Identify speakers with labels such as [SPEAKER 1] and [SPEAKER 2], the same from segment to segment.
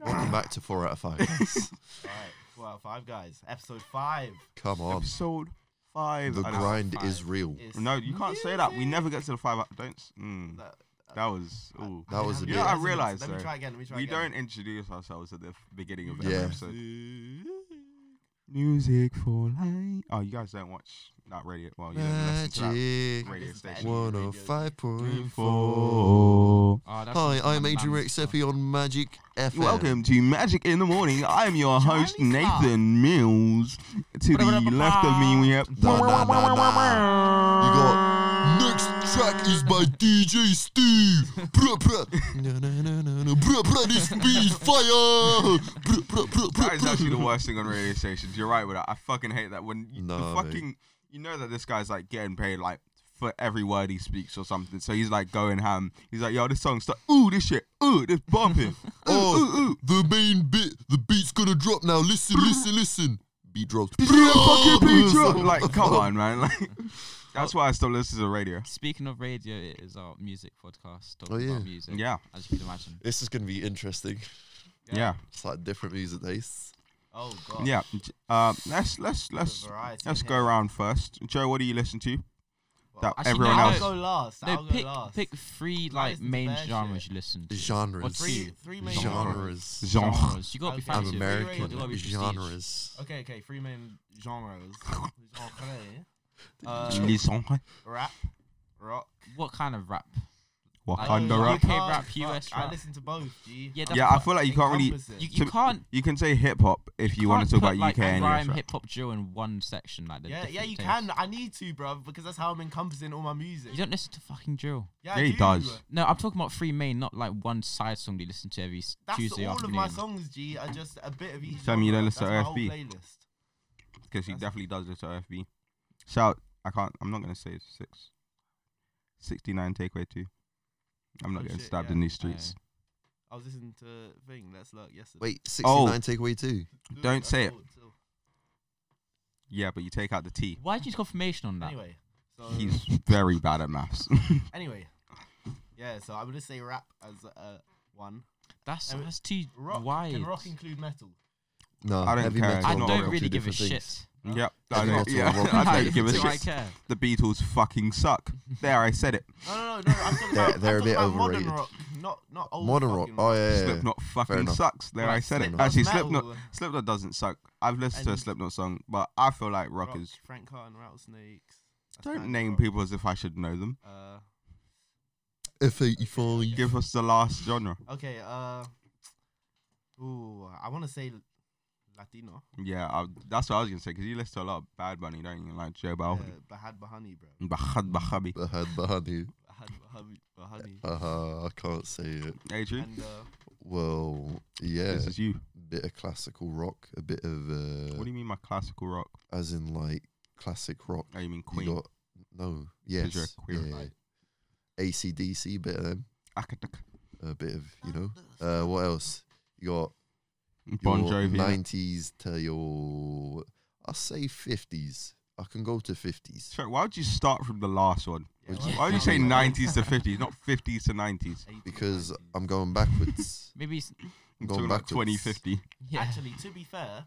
[SPEAKER 1] Welcome back to four out of five.
[SPEAKER 2] All right, four out of five guys. Episode five.
[SPEAKER 1] Come on,
[SPEAKER 3] Episode five.
[SPEAKER 1] the
[SPEAKER 3] I don't-
[SPEAKER 1] grind
[SPEAKER 2] five.
[SPEAKER 1] is real.
[SPEAKER 2] is
[SPEAKER 3] No, you can't say that. We never get to the five. Don't. s- Mm,
[SPEAKER 2] That-
[SPEAKER 3] that was. Ooh.
[SPEAKER 1] That was a
[SPEAKER 3] You
[SPEAKER 1] bit.
[SPEAKER 3] know, I
[SPEAKER 2] Let me
[SPEAKER 3] realized.
[SPEAKER 2] Let me
[SPEAKER 3] though,
[SPEAKER 2] try again. Let me try
[SPEAKER 3] We
[SPEAKER 2] again.
[SPEAKER 3] don't introduce ourselves at the f- beginning of
[SPEAKER 1] Yeah.
[SPEAKER 3] every episode. Music for life. Oh, you guys don't watch that radio. Well, you don't listen to that.
[SPEAKER 1] Magic
[SPEAKER 3] radio
[SPEAKER 2] Listen to that
[SPEAKER 3] station.
[SPEAKER 2] anyway.
[SPEAKER 1] one of five point four.
[SPEAKER 3] Four.
[SPEAKER 4] Oh, that's
[SPEAKER 1] Hi,
[SPEAKER 4] just
[SPEAKER 1] I'm
[SPEAKER 4] my
[SPEAKER 1] Adrian
[SPEAKER 4] man's stuff.
[SPEAKER 1] Rexepi on Magic FM.
[SPEAKER 3] Welcome to Magic in the Morning. I'm your host,
[SPEAKER 4] Charlie Clark.
[SPEAKER 3] Nathan Mills. To the left of me, we have.
[SPEAKER 1] Da, da, da, da. You got next track is by DJ Steve. Bruh, bruh. No, no, no, no, no. Bruh, bruh, this beat is fire. Bruh, bruh, bruh, bruh,
[SPEAKER 3] That is actually the
[SPEAKER 1] bruh.
[SPEAKER 3] worst thing on radio stations. You're right with that. I fucking hate that when you,
[SPEAKER 1] Nah,
[SPEAKER 3] the
[SPEAKER 1] mate.
[SPEAKER 3] fucking you know that this guy's like getting paid like for every word he speaks or something. So he's like going ham. He's like, yo, this song stuck. Ooh, this shit. Ooh, this bumping. ooh,
[SPEAKER 1] Oh.
[SPEAKER 3] ooh, ooh.
[SPEAKER 1] The main bit, the beat's gonna drop now. Listen, listen, listen. Beat drops.
[SPEAKER 3] Did you
[SPEAKER 1] Bruh.
[SPEAKER 3] fucking beat you up? Like, come on, man. Like, that's why I still listen to the radio.
[SPEAKER 4] Speaking of radio, it is our music podcast
[SPEAKER 1] Oh,
[SPEAKER 4] talking
[SPEAKER 1] yeah.
[SPEAKER 4] about music.
[SPEAKER 3] Yeah,
[SPEAKER 4] As you can imagine.
[SPEAKER 1] This is gonna be interesting.
[SPEAKER 3] yeah,
[SPEAKER 1] It's like different music tastes.
[SPEAKER 2] Oh god.
[SPEAKER 3] yeah. Uh, let's let's let's
[SPEAKER 2] The variety
[SPEAKER 3] let's
[SPEAKER 2] in
[SPEAKER 3] go
[SPEAKER 2] here.
[SPEAKER 3] around first. Joe, what do you listen to? That
[SPEAKER 4] Actually,
[SPEAKER 3] everyone
[SPEAKER 4] no,
[SPEAKER 2] I'll
[SPEAKER 3] else.
[SPEAKER 2] go last.
[SPEAKER 4] No,
[SPEAKER 2] I'll
[SPEAKER 4] pick
[SPEAKER 2] go last.
[SPEAKER 4] pick three
[SPEAKER 2] I
[SPEAKER 4] like
[SPEAKER 2] listen to
[SPEAKER 4] main
[SPEAKER 2] bear
[SPEAKER 4] genres
[SPEAKER 2] shit.
[SPEAKER 4] you listen to. Or
[SPEAKER 1] Genres.
[SPEAKER 4] three
[SPEAKER 2] three main genres.
[SPEAKER 1] Genres.
[SPEAKER 3] Genre.
[SPEAKER 4] genres. You gotta be
[SPEAKER 2] Okay.
[SPEAKER 1] I'm
[SPEAKER 4] fancy. with it. You
[SPEAKER 1] American.
[SPEAKER 4] gotta be prestige.
[SPEAKER 1] Genres.
[SPEAKER 2] Okay, okay, three main genres. Genre.
[SPEAKER 3] Genre.
[SPEAKER 2] Uh,
[SPEAKER 3] Genre.
[SPEAKER 2] rap, rock.
[SPEAKER 4] What kind of rap?
[SPEAKER 3] Wakanda
[SPEAKER 4] Oh,
[SPEAKER 3] rap.
[SPEAKER 4] UK
[SPEAKER 2] can't-
[SPEAKER 4] rap,
[SPEAKER 2] fuck,
[SPEAKER 4] US
[SPEAKER 2] I
[SPEAKER 4] rap.
[SPEAKER 2] listen to both. G.
[SPEAKER 4] Yeah,
[SPEAKER 3] Yeah, I feel like you can't really.
[SPEAKER 2] Encompass it.
[SPEAKER 4] You, you
[SPEAKER 3] To-
[SPEAKER 4] can't.
[SPEAKER 3] You can say hip hop if you want
[SPEAKER 4] can't
[SPEAKER 3] to talk
[SPEAKER 4] put,
[SPEAKER 3] about
[SPEAKER 4] like,
[SPEAKER 3] UK and US
[SPEAKER 4] rhyme
[SPEAKER 3] rap.
[SPEAKER 4] hip hop drill in one section like that.
[SPEAKER 2] Yeah, yeah, you can. I need to, bro, because that's how I'm encompassing all my music.
[SPEAKER 4] You don't listen to fucking drill.
[SPEAKER 2] yeah, I
[SPEAKER 3] Yeah, he
[SPEAKER 2] do.
[SPEAKER 3] does.
[SPEAKER 4] No, I'm talking about three main, not like one side song that you listen to every s-
[SPEAKER 2] That's
[SPEAKER 4] Tuesday
[SPEAKER 2] all
[SPEAKER 4] afternoon.
[SPEAKER 2] of my songs, G. Are just a bit of each.
[SPEAKER 3] Tell me you don't
[SPEAKER 2] genre.
[SPEAKER 3] listen to
[SPEAKER 2] That's my whole
[SPEAKER 3] OFB.
[SPEAKER 2] playlist.
[SPEAKER 3] because he
[SPEAKER 2] That's-
[SPEAKER 3] definitely does this to OFB. Shout! I can't. I'm not gonna say it's six. Sixty-nine takeaway two. I'm not
[SPEAKER 2] Oh,
[SPEAKER 3] getting
[SPEAKER 2] shit,
[SPEAKER 3] stabbed
[SPEAKER 2] yeah.
[SPEAKER 3] in these streets.
[SPEAKER 2] I was listening to thing. Let's look. Yesterday.
[SPEAKER 1] Wait, 69
[SPEAKER 3] Oh.
[SPEAKER 1] takeaway two.
[SPEAKER 2] Dude,
[SPEAKER 3] don't
[SPEAKER 2] that's
[SPEAKER 3] say it.
[SPEAKER 2] all too.
[SPEAKER 3] Yeah, but you take out the T.
[SPEAKER 4] Why do you need confirmation on that?
[SPEAKER 2] Anyway, so
[SPEAKER 3] He's very bad at maths.
[SPEAKER 2] anyway, yeah. So I'm gonna say rap as uh, one.
[SPEAKER 4] That's
[SPEAKER 2] Um,
[SPEAKER 4] that's too
[SPEAKER 2] Rock
[SPEAKER 4] wide.
[SPEAKER 2] can rock include metal.
[SPEAKER 1] No,
[SPEAKER 3] I don't
[SPEAKER 1] heavy
[SPEAKER 3] care.
[SPEAKER 1] metal.
[SPEAKER 3] It's
[SPEAKER 4] I
[SPEAKER 1] and
[SPEAKER 3] not
[SPEAKER 1] rock
[SPEAKER 4] don't
[SPEAKER 1] are
[SPEAKER 3] real.
[SPEAKER 4] really
[SPEAKER 1] two
[SPEAKER 4] give a
[SPEAKER 1] different
[SPEAKER 4] shit.
[SPEAKER 1] things.
[SPEAKER 3] yep.
[SPEAKER 1] That's
[SPEAKER 3] I
[SPEAKER 1] not
[SPEAKER 3] don't,
[SPEAKER 1] a
[SPEAKER 3] yeah.
[SPEAKER 1] rock
[SPEAKER 3] I
[SPEAKER 1] band.
[SPEAKER 3] don't give a
[SPEAKER 4] Do I
[SPEAKER 3] shit.
[SPEAKER 4] care?
[SPEAKER 3] The Beatles fucking suck. There, I said it.
[SPEAKER 2] No, no, no, no. I'm talking
[SPEAKER 1] They're-
[SPEAKER 2] about,
[SPEAKER 1] they're a
[SPEAKER 2] I'm talking
[SPEAKER 1] bit
[SPEAKER 2] about
[SPEAKER 1] overrated.
[SPEAKER 2] Modern rock, not not old.
[SPEAKER 1] Modern rock.
[SPEAKER 2] fucking
[SPEAKER 1] Oh yeah. yeah, yeah.
[SPEAKER 3] Slipknot fucking
[SPEAKER 1] enough.
[SPEAKER 3] sucks. There,
[SPEAKER 1] Right,
[SPEAKER 3] I said it.
[SPEAKER 2] Slipknot's
[SPEAKER 3] Actually,
[SPEAKER 2] metal.
[SPEAKER 3] Slipknot, Slipknot doesn't suck. I've listened to a
[SPEAKER 2] And-
[SPEAKER 3] Slipknot song, but I feel like rock,
[SPEAKER 2] Rock,
[SPEAKER 3] is.
[SPEAKER 2] Frank Carton, rattlesnakes. That's
[SPEAKER 3] Don't
[SPEAKER 2] kind of
[SPEAKER 3] name
[SPEAKER 2] rock.
[SPEAKER 3] people as if I should know them.
[SPEAKER 2] Uh,
[SPEAKER 1] F85.
[SPEAKER 3] Give us the last genre.
[SPEAKER 2] okay. Uh, ooh, I want to say Latino.
[SPEAKER 3] Yeah, I, that's what I was gonna say. Cause you listen to a lot of Bad Bunny, don't you? Like Joe
[SPEAKER 2] Uh,
[SPEAKER 3] Balvin,
[SPEAKER 2] Bahad Bahani, bro.
[SPEAKER 3] Bahad Bahabi,
[SPEAKER 1] Behind, behind you.
[SPEAKER 2] Bahad Bahani. Bahani.
[SPEAKER 1] Uh, I can't say it.
[SPEAKER 3] Adrian.
[SPEAKER 2] And uh,
[SPEAKER 1] Well, yeah,
[SPEAKER 3] This is you.
[SPEAKER 1] bit of classical rock, a bit of uh,
[SPEAKER 3] What do you mean by classical rock?
[SPEAKER 1] as in like classic rock.
[SPEAKER 3] Oh, you mean
[SPEAKER 1] You
[SPEAKER 3] Queen?
[SPEAKER 1] got- no, yes,
[SPEAKER 3] you're a queer,
[SPEAKER 1] yeah.
[SPEAKER 3] right?
[SPEAKER 1] ACDC, bit of them,
[SPEAKER 3] Akataka.
[SPEAKER 1] a bit of you know. Uh, what else? You got
[SPEAKER 3] Bon
[SPEAKER 1] your
[SPEAKER 3] Jovi. innit?
[SPEAKER 1] 90s to your, I say 50s. I can go to 50s.
[SPEAKER 3] Sorry, why would you start from the last one?
[SPEAKER 2] yeah,
[SPEAKER 1] Would you-
[SPEAKER 3] Why would you say
[SPEAKER 1] Yeah.
[SPEAKER 3] 90s to 50s, not 50s to 90s?
[SPEAKER 2] 80s,
[SPEAKER 1] Because
[SPEAKER 2] 90s.
[SPEAKER 1] I'm going backwards.
[SPEAKER 4] Maybe it's,
[SPEAKER 3] I'm
[SPEAKER 1] Going
[SPEAKER 3] talking about
[SPEAKER 1] backwards.
[SPEAKER 3] 2050.
[SPEAKER 4] yeah.
[SPEAKER 2] Actually, to be fair,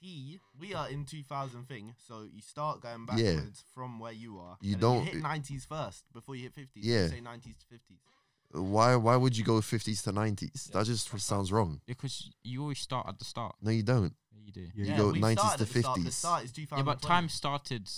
[SPEAKER 2] he we are in 2000 thing, so you start going backwards
[SPEAKER 1] Yeah.
[SPEAKER 2] from where you are.
[SPEAKER 1] You
[SPEAKER 2] and then
[SPEAKER 1] don't-
[SPEAKER 2] hit 90s first before you hit 50s.
[SPEAKER 1] Yeah.
[SPEAKER 2] You say 90s to 50s.
[SPEAKER 1] why why would you go 50s to 90s? That just sounds wrong.
[SPEAKER 4] because you always start at the start.
[SPEAKER 1] No, you don't.
[SPEAKER 4] You do.
[SPEAKER 1] You
[SPEAKER 2] yeah,
[SPEAKER 1] go
[SPEAKER 2] we
[SPEAKER 1] 90s
[SPEAKER 2] started
[SPEAKER 1] to
[SPEAKER 2] at the Start, the
[SPEAKER 1] 50s.
[SPEAKER 2] start is
[SPEAKER 4] Yeah,
[SPEAKER 2] 2000.
[SPEAKER 4] but time started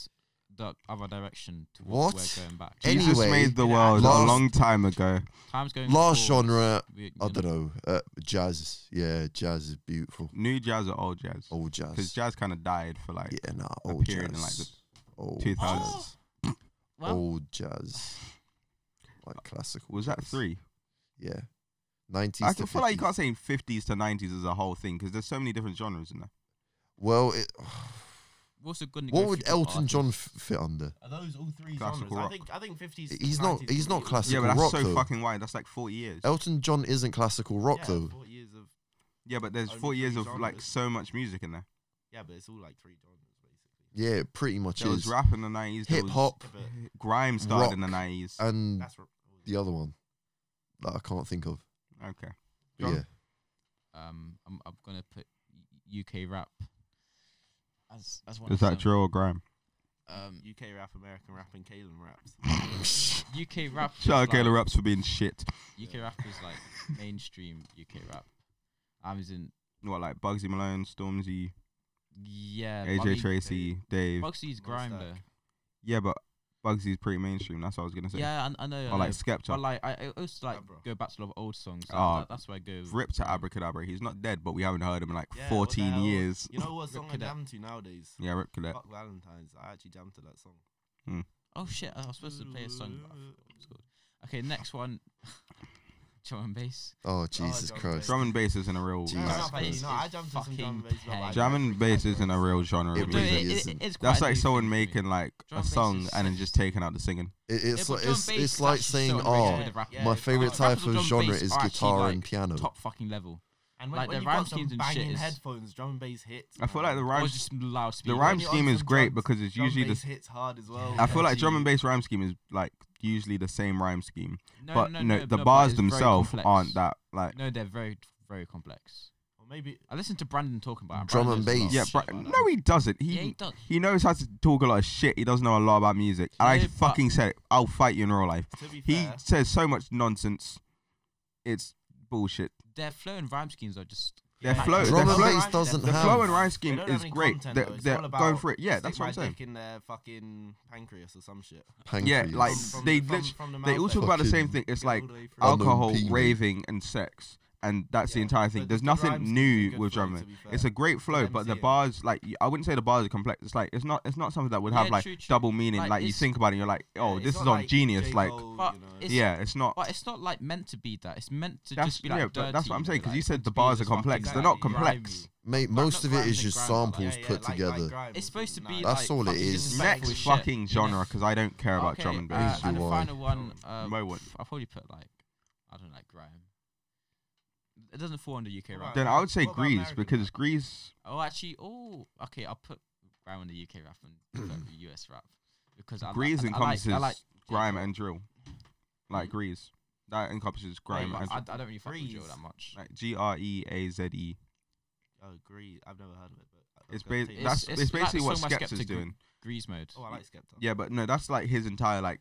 [SPEAKER 4] the other direction to what,
[SPEAKER 1] What?
[SPEAKER 4] we're going back.
[SPEAKER 1] Any-
[SPEAKER 3] Jesus
[SPEAKER 1] Anyway,
[SPEAKER 3] made the
[SPEAKER 2] Yeah,
[SPEAKER 3] world
[SPEAKER 1] last-
[SPEAKER 3] a long time ago.
[SPEAKER 4] Time's going.
[SPEAKER 1] Last
[SPEAKER 4] forward.
[SPEAKER 1] genre,
[SPEAKER 4] We- you
[SPEAKER 1] I don't know. Uh, jazz. Yeah, jazz is beautiful.
[SPEAKER 3] New jazz or old jazz?
[SPEAKER 1] Old
[SPEAKER 3] Because
[SPEAKER 1] jazz.
[SPEAKER 3] jazz kind of died for like
[SPEAKER 1] Yeah, nah,
[SPEAKER 3] a
[SPEAKER 1] old
[SPEAKER 3] period in, like,
[SPEAKER 1] jazz. Old
[SPEAKER 3] 2000s.
[SPEAKER 1] jazz.
[SPEAKER 2] Oh,
[SPEAKER 4] Well,
[SPEAKER 1] Old jazz. Like classical.
[SPEAKER 3] Was that
[SPEAKER 1] jazz.
[SPEAKER 3] three?
[SPEAKER 1] Yeah. 90s
[SPEAKER 3] I
[SPEAKER 1] to
[SPEAKER 3] can feel like you can't
[SPEAKER 1] 50s.
[SPEAKER 3] say 50s to 90s as a whole thing because there's so many different genres in there.
[SPEAKER 1] Well, it,
[SPEAKER 4] we're also going to
[SPEAKER 1] what would Elton John f- fit under?
[SPEAKER 2] Are those all three
[SPEAKER 3] Classical rock.
[SPEAKER 2] genres? I think I think 50s. to
[SPEAKER 1] He's not-
[SPEAKER 2] 90s
[SPEAKER 1] he's
[SPEAKER 2] would
[SPEAKER 1] not
[SPEAKER 2] be-
[SPEAKER 1] classic
[SPEAKER 3] yeah,
[SPEAKER 1] Classical
[SPEAKER 3] but that's
[SPEAKER 1] rock,
[SPEAKER 3] so
[SPEAKER 1] though.
[SPEAKER 3] fucking wide. That's like 40 years.
[SPEAKER 1] Elton John isn't classical rock
[SPEAKER 2] yeah,
[SPEAKER 1] though.
[SPEAKER 2] 40 years of
[SPEAKER 3] yeah, but there's
[SPEAKER 2] Only
[SPEAKER 3] 40 years
[SPEAKER 2] three
[SPEAKER 3] of like
[SPEAKER 2] genres.
[SPEAKER 3] so much music in there.
[SPEAKER 2] yeah, but it's all like three genres basically.
[SPEAKER 1] Yeah, it pretty much
[SPEAKER 3] There was
[SPEAKER 1] is.
[SPEAKER 3] rap in the 90s. there
[SPEAKER 1] Hip
[SPEAKER 3] was-
[SPEAKER 1] hop
[SPEAKER 2] Yeah, but
[SPEAKER 3] Grime started in the
[SPEAKER 1] rock, Oh.
[SPEAKER 3] 90s.
[SPEAKER 1] and
[SPEAKER 2] that's r-
[SPEAKER 1] the other one that I can't think of.
[SPEAKER 3] okay.
[SPEAKER 1] But
[SPEAKER 3] John?
[SPEAKER 1] yeah,
[SPEAKER 4] Um, I'm, I'm gonna put UK rap as as one.
[SPEAKER 3] Is
[SPEAKER 4] of
[SPEAKER 3] that
[SPEAKER 4] them.
[SPEAKER 3] Joe or Graham?
[SPEAKER 4] Um,
[SPEAKER 2] UK rap, American rap, and Kalen raps.
[SPEAKER 4] UK rap. is
[SPEAKER 3] Shout out Gala
[SPEAKER 4] like-
[SPEAKER 3] Raps for being shit.
[SPEAKER 4] UK rap is like mainstream UK rap. I was in
[SPEAKER 3] What like Bugsy Malone, Stormzy,
[SPEAKER 4] yeah.
[SPEAKER 3] AJ
[SPEAKER 4] I mean,
[SPEAKER 3] Tracy, Dave.
[SPEAKER 4] Bugsy's grime
[SPEAKER 2] Stack.
[SPEAKER 4] though.
[SPEAKER 3] yeah, but Bugsy's pretty mainstream. That's what I was gonna say.
[SPEAKER 4] Yeah, I, I know. I
[SPEAKER 3] Or like
[SPEAKER 4] know.
[SPEAKER 3] Skepta.
[SPEAKER 4] But like, I I also like
[SPEAKER 2] Yeah, bro.
[SPEAKER 4] go back to a lot of old songs. Like,
[SPEAKER 3] Oh,
[SPEAKER 4] that- that's where I go.
[SPEAKER 3] Ripped to Abracadabra. He's not dead, but we haven't heard him in like
[SPEAKER 2] Yeah, what the
[SPEAKER 3] 14
[SPEAKER 2] hell?
[SPEAKER 3] years.
[SPEAKER 2] You know what
[SPEAKER 4] Rip
[SPEAKER 2] song I
[SPEAKER 4] Cadet.
[SPEAKER 2] jam to nowadays?
[SPEAKER 3] Yeah, Rip Cadet.
[SPEAKER 2] Fuck Valentine's. I actually jammed to that song.
[SPEAKER 4] Oh shit! I was supposed to play a song. But I
[SPEAKER 3] Mm.
[SPEAKER 4] forgot what it's called. okay, next one. Drum and bass.
[SPEAKER 5] Oh, Jesus
[SPEAKER 2] John
[SPEAKER 5] Christ.
[SPEAKER 3] Drum and bass isn't a real.
[SPEAKER 5] Jesus
[SPEAKER 2] No,
[SPEAKER 3] like,
[SPEAKER 2] no,
[SPEAKER 5] Christ.
[SPEAKER 2] but you know, I jammed to some
[SPEAKER 4] Fucking
[SPEAKER 2] drum and bass.
[SPEAKER 4] pain.
[SPEAKER 2] but I-
[SPEAKER 3] Jam and bass isn't a real genre.
[SPEAKER 5] It
[SPEAKER 3] of
[SPEAKER 4] No,
[SPEAKER 5] really
[SPEAKER 3] music.
[SPEAKER 5] is.
[SPEAKER 4] is quite
[SPEAKER 3] That's
[SPEAKER 4] a
[SPEAKER 3] like
[SPEAKER 4] new
[SPEAKER 3] someone
[SPEAKER 4] thing to me.
[SPEAKER 3] making like
[SPEAKER 4] Drum
[SPEAKER 3] a
[SPEAKER 4] and bass
[SPEAKER 3] song
[SPEAKER 4] is
[SPEAKER 3] and then
[SPEAKER 4] sick.
[SPEAKER 3] just taking out the singing.
[SPEAKER 5] It,
[SPEAKER 4] Yeah,
[SPEAKER 5] it's
[SPEAKER 4] but
[SPEAKER 5] like,
[SPEAKER 4] drum
[SPEAKER 5] it's,
[SPEAKER 4] and bass
[SPEAKER 5] it's
[SPEAKER 4] is
[SPEAKER 5] like
[SPEAKER 4] actually
[SPEAKER 5] saying,
[SPEAKER 4] so
[SPEAKER 5] oh,
[SPEAKER 4] underrated with rapping.
[SPEAKER 2] Yeah,
[SPEAKER 5] my
[SPEAKER 2] it's
[SPEAKER 5] favorite
[SPEAKER 2] like-
[SPEAKER 5] type
[SPEAKER 4] rappers with
[SPEAKER 5] of
[SPEAKER 4] drum
[SPEAKER 5] genre
[SPEAKER 4] bass
[SPEAKER 5] is
[SPEAKER 4] are actually,
[SPEAKER 5] guitar
[SPEAKER 4] like,
[SPEAKER 5] and piano.
[SPEAKER 4] top fucking level.
[SPEAKER 2] And when,
[SPEAKER 4] Like,
[SPEAKER 2] when
[SPEAKER 4] the
[SPEAKER 2] you've
[SPEAKER 4] rhyme
[SPEAKER 2] got some
[SPEAKER 4] schemes and shit
[SPEAKER 2] banging
[SPEAKER 4] is-
[SPEAKER 2] headphones, drum and bass hits.
[SPEAKER 3] I feel like the
[SPEAKER 2] man.
[SPEAKER 4] Or
[SPEAKER 3] rhyme,
[SPEAKER 4] just loud speed.
[SPEAKER 3] the rhyme
[SPEAKER 2] When you're on
[SPEAKER 3] scheme is
[SPEAKER 2] some
[SPEAKER 3] great
[SPEAKER 2] drums,
[SPEAKER 3] because it's
[SPEAKER 2] drum
[SPEAKER 3] usually the.
[SPEAKER 2] bass hits hard as well.
[SPEAKER 3] I feel like
[SPEAKER 2] Gee.
[SPEAKER 3] drum and bass rhyme scheme is like usually the same rhyme scheme,
[SPEAKER 4] No,
[SPEAKER 3] but
[SPEAKER 4] no,
[SPEAKER 3] you know,
[SPEAKER 4] no,
[SPEAKER 3] the
[SPEAKER 4] no, but
[SPEAKER 3] bars
[SPEAKER 4] it's very
[SPEAKER 3] themselves
[SPEAKER 4] complex.
[SPEAKER 3] aren't that like.
[SPEAKER 4] No, they're very, very complex.
[SPEAKER 2] Or maybe
[SPEAKER 4] I listened to Brandon talking about it.
[SPEAKER 5] Drum
[SPEAKER 4] Brandon
[SPEAKER 5] and
[SPEAKER 4] knows a lot of
[SPEAKER 5] bass.
[SPEAKER 3] Yeah,
[SPEAKER 4] shit
[SPEAKER 3] but
[SPEAKER 4] about that.
[SPEAKER 3] no, he doesn't. He
[SPEAKER 4] yeah, he does.
[SPEAKER 3] he knows how to talk a lot of shit. He doesn't know a lot about music. And I
[SPEAKER 4] Yeah, but-
[SPEAKER 3] fucking said it. I'll fight you in real life.
[SPEAKER 2] to be
[SPEAKER 3] He
[SPEAKER 2] fair,
[SPEAKER 3] says so much nonsense. It's bullshit.
[SPEAKER 4] Their flow and rhyme schemes are just.
[SPEAKER 3] They're
[SPEAKER 2] Yeah,
[SPEAKER 3] flow.
[SPEAKER 2] it's
[SPEAKER 5] Drum
[SPEAKER 3] they're
[SPEAKER 5] and
[SPEAKER 3] flow-
[SPEAKER 5] bass doesn't
[SPEAKER 3] The
[SPEAKER 5] have-
[SPEAKER 3] flow and rhyme
[SPEAKER 2] They
[SPEAKER 3] scheme
[SPEAKER 2] don't have
[SPEAKER 3] is
[SPEAKER 2] any
[SPEAKER 3] great.
[SPEAKER 2] content,
[SPEAKER 3] They're,
[SPEAKER 2] though. It's
[SPEAKER 3] they're
[SPEAKER 2] all about
[SPEAKER 3] going for it. Yeah,
[SPEAKER 2] stick
[SPEAKER 3] that's
[SPEAKER 2] my
[SPEAKER 3] what I'm saying.
[SPEAKER 2] dick in their fucking pancreas or some shit.
[SPEAKER 3] Yeah,
[SPEAKER 5] Pancreas.
[SPEAKER 3] like
[SPEAKER 2] From-
[SPEAKER 3] they
[SPEAKER 2] from-
[SPEAKER 3] lit-
[SPEAKER 2] from the
[SPEAKER 3] they all
[SPEAKER 2] mouth
[SPEAKER 3] talk
[SPEAKER 2] end.
[SPEAKER 3] about the same
[SPEAKER 5] Fucking-
[SPEAKER 3] thing. It's
[SPEAKER 2] Get all
[SPEAKER 3] like
[SPEAKER 2] the way through.
[SPEAKER 5] I'll go-
[SPEAKER 3] alcohol,
[SPEAKER 5] Unknown people.
[SPEAKER 3] raving, and sex, and that's the
[SPEAKER 2] Yeah,
[SPEAKER 3] entire
[SPEAKER 2] but
[SPEAKER 3] thing. There's
[SPEAKER 2] the rhyme
[SPEAKER 3] nothing
[SPEAKER 2] scheme's a
[SPEAKER 3] new
[SPEAKER 2] good
[SPEAKER 3] with
[SPEAKER 2] flow,
[SPEAKER 3] drum.
[SPEAKER 2] to
[SPEAKER 3] and-
[SPEAKER 2] be fair.
[SPEAKER 3] It's a great flow, but the
[SPEAKER 2] MCing.
[SPEAKER 3] bars, like y- I wouldn't say the bars are complex. It's like it's not it's not something that would have
[SPEAKER 4] Yeah,
[SPEAKER 3] like
[SPEAKER 4] true, true.
[SPEAKER 3] double meaning.
[SPEAKER 4] Like,
[SPEAKER 3] Like, you
[SPEAKER 4] it's-
[SPEAKER 3] think about it, and you're like, oh,
[SPEAKER 2] it's
[SPEAKER 3] this is
[SPEAKER 2] not
[SPEAKER 3] on
[SPEAKER 2] like
[SPEAKER 3] genius.
[SPEAKER 2] J.
[SPEAKER 3] like,
[SPEAKER 2] Cole,
[SPEAKER 4] But
[SPEAKER 2] you know.
[SPEAKER 4] it's-
[SPEAKER 3] yeah, it's not.
[SPEAKER 4] But it's not like meant to be that. It's meant to
[SPEAKER 3] That's-
[SPEAKER 4] just be like
[SPEAKER 3] yeah,
[SPEAKER 4] dirty.
[SPEAKER 3] but that's what I'm
[SPEAKER 4] you know,
[SPEAKER 3] saying, 'cause you
[SPEAKER 4] like,
[SPEAKER 3] said the
[SPEAKER 4] just be
[SPEAKER 3] bars are
[SPEAKER 4] this fucking
[SPEAKER 3] complex. They're
[SPEAKER 4] dirty,
[SPEAKER 3] not complex.
[SPEAKER 4] grimy.
[SPEAKER 5] Mate, most of it
[SPEAKER 4] rhymes
[SPEAKER 5] is
[SPEAKER 4] and
[SPEAKER 5] just
[SPEAKER 4] grime, but
[SPEAKER 5] samples put
[SPEAKER 2] like-
[SPEAKER 5] together.
[SPEAKER 2] like grime
[SPEAKER 4] It's
[SPEAKER 2] or
[SPEAKER 4] supposed to
[SPEAKER 2] something.
[SPEAKER 4] be.
[SPEAKER 5] That's
[SPEAKER 4] like,
[SPEAKER 5] all it
[SPEAKER 4] fucking
[SPEAKER 5] is.
[SPEAKER 4] disrespectful
[SPEAKER 3] Next
[SPEAKER 4] shit,
[SPEAKER 3] fucking
[SPEAKER 4] you know?
[SPEAKER 3] genre, because I don't care about
[SPEAKER 4] Okay,
[SPEAKER 3] drum and
[SPEAKER 4] uh,
[SPEAKER 3] bass.
[SPEAKER 5] Please
[SPEAKER 4] and
[SPEAKER 5] do
[SPEAKER 4] the
[SPEAKER 5] why.
[SPEAKER 4] final one. Uh,
[SPEAKER 3] Mo what?
[SPEAKER 4] I'll probably put like I don't know, like grime. It doesn't fall under UK
[SPEAKER 2] Alright.
[SPEAKER 4] rap.
[SPEAKER 3] Then I would say
[SPEAKER 2] What about
[SPEAKER 3] Grease
[SPEAKER 2] American
[SPEAKER 3] because
[SPEAKER 2] rap?
[SPEAKER 3] Grease.
[SPEAKER 4] Oh, actually, oh, okay. I'll put grime under UK rap and put the US rap because I li-
[SPEAKER 3] Grease
[SPEAKER 4] I, I,
[SPEAKER 3] encompasses
[SPEAKER 4] like, I like
[SPEAKER 3] grime and drill, like
[SPEAKER 4] Mhm.
[SPEAKER 3] Grease. That encompasses grime
[SPEAKER 4] I,
[SPEAKER 3] and
[SPEAKER 4] I, I don't really fuck with drill
[SPEAKER 2] Grease.
[SPEAKER 4] that much.
[SPEAKER 3] like G R E A Z E.
[SPEAKER 2] Oh, agree. I've never heard of it, but
[SPEAKER 3] It's,
[SPEAKER 2] I've got to
[SPEAKER 3] ba-
[SPEAKER 2] take it.
[SPEAKER 3] that's,
[SPEAKER 4] It's-
[SPEAKER 3] it's,
[SPEAKER 4] it's like
[SPEAKER 3] basically
[SPEAKER 4] the
[SPEAKER 3] what
[SPEAKER 4] song by
[SPEAKER 3] Skepta's
[SPEAKER 4] Skepta,
[SPEAKER 3] doing.
[SPEAKER 4] Grease mode.
[SPEAKER 2] Oh, I like Skepta.
[SPEAKER 3] Yeah, but no, that's like his entire like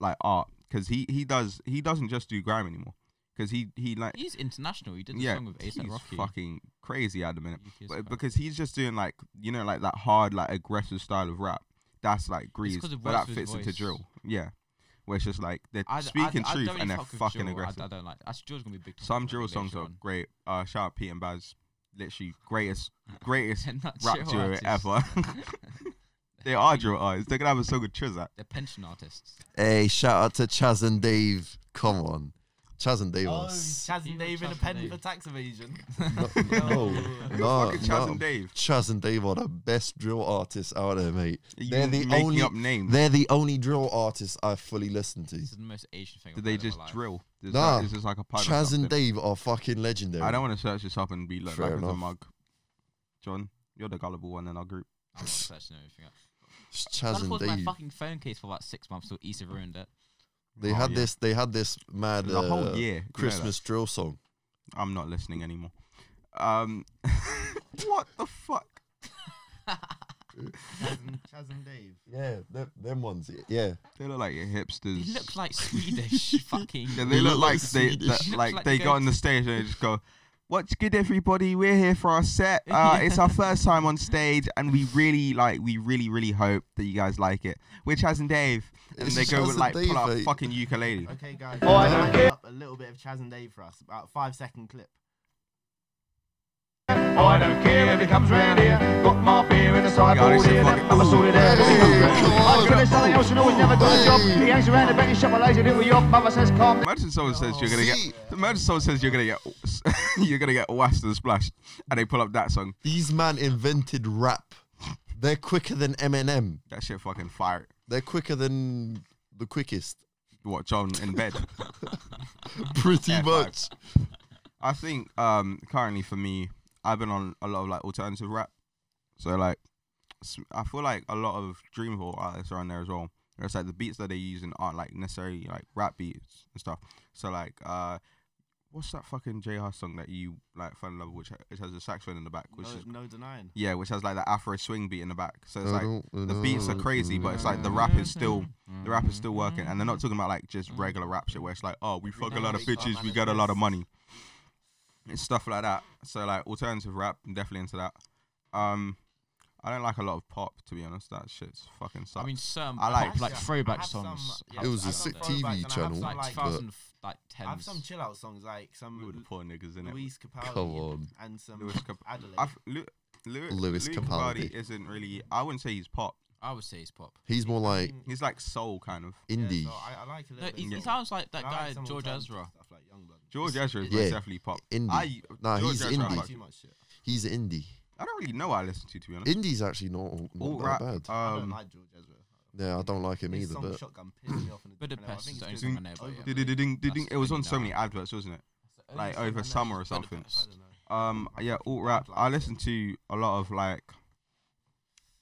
[SPEAKER 3] like art because he he does he doesn't just do grime anymore because he he like
[SPEAKER 4] He's international. He did the
[SPEAKER 3] yeah
[SPEAKER 4] song with
[SPEAKER 3] he's
[SPEAKER 4] ASAP Rocky.
[SPEAKER 3] fucking crazy at the minute
[SPEAKER 4] UK 's
[SPEAKER 3] but,
[SPEAKER 4] crap.
[SPEAKER 3] because he's just doing like you know like that hard like aggressive style of rap that's like grease
[SPEAKER 4] 'cause of
[SPEAKER 3] but
[SPEAKER 4] Wes
[SPEAKER 3] that
[SPEAKER 4] with
[SPEAKER 3] fits into
[SPEAKER 4] voice.
[SPEAKER 3] drill yeah where it's just like they're
[SPEAKER 4] I d- I d-
[SPEAKER 3] speaking
[SPEAKER 4] I
[SPEAKER 3] truth
[SPEAKER 4] don't
[SPEAKER 3] and
[SPEAKER 4] really
[SPEAKER 3] they're
[SPEAKER 4] fuck with
[SPEAKER 3] fucking
[SPEAKER 4] drill. I-
[SPEAKER 3] aggressive
[SPEAKER 4] I, don't like. Actually, drill's gonna be a big. topic
[SPEAKER 3] some
[SPEAKER 4] on
[SPEAKER 3] drill
[SPEAKER 4] later
[SPEAKER 3] songs are
[SPEAKER 4] on.
[SPEAKER 3] great uh shout out Pete and Baz literally greatest greatest
[SPEAKER 4] They're not
[SPEAKER 3] rap
[SPEAKER 4] drill
[SPEAKER 3] duo
[SPEAKER 4] artists.
[SPEAKER 3] ever they are drill artists they're gonna have a song with Trizak
[SPEAKER 4] They're pension artists.
[SPEAKER 5] Hey, shout out to Chaz and Dave. Come on. Chaz and Dave
[SPEAKER 2] Oh,
[SPEAKER 5] are s-
[SPEAKER 2] Chaz
[SPEAKER 4] You
[SPEAKER 2] and
[SPEAKER 4] got
[SPEAKER 2] Dave in
[SPEAKER 4] Chaz
[SPEAKER 2] a
[SPEAKER 4] and
[SPEAKER 2] pen
[SPEAKER 4] Dave.
[SPEAKER 2] for tax evasion.
[SPEAKER 5] no, no,
[SPEAKER 2] Who
[SPEAKER 5] no,
[SPEAKER 3] fucking Chaz
[SPEAKER 5] no.
[SPEAKER 3] and Dave
[SPEAKER 5] Chaz and Dave are the best drill artists out there, mate.
[SPEAKER 3] You
[SPEAKER 5] They're the
[SPEAKER 3] making
[SPEAKER 5] only-
[SPEAKER 3] up names
[SPEAKER 5] They're the only drill artists I fully listen to.
[SPEAKER 4] This is the most Asian thing.
[SPEAKER 3] Did
[SPEAKER 4] I've
[SPEAKER 3] they
[SPEAKER 4] heard in my
[SPEAKER 3] just
[SPEAKER 4] life.
[SPEAKER 3] drill? Is
[SPEAKER 5] Nah.
[SPEAKER 3] that, is this like a pun or
[SPEAKER 5] Chaz and
[SPEAKER 3] something?
[SPEAKER 5] Dave are fucking legendary.
[SPEAKER 3] I don't want to search this up and be looked
[SPEAKER 5] Fair
[SPEAKER 3] like as a
[SPEAKER 5] enough.
[SPEAKER 3] mug. John, you're the gullible one in our group.
[SPEAKER 4] I'm not searching everything up.
[SPEAKER 5] It's
[SPEAKER 4] I
[SPEAKER 5] Chaz and
[SPEAKER 4] lost my
[SPEAKER 5] Dave.
[SPEAKER 4] fucking phone case for about six months till Issa ruined it.
[SPEAKER 5] They
[SPEAKER 3] Oh,
[SPEAKER 5] had
[SPEAKER 3] yeah.
[SPEAKER 5] this. They had this mad
[SPEAKER 3] The whole
[SPEAKER 5] uh,
[SPEAKER 3] year. you know that.
[SPEAKER 5] Christmas drill song.
[SPEAKER 3] I'm not listening anymore. Um, what the fuck?
[SPEAKER 2] Chaz and, Chaz and Dave.
[SPEAKER 5] Yeah, them, them ones. Yeah,
[SPEAKER 3] They look like hipsters.
[SPEAKER 4] It looked like Swedish fucking.
[SPEAKER 3] Yeah, they,
[SPEAKER 5] They
[SPEAKER 3] look,
[SPEAKER 5] look
[SPEAKER 3] like
[SPEAKER 5] like
[SPEAKER 3] they
[SPEAKER 5] Swedish.
[SPEAKER 3] that-
[SPEAKER 4] Look
[SPEAKER 3] like,
[SPEAKER 4] like
[SPEAKER 3] they
[SPEAKER 4] they
[SPEAKER 3] go
[SPEAKER 4] go
[SPEAKER 3] on the stage and they just go, "What's good, everybody? We're here for our set. Uh, It's our first time on stage, and we really like we really really hope that you guys like it." Which has and Dave, and
[SPEAKER 5] It's
[SPEAKER 3] they go
[SPEAKER 5] Chaz
[SPEAKER 3] with
[SPEAKER 5] and
[SPEAKER 3] like
[SPEAKER 5] Dave,
[SPEAKER 3] pull out a
[SPEAKER 5] mate.
[SPEAKER 3] fucking ukulele.
[SPEAKER 2] Okay, guys. Oh, I don't care. Up a little bit of Chaz and Dave for us. About a five second clip.
[SPEAKER 6] Oh, I don't care if it comes round here. Got my beer in the
[SPEAKER 3] Yeah,
[SPEAKER 6] sideboard
[SPEAKER 3] this is
[SPEAKER 6] here.
[SPEAKER 3] fucking-
[SPEAKER 6] I'ma sort it out.
[SPEAKER 5] Hey, come
[SPEAKER 6] I was
[SPEAKER 5] on.
[SPEAKER 6] gonna be something else, you know, we never got a job. He hangs around the betting shop, a lazy little yop. Mother says, come.
[SPEAKER 3] Imagine someone says you're gonna
[SPEAKER 5] See?
[SPEAKER 3] get. Imagine someone says you're gonna get. you're gonna get washed and splashed, and they pull up that song.
[SPEAKER 5] these man invented rap. They're quicker than Eminem.
[SPEAKER 3] That shit fucking fire.
[SPEAKER 5] They're quicker than the quickest.
[SPEAKER 3] What John in bed?
[SPEAKER 5] Pretty
[SPEAKER 3] Yeah,
[SPEAKER 5] much.
[SPEAKER 3] I think um currently for me, I've been on a lot of like alternative rap. So like, s- I feel like a lot of dreamful artists are on there as well. Where It's like the beats that they're using aren't like necessarily like rap beats and stuff. So like, uh, What's that fucking JR song that you like fell in love with, which, which has a saxophone in the back, which
[SPEAKER 2] No,
[SPEAKER 3] is
[SPEAKER 2] no denying.
[SPEAKER 3] yeah, which has like that Afro swing beat in the back. So it's
[SPEAKER 5] I
[SPEAKER 3] like
[SPEAKER 5] don't-
[SPEAKER 3] the
[SPEAKER 5] I
[SPEAKER 3] beats are
[SPEAKER 5] don't-
[SPEAKER 3] crazy, but it's like the rap is still the rap is still working, and they're not talking about like just regular rap shit where it's like, oh, we fuck a lot of bitches, we got a lot of money. It's stuff like that. So like alternative rap, I'm definitely into that. Um, I don't like a lot of pop to be honest. That shit's fucking sucks.
[SPEAKER 4] I mean, some
[SPEAKER 3] I like-
[SPEAKER 4] like like
[SPEAKER 2] Yeah, I
[SPEAKER 4] throwback
[SPEAKER 2] have some,
[SPEAKER 4] songs.
[SPEAKER 2] yeah,
[SPEAKER 5] It was
[SPEAKER 2] I
[SPEAKER 5] a
[SPEAKER 2] have
[SPEAKER 5] sick
[SPEAKER 2] some
[SPEAKER 5] TV
[SPEAKER 2] throwbacks and I have
[SPEAKER 5] channel.
[SPEAKER 2] some,
[SPEAKER 4] like
[SPEAKER 2] like,
[SPEAKER 4] 2000 f- like
[SPEAKER 2] I have some
[SPEAKER 4] 10s.
[SPEAKER 2] chill out songs like
[SPEAKER 3] we were the
[SPEAKER 2] some
[SPEAKER 3] poor niggas in it.
[SPEAKER 2] Luis Capaldi
[SPEAKER 5] Come on.
[SPEAKER 2] and some
[SPEAKER 3] Lewis Cap-
[SPEAKER 2] Adelaide.
[SPEAKER 3] I've, Lu- Lu-
[SPEAKER 5] Lewis
[SPEAKER 3] Luke
[SPEAKER 5] Capaldi.
[SPEAKER 3] isn't really. I wouldn't say he's pop.
[SPEAKER 4] I would say it's pop.
[SPEAKER 5] He's more like
[SPEAKER 2] Mm,
[SPEAKER 3] He's like soul kind of.
[SPEAKER 2] yeah,
[SPEAKER 5] indie.
[SPEAKER 2] so I, I like a
[SPEAKER 4] No,
[SPEAKER 2] little
[SPEAKER 4] he,
[SPEAKER 2] bit.
[SPEAKER 4] he
[SPEAKER 2] of
[SPEAKER 4] sounds like that
[SPEAKER 2] I like
[SPEAKER 4] guy
[SPEAKER 2] some
[SPEAKER 4] George
[SPEAKER 2] alternative
[SPEAKER 4] Ezra.
[SPEAKER 2] Stuff like Youngblood.
[SPEAKER 3] George Ezra is
[SPEAKER 5] Yeah.
[SPEAKER 3] most definitely pop.
[SPEAKER 5] Indie.
[SPEAKER 3] I,
[SPEAKER 5] Nah,
[SPEAKER 3] George
[SPEAKER 5] he's
[SPEAKER 3] Ezra,
[SPEAKER 2] I
[SPEAKER 5] indie.
[SPEAKER 2] like
[SPEAKER 3] like-
[SPEAKER 2] too much shit.
[SPEAKER 5] He's indie.
[SPEAKER 3] I don't really know what I listen to to be honest.
[SPEAKER 5] Indie's actually not not
[SPEAKER 3] All
[SPEAKER 5] that
[SPEAKER 3] rap,
[SPEAKER 5] bad.
[SPEAKER 2] I don't
[SPEAKER 3] Um,
[SPEAKER 2] like George Ezra.
[SPEAKER 5] yeah, I don't like him
[SPEAKER 2] His
[SPEAKER 5] either.
[SPEAKER 2] song
[SPEAKER 5] but
[SPEAKER 2] Shotgun pissed me off. in a different level. I
[SPEAKER 4] Budapest
[SPEAKER 2] think
[SPEAKER 4] is the
[SPEAKER 2] it's
[SPEAKER 4] only
[SPEAKER 2] doing
[SPEAKER 4] song I know, but
[SPEAKER 2] over-
[SPEAKER 3] did-
[SPEAKER 4] yeah.
[SPEAKER 3] did- did- did-
[SPEAKER 4] That's
[SPEAKER 3] It was on so
[SPEAKER 4] really
[SPEAKER 3] many adverts, wasn't it? Like
[SPEAKER 2] song I know
[SPEAKER 3] over summer or
[SPEAKER 4] is
[SPEAKER 3] something.
[SPEAKER 4] Budapest.
[SPEAKER 2] I don't
[SPEAKER 3] Um,
[SPEAKER 2] know.
[SPEAKER 3] yeah, alt rap. I listen to a lot of like,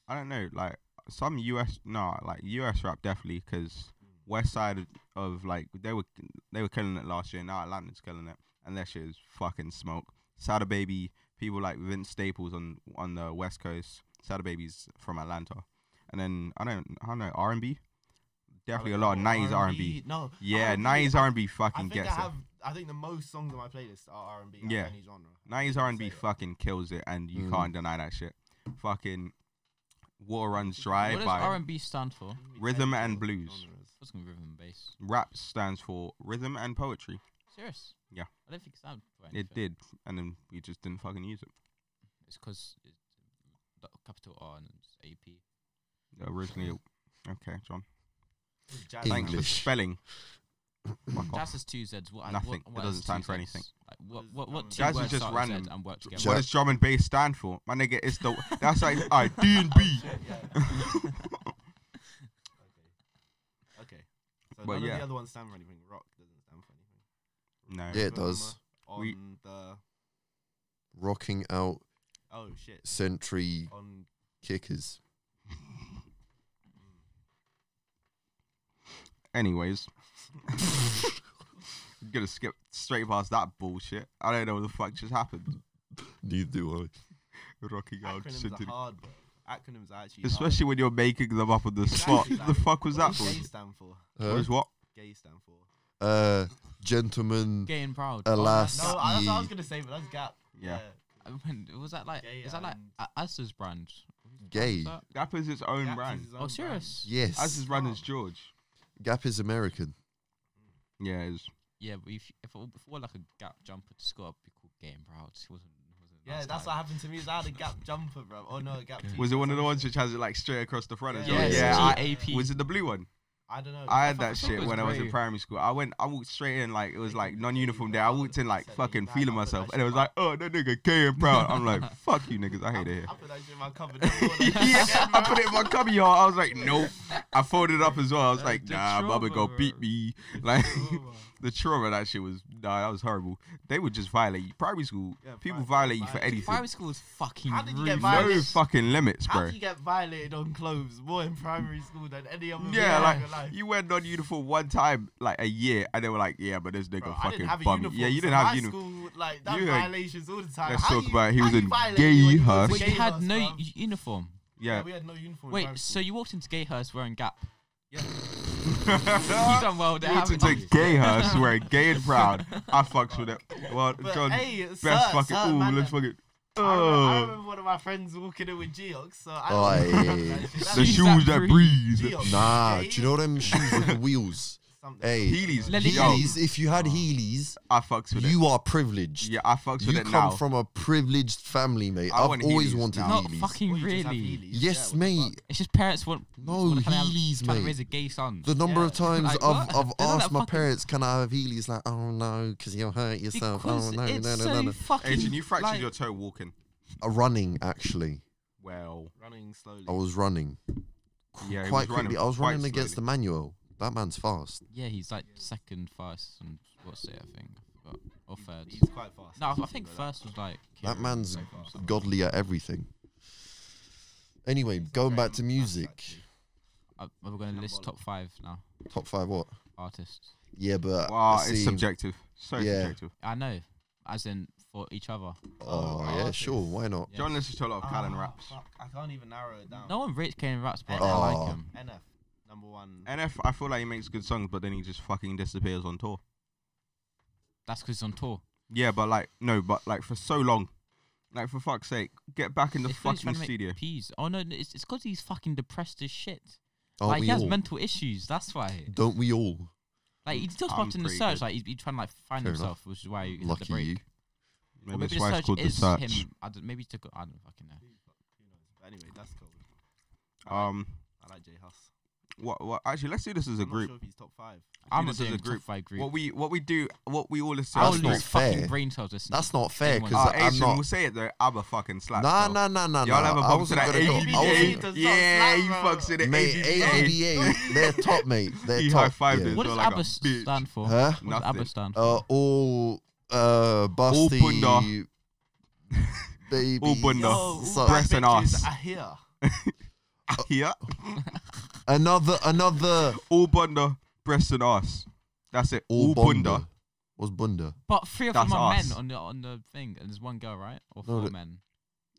[SPEAKER 3] I don't know, like some US, no, like US rap definitely, because West Side of, of like they were they were killing it last year. Now Atlanta's killing it, and their shit is fucking smoke. Sada Baby, people like Vince Staples on on the West Coast. Sada Baby's from Atlanta, and then I don't I don't know R and B. Definitely a lot
[SPEAKER 2] oh,
[SPEAKER 3] of nineties R and B.
[SPEAKER 2] No.
[SPEAKER 3] Yeah,
[SPEAKER 2] R&B,
[SPEAKER 3] nineties R and B fucking
[SPEAKER 2] I think
[SPEAKER 3] gets
[SPEAKER 2] I
[SPEAKER 3] it.
[SPEAKER 2] have. I think the most songs on my playlist are R and B.
[SPEAKER 3] Yeah.
[SPEAKER 2] Any genre.
[SPEAKER 3] Nineties R and B
[SPEAKER 2] Say it.
[SPEAKER 3] fucking kills it, and you
[SPEAKER 5] Mm.
[SPEAKER 3] can't deny that shit. Fucking water runs
[SPEAKER 4] What
[SPEAKER 3] dry
[SPEAKER 4] does
[SPEAKER 3] by
[SPEAKER 4] R&B stand for?
[SPEAKER 3] Rhythm and blues.
[SPEAKER 2] Genres.
[SPEAKER 4] What's going to be rhythm and bass?
[SPEAKER 3] rap stands for rhythm and poetry.
[SPEAKER 4] Serious?
[SPEAKER 3] Yeah.
[SPEAKER 4] I don't think it sounded for
[SPEAKER 3] It
[SPEAKER 4] anything.
[SPEAKER 3] did, and then we just didn't fucking use it.
[SPEAKER 4] It's because it's uh, d- capital R and it's AP.
[SPEAKER 3] Originally, okay, John.
[SPEAKER 2] It's jazz.
[SPEAKER 3] Thanks for
[SPEAKER 5] English.
[SPEAKER 3] spelling. Fuck off.
[SPEAKER 4] Jazz is two Z's. What,
[SPEAKER 3] Nothing.
[SPEAKER 4] What,
[SPEAKER 3] It
[SPEAKER 4] what
[SPEAKER 3] doesn't
[SPEAKER 4] is
[SPEAKER 3] stand
[SPEAKER 4] two
[SPEAKER 3] for
[SPEAKER 4] Zs?
[SPEAKER 3] anything.
[SPEAKER 4] Like, what, what, what two
[SPEAKER 3] Jazz is
[SPEAKER 4] words
[SPEAKER 3] just
[SPEAKER 4] start with Z
[SPEAKER 3] random.
[SPEAKER 4] and work together?
[SPEAKER 3] What does drum and bass stand for? My nigga, it's the that's like all right, D and B.
[SPEAKER 2] Okay. So
[SPEAKER 3] But
[SPEAKER 2] none
[SPEAKER 3] yeah.
[SPEAKER 2] of the other ones stand for anything. Rock doesn't stand for anything.
[SPEAKER 3] No.
[SPEAKER 5] yeah, it
[SPEAKER 2] Rhythm
[SPEAKER 5] does.
[SPEAKER 2] On
[SPEAKER 3] We-
[SPEAKER 2] the
[SPEAKER 5] Rocking out
[SPEAKER 2] oh shit
[SPEAKER 5] century
[SPEAKER 2] on
[SPEAKER 5] kickers.
[SPEAKER 3] Anyways, I'm gonna skip straight past that bullshit. I don't know what the fuck just happened.
[SPEAKER 5] Neither do
[SPEAKER 3] Rocky out.
[SPEAKER 2] acronyms
[SPEAKER 3] Century-
[SPEAKER 2] are hard, bro. Acronyms are actually
[SPEAKER 3] Especially when you're making them up on the spot.
[SPEAKER 2] Exactly.
[SPEAKER 3] the fuck was that
[SPEAKER 2] hard.
[SPEAKER 3] for?
[SPEAKER 2] What
[SPEAKER 5] I.
[SPEAKER 2] does gay stand for?
[SPEAKER 3] What
[SPEAKER 5] Huh?
[SPEAKER 3] was what?
[SPEAKER 2] Gay stand for.
[SPEAKER 5] Uh, gentlemen.
[SPEAKER 4] Gay and proud.
[SPEAKER 5] Alas.
[SPEAKER 2] No, I, that's what I was
[SPEAKER 5] Ye-
[SPEAKER 2] gonna say, but that's gap.
[SPEAKER 3] Yeah.
[SPEAKER 4] Oh, that's- when- was that like?
[SPEAKER 2] Gay
[SPEAKER 4] Is that like
[SPEAKER 2] and-
[SPEAKER 4] A- Asda's brand?
[SPEAKER 5] Gay.
[SPEAKER 4] That?
[SPEAKER 3] Gap is its own
[SPEAKER 2] Gap's
[SPEAKER 3] brand.
[SPEAKER 2] is his own
[SPEAKER 4] Oh,
[SPEAKER 2] brand.
[SPEAKER 4] serious?
[SPEAKER 5] Yes.
[SPEAKER 3] As his brand is George.
[SPEAKER 5] Gap is American.
[SPEAKER 3] Yeah, it is.
[SPEAKER 4] Yeah, but if if I, if I wore like a Gap jumper to school, I'd be called gay and proud. It wasn't. it wasn't
[SPEAKER 2] Yeah,
[SPEAKER 4] last
[SPEAKER 2] that's what
[SPEAKER 4] time.
[SPEAKER 2] happened to me. Is I had a gap jumper, bro. Oh no, a gap. tee
[SPEAKER 3] Was it
[SPEAKER 2] or
[SPEAKER 3] one of the
[SPEAKER 2] something.
[SPEAKER 3] ones which has it like straight across the front? as
[SPEAKER 2] Yeah,
[SPEAKER 3] well?
[SPEAKER 4] it's
[SPEAKER 3] yeah. I-
[SPEAKER 4] G-A-P.
[SPEAKER 3] was it the blue one?
[SPEAKER 2] I don't know.
[SPEAKER 3] I had that
[SPEAKER 4] I thought it
[SPEAKER 3] shit
[SPEAKER 4] was
[SPEAKER 3] when I was in
[SPEAKER 4] grey.
[SPEAKER 3] primary school. I went, I walked straight in like it was
[SPEAKER 2] They
[SPEAKER 3] like
[SPEAKER 2] can
[SPEAKER 3] non-uniform day.
[SPEAKER 2] believe that
[SPEAKER 3] I
[SPEAKER 2] I
[SPEAKER 3] walked in
[SPEAKER 2] would've
[SPEAKER 3] like
[SPEAKER 2] said that
[SPEAKER 3] fucking
[SPEAKER 2] you
[SPEAKER 3] feeling
[SPEAKER 2] bad, I put
[SPEAKER 3] myself,
[SPEAKER 2] that
[SPEAKER 3] and it was
[SPEAKER 2] shit
[SPEAKER 3] like, oh, that nigga gay and proud. I'm like, fuck you niggas, I hate it here.
[SPEAKER 2] I put that shit in my cupboard. I put it in
[SPEAKER 3] yeah,
[SPEAKER 2] there,
[SPEAKER 3] I
[SPEAKER 2] bro.
[SPEAKER 3] put it in my cubby hole. I was like, nope. I folded it up as well. I was
[SPEAKER 4] That's
[SPEAKER 3] like,
[SPEAKER 4] the
[SPEAKER 3] nah, Bubba
[SPEAKER 4] trauma,
[SPEAKER 3] gonna
[SPEAKER 4] bro.
[SPEAKER 3] beat me. Like
[SPEAKER 2] trauma.
[SPEAKER 3] the trauma of that shit was nah, that was horrible. They would just violate you. Primary school,
[SPEAKER 2] Yeah,
[SPEAKER 3] people
[SPEAKER 2] pri-
[SPEAKER 3] violate you for
[SPEAKER 2] violate.
[SPEAKER 3] anything.
[SPEAKER 4] Primary school was fucking
[SPEAKER 2] How did you get
[SPEAKER 4] ruthless.
[SPEAKER 2] violent?
[SPEAKER 3] No
[SPEAKER 2] violence-
[SPEAKER 3] fucking limits,
[SPEAKER 2] How
[SPEAKER 3] bro.
[SPEAKER 2] do you get violated on clothes more in primary school than any other
[SPEAKER 3] Yeah,
[SPEAKER 2] period of your
[SPEAKER 3] like
[SPEAKER 2] life?
[SPEAKER 3] you went on uniform one time, like a year, and they were like, "Yeah, but this nigga
[SPEAKER 2] Bro, I
[SPEAKER 3] fucking
[SPEAKER 2] didn't have a
[SPEAKER 3] bummy."
[SPEAKER 2] uniform.
[SPEAKER 3] Yeah, you didn't
[SPEAKER 2] so
[SPEAKER 3] have
[SPEAKER 2] high
[SPEAKER 3] uniform.
[SPEAKER 2] school. Like that
[SPEAKER 3] You had-
[SPEAKER 2] violations all the time.
[SPEAKER 3] Let's
[SPEAKER 2] How
[SPEAKER 3] talk
[SPEAKER 2] you-
[SPEAKER 3] about it. He
[SPEAKER 2] how
[SPEAKER 3] was
[SPEAKER 2] you
[SPEAKER 3] in
[SPEAKER 2] violate
[SPEAKER 3] gay
[SPEAKER 2] you when you
[SPEAKER 3] husk.
[SPEAKER 2] was
[SPEAKER 4] Wait,
[SPEAKER 2] in
[SPEAKER 4] you
[SPEAKER 2] gay
[SPEAKER 4] had
[SPEAKER 2] husk,
[SPEAKER 4] no
[SPEAKER 2] bruv?
[SPEAKER 4] u- uniform.
[SPEAKER 3] Yeah,
[SPEAKER 2] we had no uniform. in
[SPEAKER 4] Wait,
[SPEAKER 2] primary
[SPEAKER 4] so
[SPEAKER 2] school.
[SPEAKER 4] you walked into Gayhurst wearing Gap?
[SPEAKER 3] you
[SPEAKER 4] You done well there.
[SPEAKER 3] went
[SPEAKER 4] haven't
[SPEAKER 3] into
[SPEAKER 4] you?
[SPEAKER 3] gay house, we're gay and proud. I fucks with it. Well,
[SPEAKER 2] But,
[SPEAKER 3] John,
[SPEAKER 2] hey,
[SPEAKER 3] best
[SPEAKER 2] sir,
[SPEAKER 3] fucking.
[SPEAKER 2] sir,
[SPEAKER 3] ooh,
[SPEAKER 2] man,
[SPEAKER 3] let's
[SPEAKER 2] them-
[SPEAKER 3] fucking.
[SPEAKER 2] I remember, I
[SPEAKER 3] Oh,
[SPEAKER 2] remember one of my friends walking in with Geox, so I
[SPEAKER 5] Oh,
[SPEAKER 2] don't
[SPEAKER 5] yeah,
[SPEAKER 2] remember
[SPEAKER 5] yeah,
[SPEAKER 2] that
[SPEAKER 5] yeah.
[SPEAKER 2] shit.
[SPEAKER 3] the
[SPEAKER 2] That
[SPEAKER 4] Shoes
[SPEAKER 3] shoes,
[SPEAKER 2] was
[SPEAKER 4] that
[SPEAKER 3] that breathe.
[SPEAKER 2] Geox,
[SPEAKER 5] Nah,
[SPEAKER 2] okay?
[SPEAKER 5] do you know them shoes with the wheels?
[SPEAKER 2] Something.
[SPEAKER 5] Hey,
[SPEAKER 3] Heelys,
[SPEAKER 4] Let me-
[SPEAKER 3] yo,
[SPEAKER 5] Heelys. If you had Heelys,
[SPEAKER 3] I fucks with it.
[SPEAKER 5] you are privileged.
[SPEAKER 3] Yeah, I fucks with
[SPEAKER 5] you
[SPEAKER 3] it
[SPEAKER 5] come
[SPEAKER 3] now.
[SPEAKER 5] from a privileged family, mate.
[SPEAKER 3] I
[SPEAKER 5] I've
[SPEAKER 3] want
[SPEAKER 5] always
[SPEAKER 3] Heelys
[SPEAKER 5] wanted
[SPEAKER 3] now.
[SPEAKER 4] Not
[SPEAKER 5] Heelys.
[SPEAKER 4] fucking
[SPEAKER 2] Or you just have
[SPEAKER 4] really.
[SPEAKER 2] Heelys,
[SPEAKER 5] Yes,
[SPEAKER 2] yeah, what the
[SPEAKER 5] mate.
[SPEAKER 2] fuck?
[SPEAKER 4] It's just parents want
[SPEAKER 5] No,
[SPEAKER 4] want to kind of-
[SPEAKER 5] Heelys,
[SPEAKER 4] trying
[SPEAKER 5] mate.
[SPEAKER 4] to raise a gay son.
[SPEAKER 5] The number of
[SPEAKER 2] Yeah.
[SPEAKER 5] times
[SPEAKER 4] Like,
[SPEAKER 5] I've,
[SPEAKER 4] what?
[SPEAKER 5] I've
[SPEAKER 4] They're not
[SPEAKER 5] asked my
[SPEAKER 4] fucking-
[SPEAKER 5] parents, "Can I have Heelys?" Like, oh no, because you'll hurt yourself.
[SPEAKER 4] Because
[SPEAKER 5] oh no,
[SPEAKER 4] it's
[SPEAKER 5] no, no,
[SPEAKER 4] so
[SPEAKER 5] no, no.
[SPEAKER 4] fucking.
[SPEAKER 3] Agent, you fractured
[SPEAKER 4] like-
[SPEAKER 3] your toe walking.
[SPEAKER 5] Uh, running actually.
[SPEAKER 3] Well,
[SPEAKER 2] Running slowly.
[SPEAKER 3] Oh.
[SPEAKER 5] I was running
[SPEAKER 3] yeah, he
[SPEAKER 5] quite
[SPEAKER 3] was
[SPEAKER 5] quickly.
[SPEAKER 3] running
[SPEAKER 5] I was
[SPEAKER 3] quite
[SPEAKER 5] running against the
[SPEAKER 3] slowly.
[SPEAKER 5] manual. That man's fast.
[SPEAKER 4] Yeah, he's like second, first, and what's it? I think, I forgot. or third.
[SPEAKER 2] He's quite fast.
[SPEAKER 4] No, I think first was like.
[SPEAKER 5] That
[SPEAKER 4] Kieran.
[SPEAKER 5] man's
[SPEAKER 4] fast.
[SPEAKER 5] godly at everything. Anyway, going back to music.
[SPEAKER 4] Uh, We're going to list top five now.
[SPEAKER 5] Top five what?
[SPEAKER 4] Artists.
[SPEAKER 1] Yeah, but
[SPEAKER 3] Wow,
[SPEAKER 1] I
[SPEAKER 3] ah, it's
[SPEAKER 1] seen-
[SPEAKER 3] subjective. So
[SPEAKER 1] Yeah.
[SPEAKER 3] subjective.
[SPEAKER 4] I know, as in for each other.
[SPEAKER 1] Oh, yeah, sure. Why not?
[SPEAKER 4] Yeah.
[SPEAKER 3] John listens to a lot of Callan
[SPEAKER 2] Ah,
[SPEAKER 3] raps.
[SPEAKER 2] Fuck, I can't even narrow it down.
[SPEAKER 4] No one rates Kane raps, but I
[SPEAKER 1] Oh.
[SPEAKER 4] like him.
[SPEAKER 2] NF number one.
[SPEAKER 3] NF, I feel like he makes good songs, but then he just fucking disappears on tour.
[SPEAKER 4] That's because he's on tour.
[SPEAKER 3] Yeah, but like no, but like for so long, like for fuck's sake, get back in the
[SPEAKER 4] It's 'cause he's
[SPEAKER 3] fucking
[SPEAKER 4] trying to make
[SPEAKER 3] studio.
[SPEAKER 4] Peas. Oh no, no, it's it's because he's fucking depressed as shit.
[SPEAKER 3] Oh,
[SPEAKER 1] Aren't
[SPEAKER 4] like
[SPEAKER 1] we
[SPEAKER 4] he has
[SPEAKER 1] all?
[SPEAKER 4] mental issues. That's why.
[SPEAKER 1] Don't we all?
[SPEAKER 4] Like he talks
[SPEAKER 3] I'm
[SPEAKER 4] about it in the
[SPEAKER 3] pretty
[SPEAKER 4] search.
[SPEAKER 3] good.
[SPEAKER 4] Like he's, he's trying to like find
[SPEAKER 1] Fair enough.
[SPEAKER 4] himself, which is why he had the
[SPEAKER 1] Lucky
[SPEAKER 4] break.
[SPEAKER 1] you.
[SPEAKER 3] Maybe,
[SPEAKER 4] Or maybe
[SPEAKER 3] that's
[SPEAKER 4] the
[SPEAKER 3] why
[SPEAKER 4] search
[SPEAKER 3] it's called the
[SPEAKER 4] is
[SPEAKER 3] search.
[SPEAKER 4] him. I don't, maybe he took. I don't fucking know.
[SPEAKER 2] But anyway, that's cool.
[SPEAKER 3] Um,
[SPEAKER 2] I like J Huss.
[SPEAKER 3] what? What? Actually, let's do this as a
[SPEAKER 2] I'm not
[SPEAKER 3] group.
[SPEAKER 2] sure if he's top five.
[SPEAKER 4] I'm
[SPEAKER 3] do
[SPEAKER 4] not
[SPEAKER 3] this as
[SPEAKER 4] doing
[SPEAKER 3] a
[SPEAKER 4] a group.
[SPEAKER 3] group.
[SPEAKER 4] Five group.
[SPEAKER 3] What we what we do? What we all listen
[SPEAKER 4] I'll
[SPEAKER 3] to.
[SPEAKER 1] That's
[SPEAKER 4] lose
[SPEAKER 1] not
[SPEAKER 4] fucking
[SPEAKER 1] fair.
[SPEAKER 4] brain cells listening.
[SPEAKER 1] That's not fair
[SPEAKER 4] Anyone-
[SPEAKER 1] because
[SPEAKER 3] Uh,
[SPEAKER 1] I'm
[SPEAKER 3] Asian,
[SPEAKER 1] not.
[SPEAKER 3] we'll say it though. ABBA fucking slaps.
[SPEAKER 1] Nah,
[SPEAKER 3] though.
[SPEAKER 1] nah, nah, nah, nah.
[SPEAKER 3] Y'all ever
[SPEAKER 1] I
[SPEAKER 3] bumped to
[SPEAKER 1] wasn't
[SPEAKER 3] that
[SPEAKER 1] gonna go.
[SPEAKER 3] ABBA?
[SPEAKER 1] I wasn't-
[SPEAKER 2] ABBA does not
[SPEAKER 3] Yeah,
[SPEAKER 2] slap,
[SPEAKER 3] you
[SPEAKER 2] bro.
[SPEAKER 3] fucks to the
[SPEAKER 1] Mate,
[SPEAKER 3] ABBA.
[SPEAKER 1] ABBA, they're top, mate. They're
[SPEAKER 3] He
[SPEAKER 1] top.
[SPEAKER 3] high-fived
[SPEAKER 1] yeah.
[SPEAKER 3] us.
[SPEAKER 4] What does
[SPEAKER 3] You're like a
[SPEAKER 4] ABBA s-
[SPEAKER 3] bitch.
[SPEAKER 4] stand for?
[SPEAKER 1] Huh?
[SPEAKER 4] What does
[SPEAKER 3] Nothing.
[SPEAKER 4] ABBA stand for?
[SPEAKER 1] Uh, all uh, busty,
[SPEAKER 3] bunda.
[SPEAKER 1] baby,
[SPEAKER 3] All bunda.
[SPEAKER 4] Oh,
[SPEAKER 2] Yo,
[SPEAKER 1] so-
[SPEAKER 2] all
[SPEAKER 3] breast and
[SPEAKER 2] bitches
[SPEAKER 3] ass.
[SPEAKER 2] are here.
[SPEAKER 3] Yeah,
[SPEAKER 1] another, another.
[SPEAKER 3] all bunda, breast and ass. That's it.
[SPEAKER 1] All
[SPEAKER 3] All bunda.
[SPEAKER 1] bunda. What's bunda?
[SPEAKER 4] But three of them
[SPEAKER 3] That's
[SPEAKER 4] are
[SPEAKER 3] us.
[SPEAKER 4] men on the on the thing, and there's one girl, right?
[SPEAKER 1] No,
[SPEAKER 4] Or four
[SPEAKER 1] the-
[SPEAKER 4] men?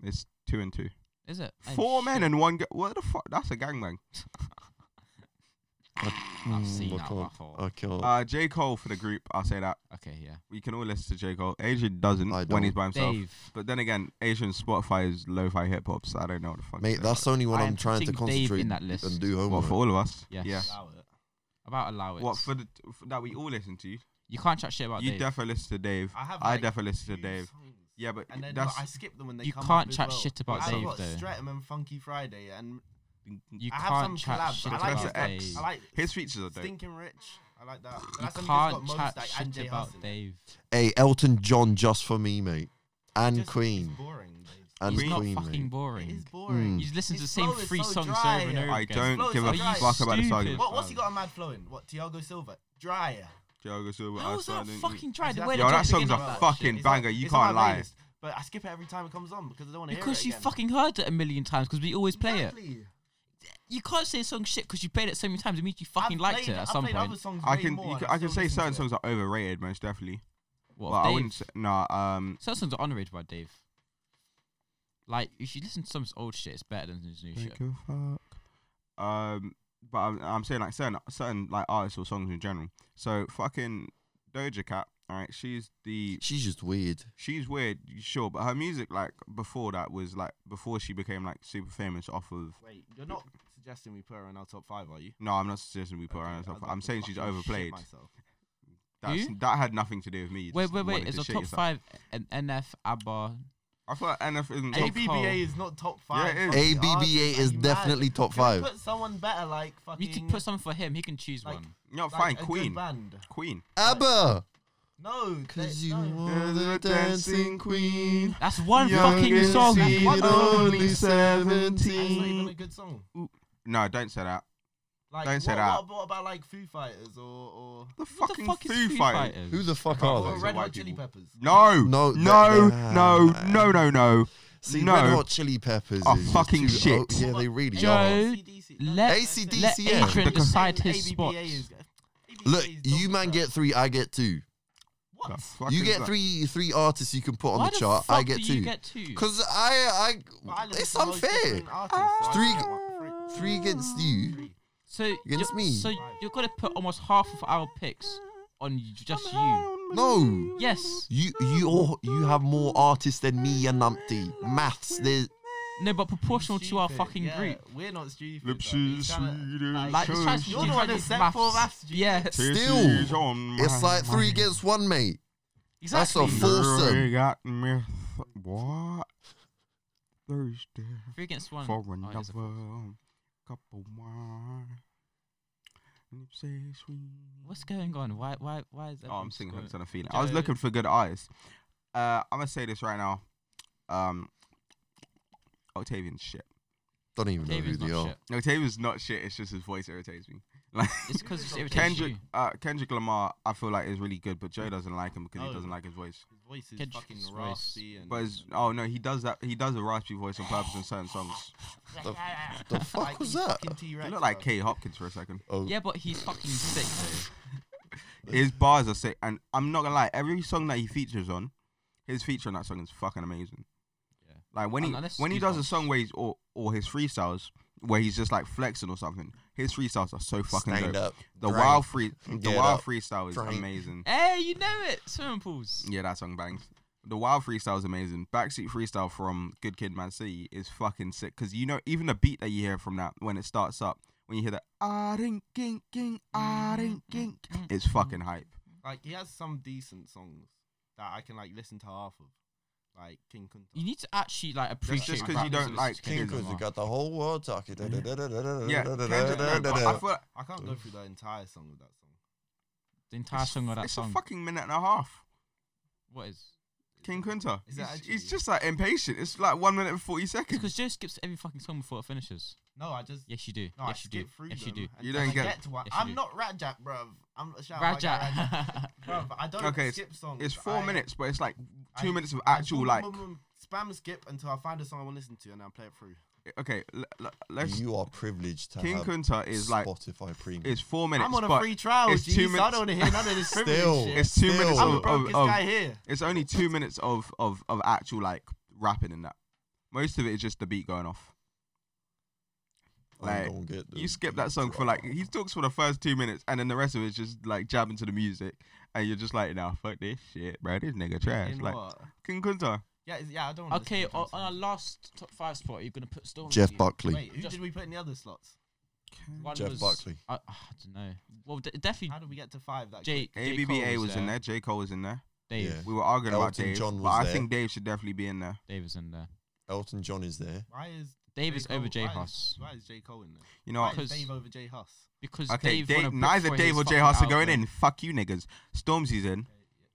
[SPEAKER 3] It's two and two.
[SPEAKER 4] Is it? Oh,
[SPEAKER 3] Four men
[SPEAKER 4] shit.
[SPEAKER 3] and one girl. What the fuck? That's a gangbang. Hmm,
[SPEAKER 4] I've
[SPEAKER 3] Mm,
[SPEAKER 4] seen
[SPEAKER 1] I
[SPEAKER 4] that
[SPEAKER 1] can't.
[SPEAKER 4] before.
[SPEAKER 1] I can't.
[SPEAKER 3] Uh, J Cole for the group. I'll say that.
[SPEAKER 4] Okay, yeah.
[SPEAKER 3] We can all listen to J Cole. Asian doesn't
[SPEAKER 1] I
[SPEAKER 3] when he's
[SPEAKER 1] don't.
[SPEAKER 3] by himself.
[SPEAKER 4] Dave.
[SPEAKER 3] But then again, Asian Spotify is lo-fi hip hop, so I don't know what the fuck.
[SPEAKER 1] Mate,
[SPEAKER 3] they're
[SPEAKER 1] that's only when
[SPEAKER 4] I
[SPEAKER 1] I'm
[SPEAKER 4] am
[SPEAKER 1] trying to
[SPEAKER 4] putting Dave
[SPEAKER 1] concentrate
[SPEAKER 4] in that list.
[SPEAKER 1] and do
[SPEAKER 3] about. what
[SPEAKER 1] homework.
[SPEAKER 3] for all of us.
[SPEAKER 4] Yes.
[SPEAKER 3] Yeah.
[SPEAKER 2] Allow it.
[SPEAKER 4] About allow it.
[SPEAKER 3] What for the for, that we all listen to? You
[SPEAKER 4] You can't chat shit about Dave.
[SPEAKER 3] definitely listen to Dave.
[SPEAKER 2] I have.
[SPEAKER 3] I
[SPEAKER 2] like,
[SPEAKER 3] definitely listen to
[SPEAKER 2] two
[SPEAKER 3] Dave.
[SPEAKER 2] songs.
[SPEAKER 3] Yeah, but
[SPEAKER 2] And then
[SPEAKER 3] that's
[SPEAKER 2] look, I skip them when they
[SPEAKER 4] You
[SPEAKER 2] come
[SPEAKER 4] can't
[SPEAKER 2] up as
[SPEAKER 4] chat
[SPEAKER 2] well.
[SPEAKER 4] shit about
[SPEAKER 2] I've
[SPEAKER 4] Dave,
[SPEAKER 2] got
[SPEAKER 4] though.
[SPEAKER 2] Stratum and Funky Friday, and
[SPEAKER 4] you
[SPEAKER 2] I
[SPEAKER 4] can't
[SPEAKER 2] have some
[SPEAKER 4] chat
[SPEAKER 2] collabs.
[SPEAKER 4] shit
[SPEAKER 2] I
[SPEAKER 4] about
[SPEAKER 2] like
[SPEAKER 3] Professor
[SPEAKER 4] Dave.
[SPEAKER 2] his, I like
[SPEAKER 3] his features are dope.
[SPEAKER 2] Stinking Rich. I like that. But
[SPEAKER 4] you
[SPEAKER 2] that's something that's
[SPEAKER 4] can't
[SPEAKER 2] got
[SPEAKER 4] chat
[SPEAKER 2] Mosaic and
[SPEAKER 4] shit
[SPEAKER 2] Jay
[SPEAKER 4] about
[SPEAKER 2] Huss in it.
[SPEAKER 4] Dave.
[SPEAKER 1] Hey, Elton John, just for me, mate, and
[SPEAKER 2] Just- it's
[SPEAKER 1] Queen,
[SPEAKER 2] boring, babe.
[SPEAKER 1] and
[SPEAKER 4] He's not
[SPEAKER 1] Queen,
[SPEAKER 4] fucking
[SPEAKER 1] mate.
[SPEAKER 4] boring. Mm.
[SPEAKER 2] It is boring.
[SPEAKER 4] You just listen to the
[SPEAKER 2] His
[SPEAKER 4] same
[SPEAKER 2] flow is
[SPEAKER 4] three
[SPEAKER 2] so
[SPEAKER 4] songs
[SPEAKER 2] dry.
[SPEAKER 4] over and over
[SPEAKER 3] I
[SPEAKER 4] again.
[SPEAKER 3] don't
[SPEAKER 2] Flow
[SPEAKER 3] give
[SPEAKER 2] is
[SPEAKER 3] a
[SPEAKER 2] so dry.
[SPEAKER 3] fuck about this
[SPEAKER 4] Stupid.
[SPEAKER 3] argument.
[SPEAKER 2] What, what's he got a mad flow in? What, Tiago Silva? Dry.
[SPEAKER 3] Diogo Silva,
[SPEAKER 4] How is that
[SPEAKER 3] Aslan, and-
[SPEAKER 4] fucking dry? The
[SPEAKER 2] Actually,
[SPEAKER 4] way
[SPEAKER 3] Yo,
[SPEAKER 4] they
[SPEAKER 3] that
[SPEAKER 4] talk
[SPEAKER 3] song's
[SPEAKER 4] again
[SPEAKER 3] a
[SPEAKER 4] about that
[SPEAKER 3] fucking
[SPEAKER 4] shit.
[SPEAKER 2] It's on-
[SPEAKER 3] banger. You
[SPEAKER 2] it's on
[SPEAKER 3] can't
[SPEAKER 2] my
[SPEAKER 3] lie.
[SPEAKER 2] playlist, But I skip it every time it comes on because I don't want to hear it.
[SPEAKER 4] Because you
[SPEAKER 2] again.
[SPEAKER 4] fucking heard it a million times. Because we always play it.
[SPEAKER 2] Exactly.
[SPEAKER 4] You can't say a song shit because you played it so many times. It means you fucking
[SPEAKER 2] I've
[SPEAKER 4] liked
[SPEAKER 2] played-
[SPEAKER 4] it at
[SPEAKER 2] I've
[SPEAKER 4] some
[SPEAKER 2] played
[SPEAKER 4] point.
[SPEAKER 2] other songs
[SPEAKER 3] I
[SPEAKER 2] way
[SPEAKER 3] can,
[SPEAKER 2] more
[SPEAKER 3] you
[SPEAKER 2] and
[SPEAKER 3] can
[SPEAKER 2] I
[SPEAKER 3] I can
[SPEAKER 2] still
[SPEAKER 3] say
[SPEAKER 2] listen
[SPEAKER 3] certain
[SPEAKER 2] to it.
[SPEAKER 3] songs are overrated, most definitely.
[SPEAKER 4] What,
[SPEAKER 3] But I
[SPEAKER 4] Dave?
[SPEAKER 3] wouldn't. Say, nah, um,
[SPEAKER 4] Certain songs are underrated by Dave. Like, if you listen to some old shit, it's better than his new shit.
[SPEAKER 3] Thank you, fuck. Um, but I'm, I'm saying like certain certain like artists or songs in general. So fucking Doja Cat, all right, she's the
[SPEAKER 1] She's just weird.
[SPEAKER 3] she's weird, sure, but her music like before that was like before she became like super famous off of.
[SPEAKER 2] Wait, you're not suggesting we put her in our top five, are you?
[SPEAKER 3] No, I'm not suggesting we put her
[SPEAKER 2] Okay,
[SPEAKER 3] on the top.
[SPEAKER 2] I'd
[SPEAKER 3] five.
[SPEAKER 2] like
[SPEAKER 3] I'm
[SPEAKER 2] to
[SPEAKER 3] saying she's
[SPEAKER 2] fucking shit
[SPEAKER 3] overplayed.
[SPEAKER 2] myself.
[SPEAKER 3] That's,
[SPEAKER 4] Who?
[SPEAKER 3] that had nothing to do with me. you
[SPEAKER 4] Wait,
[SPEAKER 3] just
[SPEAKER 4] wait, wait.
[SPEAKER 3] wanted
[SPEAKER 4] Is
[SPEAKER 3] to
[SPEAKER 4] the
[SPEAKER 3] shit
[SPEAKER 4] top
[SPEAKER 3] yourself.
[SPEAKER 4] five N- NF, ABBA?
[SPEAKER 3] I feel like NF isn't top.
[SPEAKER 4] Eight- Cole.
[SPEAKER 2] ABBA is not top five.
[SPEAKER 3] it is.
[SPEAKER 2] fucking
[SPEAKER 1] ABBA
[SPEAKER 2] artists,
[SPEAKER 1] is
[SPEAKER 2] are you mad?
[SPEAKER 1] definitely top
[SPEAKER 2] Can we
[SPEAKER 1] five.
[SPEAKER 2] Put someone better like
[SPEAKER 4] You
[SPEAKER 2] fucking.
[SPEAKER 4] could put something for him. He can choose
[SPEAKER 2] Like-
[SPEAKER 4] one.
[SPEAKER 3] No,
[SPEAKER 2] like,
[SPEAKER 3] fine,
[SPEAKER 2] a good
[SPEAKER 3] Queen,
[SPEAKER 2] band.
[SPEAKER 3] Queen.
[SPEAKER 1] ABBA,
[SPEAKER 2] No, they-
[SPEAKER 1] cause you
[SPEAKER 2] no.
[SPEAKER 1] are the dancing queen.
[SPEAKER 4] That's one
[SPEAKER 1] Young
[SPEAKER 4] fucking
[SPEAKER 1] and
[SPEAKER 4] song.
[SPEAKER 1] sweet,
[SPEAKER 4] One song.
[SPEAKER 1] only
[SPEAKER 2] That's not even a
[SPEAKER 1] seventeen.
[SPEAKER 2] good song.
[SPEAKER 3] No, don't say that.
[SPEAKER 2] Like,
[SPEAKER 3] Don't
[SPEAKER 2] what,
[SPEAKER 3] say that.
[SPEAKER 2] What, what about like Foo Fighters or or,
[SPEAKER 3] The
[SPEAKER 4] What the
[SPEAKER 3] fucking
[SPEAKER 4] fuck is
[SPEAKER 3] Foo,
[SPEAKER 4] Foo
[SPEAKER 3] Fighters.
[SPEAKER 4] Fighters?
[SPEAKER 1] Who the fuck
[SPEAKER 3] Oh,
[SPEAKER 1] are
[SPEAKER 2] or
[SPEAKER 3] those
[SPEAKER 1] they?
[SPEAKER 2] Red
[SPEAKER 3] white
[SPEAKER 2] Hot Chili
[SPEAKER 3] people.
[SPEAKER 2] Peppers?
[SPEAKER 3] No,
[SPEAKER 1] No,
[SPEAKER 3] no,
[SPEAKER 1] th-
[SPEAKER 3] no,
[SPEAKER 1] they-
[SPEAKER 3] no, no, no, no.
[SPEAKER 1] See,
[SPEAKER 3] No.
[SPEAKER 1] Red Hot Chili Peppers
[SPEAKER 3] Are
[SPEAKER 1] is just
[SPEAKER 3] fucking
[SPEAKER 1] too-
[SPEAKER 3] shit.
[SPEAKER 1] oh, yeah, they really
[SPEAKER 4] Yo,
[SPEAKER 1] are.
[SPEAKER 2] AC/DC. No,
[SPEAKER 4] let-
[SPEAKER 2] that's it.
[SPEAKER 1] AC/DC,
[SPEAKER 4] Let
[SPEAKER 1] yeah.
[SPEAKER 4] Adrian
[SPEAKER 1] Because-
[SPEAKER 4] decide
[SPEAKER 2] ABBA
[SPEAKER 4] his spots.
[SPEAKER 2] is- ABBA
[SPEAKER 1] Look,
[SPEAKER 2] is
[SPEAKER 1] you
[SPEAKER 2] dog
[SPEAKER 1] man
[SPEAKER 2] shit.
[SPEAKER 1] get three, I get two.
[SPEAKER 3] The
[SPEAKER 2] what?
[SPEAKER 3] fuck
[SPEAKER 1] You
[SPEAKER 3] is
[SPEAKER 1] get
[SPEAKER 3] that?
[SPEAKER 1] three, three artists you can put on
[SPEAKER 4] Why
[SPEAKER 1] the
[SPEAKER 4] the
[SPEAKER 1] chart.
[SPEAKER 4] fuck
[SPEAKER 1] I get
[SPEAKER 4] do
[SPEAKER 1] two.
[SPEAKER 4] You get two.
[SPEAKER 1] Cause I,
[SPEAKER 2] But I
[SPEAKER 1] I,
[SPEAKER 2] listen
[SPEAKER 1] it's
[SPEAKER 2] to most
[SPEAKER 1] unfair.
[SPEAKER 2] different
[SPEAKER 3] Ah.
[SPEAKER 2] artists, so
[SPEAKER 1] Three-
[SPEAKER 2] I don't get one for free.
[SPEAKER 1] Three against you.
[SPEAKER 2] Three.
[SPEAKER 4] So you-
[SPEAKER 1] Against me.
[SPEAKER 4] So you're gonna put almost half of our picks on y- just you.
[SPEAKER 1] No,
[SPEAKER 4] Yes.
[SPEAKER 1] you, you, all, you have more artists than me and Numpty. Maths, there's
[SPEAKER 4] No, but proportional to our
[SPEAKER 2] Stupid,
[SPEAKER 4] fucking
[SPEAKER 2] yeah,
[SPEAKER 4] group.
[SPEAKER 2] We're not stupid.
[SPEAKER 3] Lips
[SPEAKER 2] bro.
[SPEAKER 3] is
[SPEAKER 2] He's tryna-
[SPEAKER 3] sweet as
[SPEAKER 4] Like,
[SPEAKER 3] sugar.
[SPEAKER 4] he's trying to-
[SPEAKER 2] You're the one
[SPEAKER 4] he's trying
[SPEAKER 2] that
[SPEAKER 4] to
[SPEAKER 2] set
[SPEAKER 4] maths.
[SPEAKER 2] for maths, G.
[SPEAKER 4] Yeah,
[SPEAKER 3] Titties
[SPEAKER 1] still,
[SPEAKER 3] on
[SPEAKER 1] it's
[SPEAKER 3] my
[SPEAKER 1] like three
[SPEAKER 3] mind.
[SPEAKER 1] against one, mate. That's
[SPEAKER 4] exactly.
[SPEAKER 1] a full- foursome.
[SPEAKER 3] Girl, you got me th- what? Thursday
[SPEAKER 4] Three against one.
[SPEAKER 3] for
[SPEAKER 4] Oh, it is a full-
[SPEAKER 3] another cup of wine. Lips is sweet.
[SPEAKER 4] What's going on? Why? Why? Why is that?
[SPEAKER 3] Oh, I'm singing I'm trying to feel it. I was looking
[SPEAKER 4] Joe-
[SPEAKER 3] for good artists. Uh, I'm gonna say this right now. Um, Octavian's shit.
[SPEAKER 1] Don't even know who
[SPEAKER 4] David's
[SPEAKER 1] they
[SPEAKER 4] not
[SPEAKER 1] are.
[SPEAKER 4] shit.
[SPEAKER 3] Octavian's not shit. It's just his voice irritates me. Like
[SPEAKER 4] It's because it's irritating
[SPEAKER 3] Kendrick,
[SPEAKER 4] you.
[SPEAKER 3] uh, Kendrick Lamar, I feel like is really good, but Joe doesn't like him because he
[SPEAKER 2] No.
[SPEAKER 3] doesn't like his voice.
[SPEAKER 2] His voice is
[SPEAKER 4] Kendrick's
[SPEAKER 2] fucking
[SPEAKER 4] voice.
[SPEAKER 2] raspy and.
[SPEAKER 3] But it's, oh no, he does that. He does a raspy voice on purpose in certain songs.
[SPEAKER 1] The, the fuck was that?
[SPEAKER 3] He looked like Kate Hopkins for a second.
[SPEAKER 1] Oh,
[SPEAKER 4] Yeah, but he's fucking sick though.
[SPEAKER 3] his bars are sick, and I'm not gonna lie. Every song that he features on, his feature on that song is fucking amazing.
[SPEAKER 4] Yeah.
[SPEAKER 3] Like when
[SPEAKER 4] Oh,
[SPEAKER 3] he
[SPEAKER 4] no, let's
[SPEAKER 3] when he
[SPEAKER 4] speak
[SPEAKER 3] does a
[SPEAKER 4] up.
[SPEAKER 3] song where he's or or his freestyles where he's just like flexing or something, his freestyles are so fucking
[SPEAKER 1] Stand
[SPEAKER 3] dope.
[SPEAKER 1] up.
[SPEAKER 3] The
[SPEAKER 1] Drink.
[SPEAKER 3] wild free the
[SPEAKER 1] Get
[SPEAKER 3] wild
[SPEAKER 1] up.
[SPEAKER 3] freestyle is
[SPEAKER 1] Drink.
[SPEAKER 3] amazing.
[SPEAKER 4] Hey, you know it. Swimming pools.
[SPEAKER 3] Yeah, that song bangs. The wild freestyle is amazing. Backseat freestyle from Good Kid, Man City is fucking sick because you know even the beat that you hear from that when it starts up when you hear that ah dink kink kink ah dink kink it's fucking hype.
[SPEAKER 2] Like he has some decent songs that I can like listen to half of, like King Kunta.
[SPEAKER 4] You need to actually like appreciate.
[SPEAKER 3] just 'cause
[SPEAKER 4] rap
[SPEAKER 3] you don't
[SPEAKER 4] music.
[SPEAKER 3] like
[SPEAKER 1] King
[SPEAKER 3] Kendrick
[SPEAKER 1] Cuz you got the whole world talking. Yeah.
[SPEAKER 3] Yeah, Kendrick, no, but I feel like
[SPEAKER 2] I can't go through the entire song of that song.
[SPEAKER 4] the entire song of that
[SPEAKER 3] it's
[SPEAKER 4] song.
[SPEAKER 3] a fucking minute and a half.
[SPEAKER 4] What is?
[SPEAKER 3] King Kunta.
[SPEAKER 2] Is
[SPEAKER 3] He's, he's
[SPEAKER 2] that actually-
[SPEAKER 3] just like impatient. It's like one minute and forty
[SPEAKER 4] It's
[SPEAKER 3] seconds.
[SPEAKER 4] because Joe skips every fucking song before it finishes.
[SPEAKER 2] No, I just
[SPEAKER 4] Yes, you do.
[SPEAKER 2] no, I
[SPEAKER 4] yes, you
[SPEAKER 2] skip
[SPEAKER 4] do.
[SPEAKER 2] through
[SPEAKER 4] Yes,
[SPEAKER 2] them.
[SPEAKER 4] you do.
[SPEAKER 2] and
[SPEAKER 3] You
[SPEAKER 2] then
[SPEAKER 3] don't
[SPEAKER 2] I
[SPEAKER 3] get-
[SPEAKER 2] get to one.
[SPEAKER 4] Yes, you
[SPEAKER 2] I'm
[SPEAKER 4] do.
[SPEAKER 2] not Rajat, bruv. I'm shout out
[SPEAKER 4] Rajat.
[SPEAKER 2] my guy Rajat. Bruv, I don't
[SPEAKER 3] Okay, it's,
[SPEAKER 2] skip songs.
[SPEAKER 3] it's four
[SPEAKER 2] I-
[SPEAKER 3] minutes, but it's like two
[SPEAKER 2] I-
[SPEAKER 3] minutes of
[SPEAKER 2] I
[SPEAKER 3] actual
[SPEAKER 2] boom,
[SPEAKER 3] like.
[SPEAKER 2] boom, boom, spam skip until I find a song I want to listen to and then I play it through.
[SPEAKER 3] Okay, l- l- let's.
[SPEAKER 1] You are privileged to
[SPEAKER 3] King
[SPEAKER 1] have
[SPEAKER 3] Kunta is like
[SPEAKER 1] Spotify Premium.
[SPEAKER 3] it's four minutes.
[SPEAKER 2] I'm on a
[SPEAKER 3] but
[SPEAKER 2] free trial.
[SPEAKER 3] it's
[SPEAKER 2] G,
[SPEAKER 3] two
[SPEAKER 2] so I
[SPEAKER 3] minutes-
[SPEAKER 2] don't want to hear none of this privilege
[SPEAKER 1] Still,
[SPEAKER 2] shit.
[SPEAKER 3] It's two
[SPEAKER 1] Still.
[SPEAKER 3] minutes
[SPEAKER 2] I'm
[SPEAKER 3] of,
[SPEAKER 2] the brokest
[SPEAKER 3] of, of-
[SPEAKER 2] guy here.
[SPEAKER 3] It's only two minutes of of of actual like rapping in that. Most of it is just the beat going off.
[SPEAKER 1] I'm
[SPEAKER 3] like,
[SPEAKER 1] gonna get the
[SPEAKER 3] You skip that song for like
[SPEAKER 1] drop.
[SPEAKER 3] he talks for the first two minutes, and then the rest of it is just like jabbing to the music, and you're just like, nah, fuck this shit, bro. This nigga trash.
[SPEAKER 2] In
[SPEAKER 3] Like
[SPEAKER 2] what?
[SPEAKER 3] King Kunta.
[SPEAKER 2] Yeah, it's- yeah, I don't. wanna
[SPEAKER 4] Okay,
[SPEAKER 2] listen to
[SPEAKER 4] on,
[SPEAKER 2] those
[SPEAKER 4] on our
[SPEAKER 2] songs.
[SPEAKER 4] last top five spot, you're gonna put Storm.
[SPEAKER 1] Jeff Buckley.
[SPEAKER 2] Wait, who
[SPEAKER 4] Just-
[SPEAKER 2] did we put in the other slots?
[SPEAKER 4] One
[SPEAKER 1] Jeff
[SPEAKER 4] was-
[SPEAKER 1] Buckley.
[SPEAKER 4] I, ah, I don't know. Well, d- definitely
[SPEAKER 2] How did we get to five? That
[SPEAKER 4] J. J. Cole
[SPEAKER 3] ABBA was in
[SPEAKER 4] there.
[SPEAKER 3] there. J Cole was in there.
[SPEAKER 4] Dave.
[SPEAKER 1] Yeah.
[SPEAKER 3] We were arguing about
[SPEAKER 1] Elton
[SPEAKER 3] Dave,
[SPEAKER 1] John
[SPEAKER 3] but
[SPEAKER 1] was
[SPEAKER 3] I
[SPEAKER 1] there.
[SPEAKER 3] think Dave should definitely be in there.
[SPEAKER 4] Dave is in there.
[SPEAKER 1] Elton John is there.
[SPEAKER 2] Why is
[SPEAKER 4] Dave
[SPEAKER 2] J.
[SPEAKER 4] is
[SPEAKER 2] Cole-
[SPEAKER 4] over J.
[SPEAKER 2] why is-
[SPEAKER 4] Huss
[SPEAKER 2] Why is J Cole in there?
[SPEAKER 3] You know,
[SPEAKER 2] Why
[SPEAKER 3] what?
[SPEAKER 2] is
[SPEAKER 4] Because-
[SPEAKER 2] Dave over J Huss?
[SPEAKER 4] because
[SPEAKER 3] okay,
[SPEAKER 4] Dave. won a
[SPEAKER 3] Dave,
[SPEAKER 4] book
[SPEAKER 3] neither
[SPEAKER 4] for
[SPEAKER 3] Dave
[SPEAKER 4] his
[SPEAKER 3] or J
[SPEAKER 4] fucking
[SPEAKER 3] Huss are going
[SPEAKER 4] album.
[SPEAKER 3] in. Fuck you, niggas. Stormzy's in.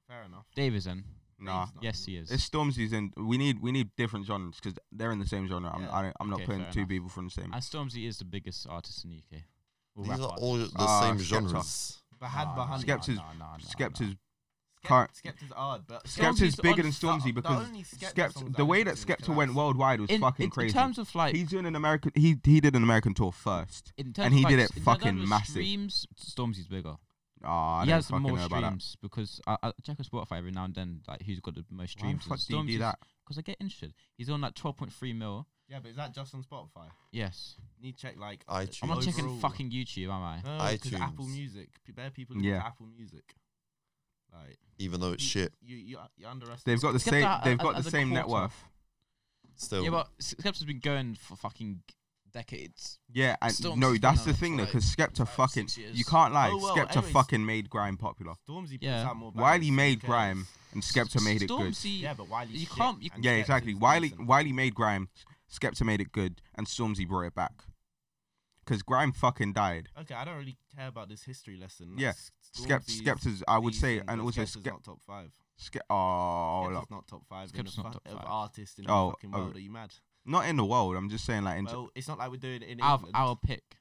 [SPEAKER 2] Fair enough.
[SPEAKER 4] Dave is in.
[SPEAKER 3] Nah,
[SPEAKER 2] Dave's not
[SPEAKER 4] Yes,
[SPEAKER 2] in.
[SPEAKER 4] he is.
[SPEAKER 3] It's Stormzy's in. We need we need different genres because they're in the same genre. I'm
[SPEAKER 2] Yeah.
[SPEAKER 3] I don't, I'm
[SPEAKER 4] Okay,
[SPEAKER 3] not putting
[SPEAKER 4] fair
[SPEAKER 3] two
[SPEAKER 4] enough.
[SPEAKER 3] people from the same.
[SPEAKER 4] and Stormzy is the biggest artist in the UK. Or
[SPEAKER 1] These
[SPEAKER 4] rap
[SPEAKER 1] are
[SPEAKER 4] artist.
[SPEAKER 1] all the
[SPEAKER 3] Ah,
[SPEAKER 1] same
[SPEAKER 3] Skepta.
[SPEAKER 1] genres.
[SPEAKER 2] Bahad Bahani.
[SPEAKER 3] Skepta- Skepta's-
[SPEAKER 4] Nah, nah, nah, nah,
[SPEAKER 3] Skepta's
[SPEAKER 2] Skep-
[SPEAKER 3] can't-
[SPEAKER 2] Skepta's odd, but
[SPEAKER 4] Skepta's
[SPEAKER 3] Skepta's bigger than
[SPEAKER 4] on
[SPEAKER 3] Stormzy
[SPEAKER 2] the
[SPEAKER 3] because
[SPEAKER 2] only Skepta songs
[SPEAKER 3] Skepta,
[SPEAKER 2] I
[SPEAKER 3] the way that
[SPEAKER 2] listen to is
[SPEAKER 3] Skepta went
[SPEAKER 2] Collapse.
[SPEAKER 3] worldwide was
[SPEAKER 4] In,
[SPEAKER 3] fucking
[SPEAKER 4] in,
[SPEAKER 3] crazy.
[SPEAKER 4] in terms of like,
[SPEAKER 3] He's doing an American. He he did an American tour first.
[SPEAKER 4] in terms
[SPEAKER 3] and he
[SPEAKER 4] of
[SPEAKER 3] did it
[SPEAKER 4] like, in terms
[SPEAKER 3] fucking
[SPEAKER 4] of
[SPEAKER 3] massive.
[SPEAKER 4] Streams, Stormzy's bigger.
[SPEAKER 3] Oh, I
[SPEAKER 4] he
[SPEAKER 3] don't
[SPEAKER 4] has the
[SPEAKER 3] fucking
[SPEAKER 4] more
[SPEAKER 3] know about that.
[SPEAKER 4] streams because I, I check on Spotify every now and then, like who's got the most
[SPEAKER 3] Why the
[SPEAKER 4] streams.
[SPEAKER 3] fuck do you do that?
[SPEAKER 4] Because I get interested. He's on like 12.3 mil.
[SPEAKER 2] Yeah, but is that just on Spotify?
[SPEAKER 4] Yes.
[SPEAKER 2] Need to check like.
[SPEAKER 1] iTunes.
[SPEAKER 4] I'm not checking
[SPEAKER 2] Overall.
[SPEAKER 4] fucking YouTube, am I?
[SPEAKER 2] No, because
[SPEAKER 1] iTunes.
[SPEAKER 2] Apple Music. P- Bare people listen
[SPEAKER 3] Yeah.
[SPEAKER 2] to Apple Music. Like
[SPEAKER 1] Even though it's
[SPEAKER 4] Mm.
[SPEAKER 1] shit,
[SPEAKER 2] You you, uh, you
[SPEAKER 3] They've
[SPEAKER 2] underestimate.
[SPEAKER 3] got the
[SPEAKER 4] Skepta
[SPEAKER 3] same.
[SPEAKER 4] at-
[SPEAKER 3] They've
[SPEAKER 4] at-
[SPEAKER 3] got
[SPEAKER 4] at
[SPEAKER 3] the
[SPEAKER 4] the
[SPEAKER 3] same net
[SPEAKER 4] quarter.
[SPEAKER 3] worth.
[SPEAKER 1] still.
[SPEAKER 4] Yeah, but Skepta's been going for fucking decades.
[SPEAKER 3] Yeah, and
[SPEAKER 4] Stormzy's
[SPEAKER 3] no,
[SPEAKER 4] been
[SPEAKER 3] that's
[SPEAKER 4] on
[SPEAKER 3] the
[SPEAKER 4] it
[SPEAKER 3] thing
[SPEAKER 4] for,
[SPEAKER 3] though,
[SPEAKER 4] like,
[SPEAKER 3] because Skepta
[SPEAKER 4] five,
[SPEAKER 3] fucking.
[SPEAKER 4] six years.
[SPEAKER 3] You can't lie.
[SPEAKER 2] Oh, well,
[SPEAKER 3] Skepta
[SPEAKER 2] anyways-
[SPEAKER 3] fucking made grime popular.
[SPEAKER 2] Stormzy
[SPEAKER 4] Yeah.
[SPEAKER 2] puts out more.
[SPEAKER 3] Wiley
[SPEAKER 2] bangers,
[SPEAKER 3] made
[SPEAKER 2] who cares?
[SPEAKER 3] grime, and Skepta made it good.
[SPEAKER 4] Stormzy,
[SPEAKER 2] Yeah, but Wiley.
[SPEAKER 4] You can't- you-
[SPEAKER 3] Yeah, exactly. Wiley Wiley made grime. Skepta made it good, and Stormzy brought it back. Because grime fucking died.
[SPEAKER 2] Okay, I don't really care about this history lesson.
[SPEAKER 3] Yeah,
[SPEAKER 2] That's
[SPEAKER 3] Skept,
[SPEAKER 2] Stormzy's
[SPEAKER 3] Skepta's, I would say,
[SPEAKER 2] decent,
[SPEAKER 3] and
[SPEAKER 2] but
[SPEAKER 3] also
[SPEAKER 2] Skepta's
[SPEAKER 3] Skep.
[SPEAKER 2] not top five.
[SPEAKER 3] Ske- oh,
[SPEAKER 2] Skepta's
[SPEAKER 3] look.
[SPEAKER 2] not top five.
[SPEAKER 4] Skepta's
[SPEAKER 2] in the
[SPEAKER 4] not
[SPEAKER 2] fu-
[SPEAKER 4] top
[SPEAKER 2] of
[SPEAKER 4] five.
[SPEAKER 2] artists in
[SPEAKER 3] Oh,
[SPEAKER 2] the fucking
[SPEAKER 3] oh.
[SPEAKER 2] world. Are you mad?
[SPEAKER 3] not in the world. I'm just saying, like, in
[SPEAKER 2] Well, it's not like we're doing it in
[SPEAKER 4] our,
[SPEAKER 2] England.
[SPEAKER 4] our pick.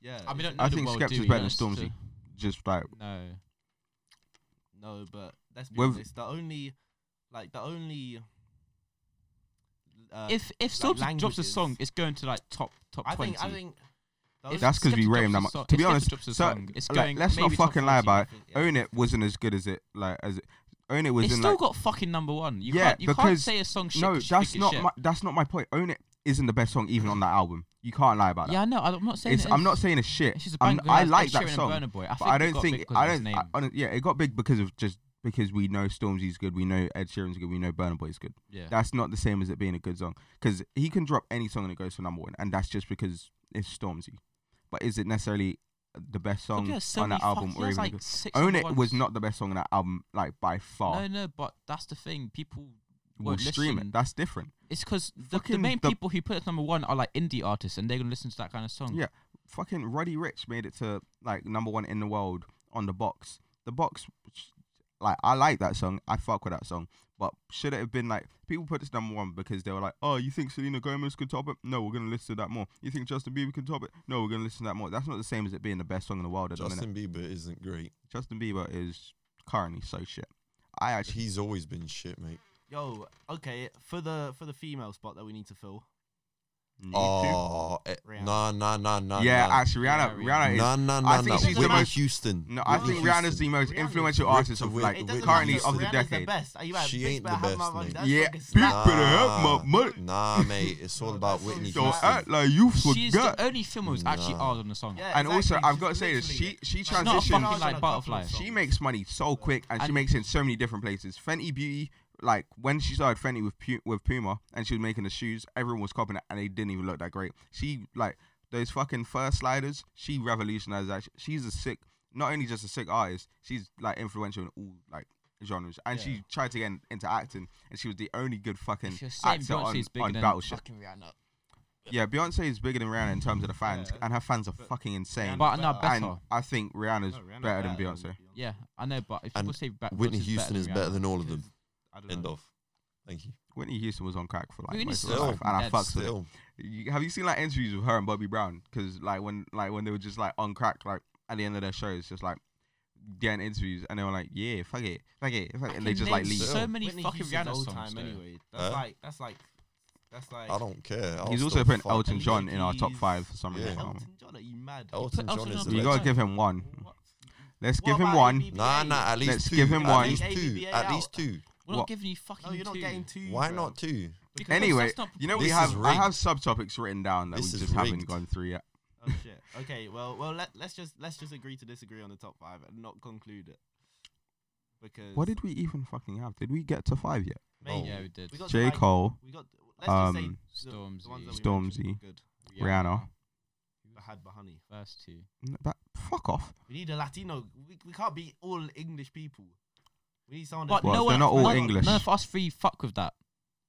[SPEAKER 2] yeah,
[SPEAKER 4] I mean,
[SPEAKER 2] it's-
[SPEAKER 4] don't
[SPEAKER 3] I
[SPEAKER 4] know the
[SPEAKER 3] think
[SPEAKER 4] world,
[SPEAKER 3] Skepta's
[SPEAKER 4] do we?
[SPEAKER 3] better than
[SPEAKER 4] Let's just-
[SPEAKER 3] Stormzy. just like
[SPEAKER 4] No.
[SPEAKER 2] No, but let's be
[SPEAKER 3] With-
[SPEAKER 2] honest. The only, like, the only. Uh,
[SPEAKER 4] if if
[SPEAKER 2] like
[SPEAKER 4] Stormzy drops a
[SPEAKER 2] languages.
[SPEAKER 4] song, it's going to like top top
[SPEAKER 2] I
[SPEAKER 4] 20.
[SPEAKER 2] think, I think. the
[SPEAKER 4] If
[SPEAKER 2] only-
[SPEAKER 3] That's 'cause we
[SPEAKER 4] Skepta
[SPEAKER 3] rate him that
[SPEAKER 4] drops a
[SPEAKER 3] much.
[SPEAKER 4] song-
[SPEAKER 3] To be
[SPEAKER 4] if Skepta
[SPEAKER 3] honest,
[SPEAKER 4] drops a
[SPEAKER 3] so,
[SPEAKER 4] song, it's
[SPEAKER 3] like,
[SPEAKER 4] going
[SPEAKER 3] let's not
[SPEAKER 4] maybe top
[SPEAKER 3] fucking lie
[SPEAKER 4] 40.
[SPEAKER 3] about it.
[SPEAKER 2] Yeah.
[SPEAKER 3] Own It wasn't as good as it like as it, Own It was
[SPEAKER 4] it's
[SPEAKER 3] in
[SPEAKER 4] still
[SPEAKER 3] like
[SPEAKER 4] got fucking number one. You
[SPEAKER 3] Yeah,
[SPEAKER 4] can't you can't
[SPEAKER 3] because-
[SPEAKER 4] say a song shit.
[SPEAKER 3] no.
[SPEAKER 4] 'cause you
[SPEAKER 3] That's
[SPEAKER 4] think
[SPEAKER 3] not
[SPEAKER 4] it's shit.
[SPEAKER 3] my that's not my point. Own It isn't the best song even on that album. You can't lie about that.
[SPEAKER 4] Yeah, I know. I'm not saying
[SPEAKER 3] It's,
[SPEAKER 4] it
[SPEAKER 3] I'm
[SPEAKER 4] is.
[SPEAKER 3] not saying it's shit.
[SPEAKER 4] It's just a
[SPEAKER 3] I'm-
[SPEAKER 4] banger
[SPEAKER 3] I
[SPEAKER 4] as Ed
[SPEAKER 3] like that
[SPEAKER 4] Sheeran and
[SPEAKER 3] song,
[SPEAKER 4] Burna Boy. I
[SPEAKER 3] but
[SPEAKER 4] think
[SPEAKER 3] I
[SPEAKER 4] it
[SPEAKER 3] don't
[SPEAKER 4] got big
[SPEAKER 3] think
[SPEAKER 4] because of
[SPEAKER 3] I
[SPEAKER 4] his
[SPEAKER 3] don't. I,
[SPEAKER 4] name.
[SPEAKER 3] honest- yeah, it got big because of just because we know Stormzy's good, we know Ed Sheeran's good, we know Burna Boy's good.
[SPEAKER 4] Yeah.
[SPEAKER 3] That's not the same as it being a good song because he can drop any song and it goes to number one, and that's just because it's Stormzy. But is it necessarily the best
[SPEAKER 4] But
[SPEAKER 3] song
[SPEAKER 4] yeah, so
[SPEAKER 3] on
[SPEAKER 4] many
[SPEAKER 3] that album
[SPEAKER 4] fuck- he
[SPEAKER 3] or
[SPEAKER 4] has,
[SPEAKER 3] even? the
[SPEAKER 4] like
[SPEAKER 3] good-
[SPEAKER 4] six
[SPEAKER 3] Own
[SPEAKER 4] number
[SPEAKER 3] It was
[SPEAKER 4] ones.
[SPEAKER 3] not the best song on that album, like by far.
[SPEAKER 4] No, no, but that's the thing. People
[SPEAKER 3] we'll
[SPEAKER 4] won't
[SPEAKER 3] stream
[SPEAKER 4] listen.
[SPEAKER 3] it. That's different.
[SPEAKER 4] It's because the, the
[SPEAKER 3] Fucking
[SPEAKER 4] main
[SPEAKER 3] the-
[SPEAKER 4] people who put it number one are like indie artists, and they're gonna listen to that kind of song.
[SPEAKER 3] Yeah, fucking Roddy Rich made it to like number one in the world on the box. The box, which- like I like that song. I fuck with that song. But should it have been like people put this number one because they were like, oh, you think Selena Gomez could top it? No, we're gonna listen to that more. You think Justin Bieber could top it? No, we're gonna listen to that more. That's not the same as it being the best song in the world at the minute.
[SPEAKER 1] Justin Bieber isn't great.
[SPEAKER 3] Justin Bieber is currently so shit. I actually,
[SPEAKER 1] He's always been shit, mate.
[SPEAKER 2] Yo, okay, for the for the female spot that we need to fill,
[SPEAKER 3] Need to.
[SPEAKER 1] Oh, eh,
[SPEAKER 2] Rihanna.
[SPEAKER 1] nah, nah, nah, nah.
[SPEAKER 3] yeah,
[SPEAKER 1] nah.
[SPEAKER 3] actually, Rihanna.
[SPEAKER 4] Yeah,
[SPEAKER 3] Rihanna is.
[SPEAKER 1] nah, nah,
[SPEAKER 3] I
[SPEAKER 1] nah,
[SPEAKER 3] think
[SPEAKER 1] nah.
[SPEAKER 3] she's the
[SPEAKER 1] Whitney
[SPEAKER 3] most-
[SPEAKER 1] Houston.
[SPEAKER 3] No, I
[SPEAKER 1] Whitney
[SPEAKER 3] think Rihanna's the
[SPEAKER 1] Houston.
[SPEAKER 3] most
[SPEAKER 2] Rihanna's
[SPEAKER 3] influential
[SPEAKER 1] ripped
[SPEAKER 3] artist of
[SPEAKER 1] away-
[SPEAKER 3] like
[SPEAKER 2] It
[SPEAKER 1] It
[SPEAKER 2] doesn't
[SPEAKER 3] currently
[SPEAKER 2] matter,
[SPEAKER 3] of the
[SPEAKER 2] Rihanna's
[SPEAKER 3] decade.
[SPEAKER 2] The best. Are you right?
[SPEAKER 1] She
[SPEAKER 2] Bitch
[SPEAKER 1] ain't
[SPEAKER 2] better
[SPEAKER 1] the
[SPEAKER 2] have my
[SPEAKER 1] best,
[SPEAKER 2] money.
[SPEAKER 1] mate.
[SPEAKER 2] That's
[SPEAKER 3] Yeah,
[SPEAKER 2] fucking
[SPEAKER 3] bitch
[SPEAKER 2] slap.
[SPEAKER 3] better have my money.
[SPEAKER 1] Nah, mate, it's all about Whitney
[SPEAKER 2] Yo,
[SPEAKER 3] Don't
[SPEAKER 1] Houston.
[SPEAKER 3] act uh, like you
[SPEAKER 4] She's
[SPEAKER 3] forgot.
[SPEAKER 4] the only film that was actually
[SPEAKER 1] Nah.
[SPEAKER 4] hard on the song.
[SPEAKER 2] Yeah,
[SPEAKER 3] And also,
[SPEAKER 2] exactly,
[SPEAKER 3] I've got to
[SPEAKER 2] she's
[SPEAKER 3] say this: she
[SPEAKER 2] literally
[SPEAKER 3] she
[SPEAKER 2] it.
[SPEAKER 4] not fucking
[SPEAKER 3] transitioned.
[SPEAKER 4] like Butterfly.
[SPEAKER 3] She makes money so quick, and she
[SPEAKER 4] And-
[SPEAKER 3] makes it in so many different places. Fenty Beauty, like when she started Fenty with Pu- with Puma, and she was making the shoes, everyone was copying it, and they didn't even look that great. She like those fucking first sliders. She revolutionized that. sh- She's a sick, not only just a sick artist, she's like influential in all like genres. And
[SPEAKER 4] Yeah.
[SPEAKER 3] she tried to get in- into acting, and she was the only good fucking
[SPEAKER 4] If you're saying
[SPEAKER 3] actor
[SPEAKER 4] Beyonce
[SPEAKER 3] on,
[SPEAKER 4] is bigger
[SPEAKER 3] on
[SPEAKER 4] than
[SPEAKER 3] Battleship.
[SPEAKER 4] fucking Rihanna,
[SPEAKER 3] Yeah, Beyonce is bigger than Rihanna in terms of the fans,
[SPEAKER 2] Yeah.
[SPEAKER 3] and her fans are fucking insane.
[SPEAKER 4] but no, better.
[SPEAKER 3] and I think Rihanna's
[SPEAKER 2] No, Rihanna's
[SPEAKER 3] better than
[SPEAKER 2] better
[SPEAKER 3] Beyonce.
[SPEAKER 4] yeah, I know, but if
[SPEAKER 1] And
[SPEAKER 4] people say back,
[SPEAKER 1] Whitney Houston is better
[SPEAKER 4] Rihanna.
[SPEAKER 1] than all of them.
[SPEAKER 2] I don't
[SPEAKER 1] End
[SPEAKER 2] know.
[SPEAKER 1] of. Thank you.
[SPEAKER 3] Whitney Houston was on crack for like
[SPEAKER 4] Whitney
[SPEAKER 3] most of her
[SPEAKER 1] still
[SPEAKER 3] life, and I
[SPEAKER 4] dead
[SPEAKER 3] fucked with it.
[SPEAKER 1] Still.
[SPEAKER 3] You- Have you seen like interviews with her and Bobby Brown? Because like when like when they were just like on crack, like at the end of their shows, just like getting interviews, and they were like, "Yeah, fuck it, fuck it," fuck it," and they
[SPEAKER 4] can
[SPEAKER 3] just like
[SPEAKER 4] name
[SPEAKER 3] leave.
[SPEAKER 4] so many
[SPEAKER 2] Whitney
[SPEAKER 4] fucking
[SPEAKER 2] Houston's
[SPEAKER 4] Rihanna
[SPEAKER 2] old
[SPEAKER 4] songs.
[SPEAKER 2] time
[SPEAKER 4] though.
[SPEAKER 2] anyway. That's
[SPEAKER 1] Huh?
[SPEAKER 2] like that's like that's like
[SPEAKER 1] I don't care. I'll
[SPEAKER 3] He's also
[SPEAKER 1] still
[SPEAKER 3] putting
[SPEAKER 1] fuck.
[SPEAKER 3] Elton John in our
[SPEAKER 2] He's-
[SPEAKER 3] top five for some
[SPEAKER 1] Yeah.
[SPEAKER 3] reason.
[SPEAKER 2] Elton John, are you mad?
[SPEAKER 1] Elton
[SPEAKER 4] Elton
[SPEAKER 1] John is
[SPEAKER 4] John
[SPEAKER 1] the
[SPEAKER 4] on
[SPEAKER 3] You
[SPEAKER 4] Elton
[SPEAKER 3] gotta
[SPEAKER 1] best.
[SPEAKER 4] John.
[SPEAKER 3] give him one.
[SPEAKER 2] What?
[SPEAKER 3] Let's
[SPEAKER 2] What
[SPEAKER 3] give him
[SPEAKER 2] about
[SPEAKER 3] one.
[SPEAKER 2] ABBA?
[SPEAKER 1] Nah, nah, at least
[SPEAKER 3] Let's
[SPEAKER 1] two.
[SPEAKER 3] give him
[SPEAKER 1] at
[SPEAKER 3] one.
[SPEAKER 1] Least
[SPEAKER 2] Hey,
[SPEAKER 1] two.
[SPEAKER 2] ABBA
[SPEAKER 1] At
[SPEAKER 2] out.
[SPEAKER 1] least two.
[SPEAKER 4] We're
[SPEAKER 3] What?
[SPEAKER 4] not giving you fucking.
[SPEAKER 2] No, you're not
[SPEAKER 4] two.
[SPEAKER 2] getting two.
[SPEAKER 1] Why
[SPEAKER 2] bro.
[SPEAKER 1] not two?
[SPEAKER 4] Because that's-
[SPEAKER 3] Anyway,
[SPEAKER 4] that's not-
[SPEAKER 3] you know we
[SPEAKER 1] This
[SPEAKER 3] have
[SPEAKER 1] is
[SPEAKER 3] I have
[SPEAKER 1] rigged.
[SPEAKER 3] subtopics written down that
[SPEAKER 1] This
[SPEAKER 3] we
[SPEAKER 1] is
[SPEAKER 3] just haven't
[SPEAKER 1] rigged.
[SPEAKER 3] gone through yet.
[SPEAKER 2] Oh shit. Okay. Well, well. Let, let's just let's just agree to disagree on the top five and not conclude it. Because
[SPEAKER 3] What did we even fucking have? Did we get to five yet?
[SPEAKER 2] Mate,
[SPEAKER 1] Oh.
[SPEAKER 4] Yeah, we did.
[SPEAKER 2] we got
[SPEAKER 3] J
[SPEAKER 2] Drake.
[SPEAKER 3] Cole,
[SPEAKER 2] We got. Let's just
[SPEAKER 3] um,
[SPEAKER 2] say the, the ones that we
[SPEAKER 3] Stormzy.
[SPEAKER 2] mentioned were Good.
[SPEAKER 3] Rihanna.
[SPEAKER 2] We had Bahani.
[SPEAKER 4] First two.
[SPEAKER 3] N- That, fuck off.
[SPEAKER 2] We need a Latino. We, we can't be all English people. We need someone.
[SPEAKER 4] But
[SPEAKER 2] that's-
[SPEAKER 3] Well,
[SPEAKER 4] no
[SPEAKER 3] they're
[SPEAKER 4] one,
[SPEAKER 3] not all
[SPEAKER 4] none-
[SPEAKER 3] English.
[SPEAKER 4] None of us three fuck with that.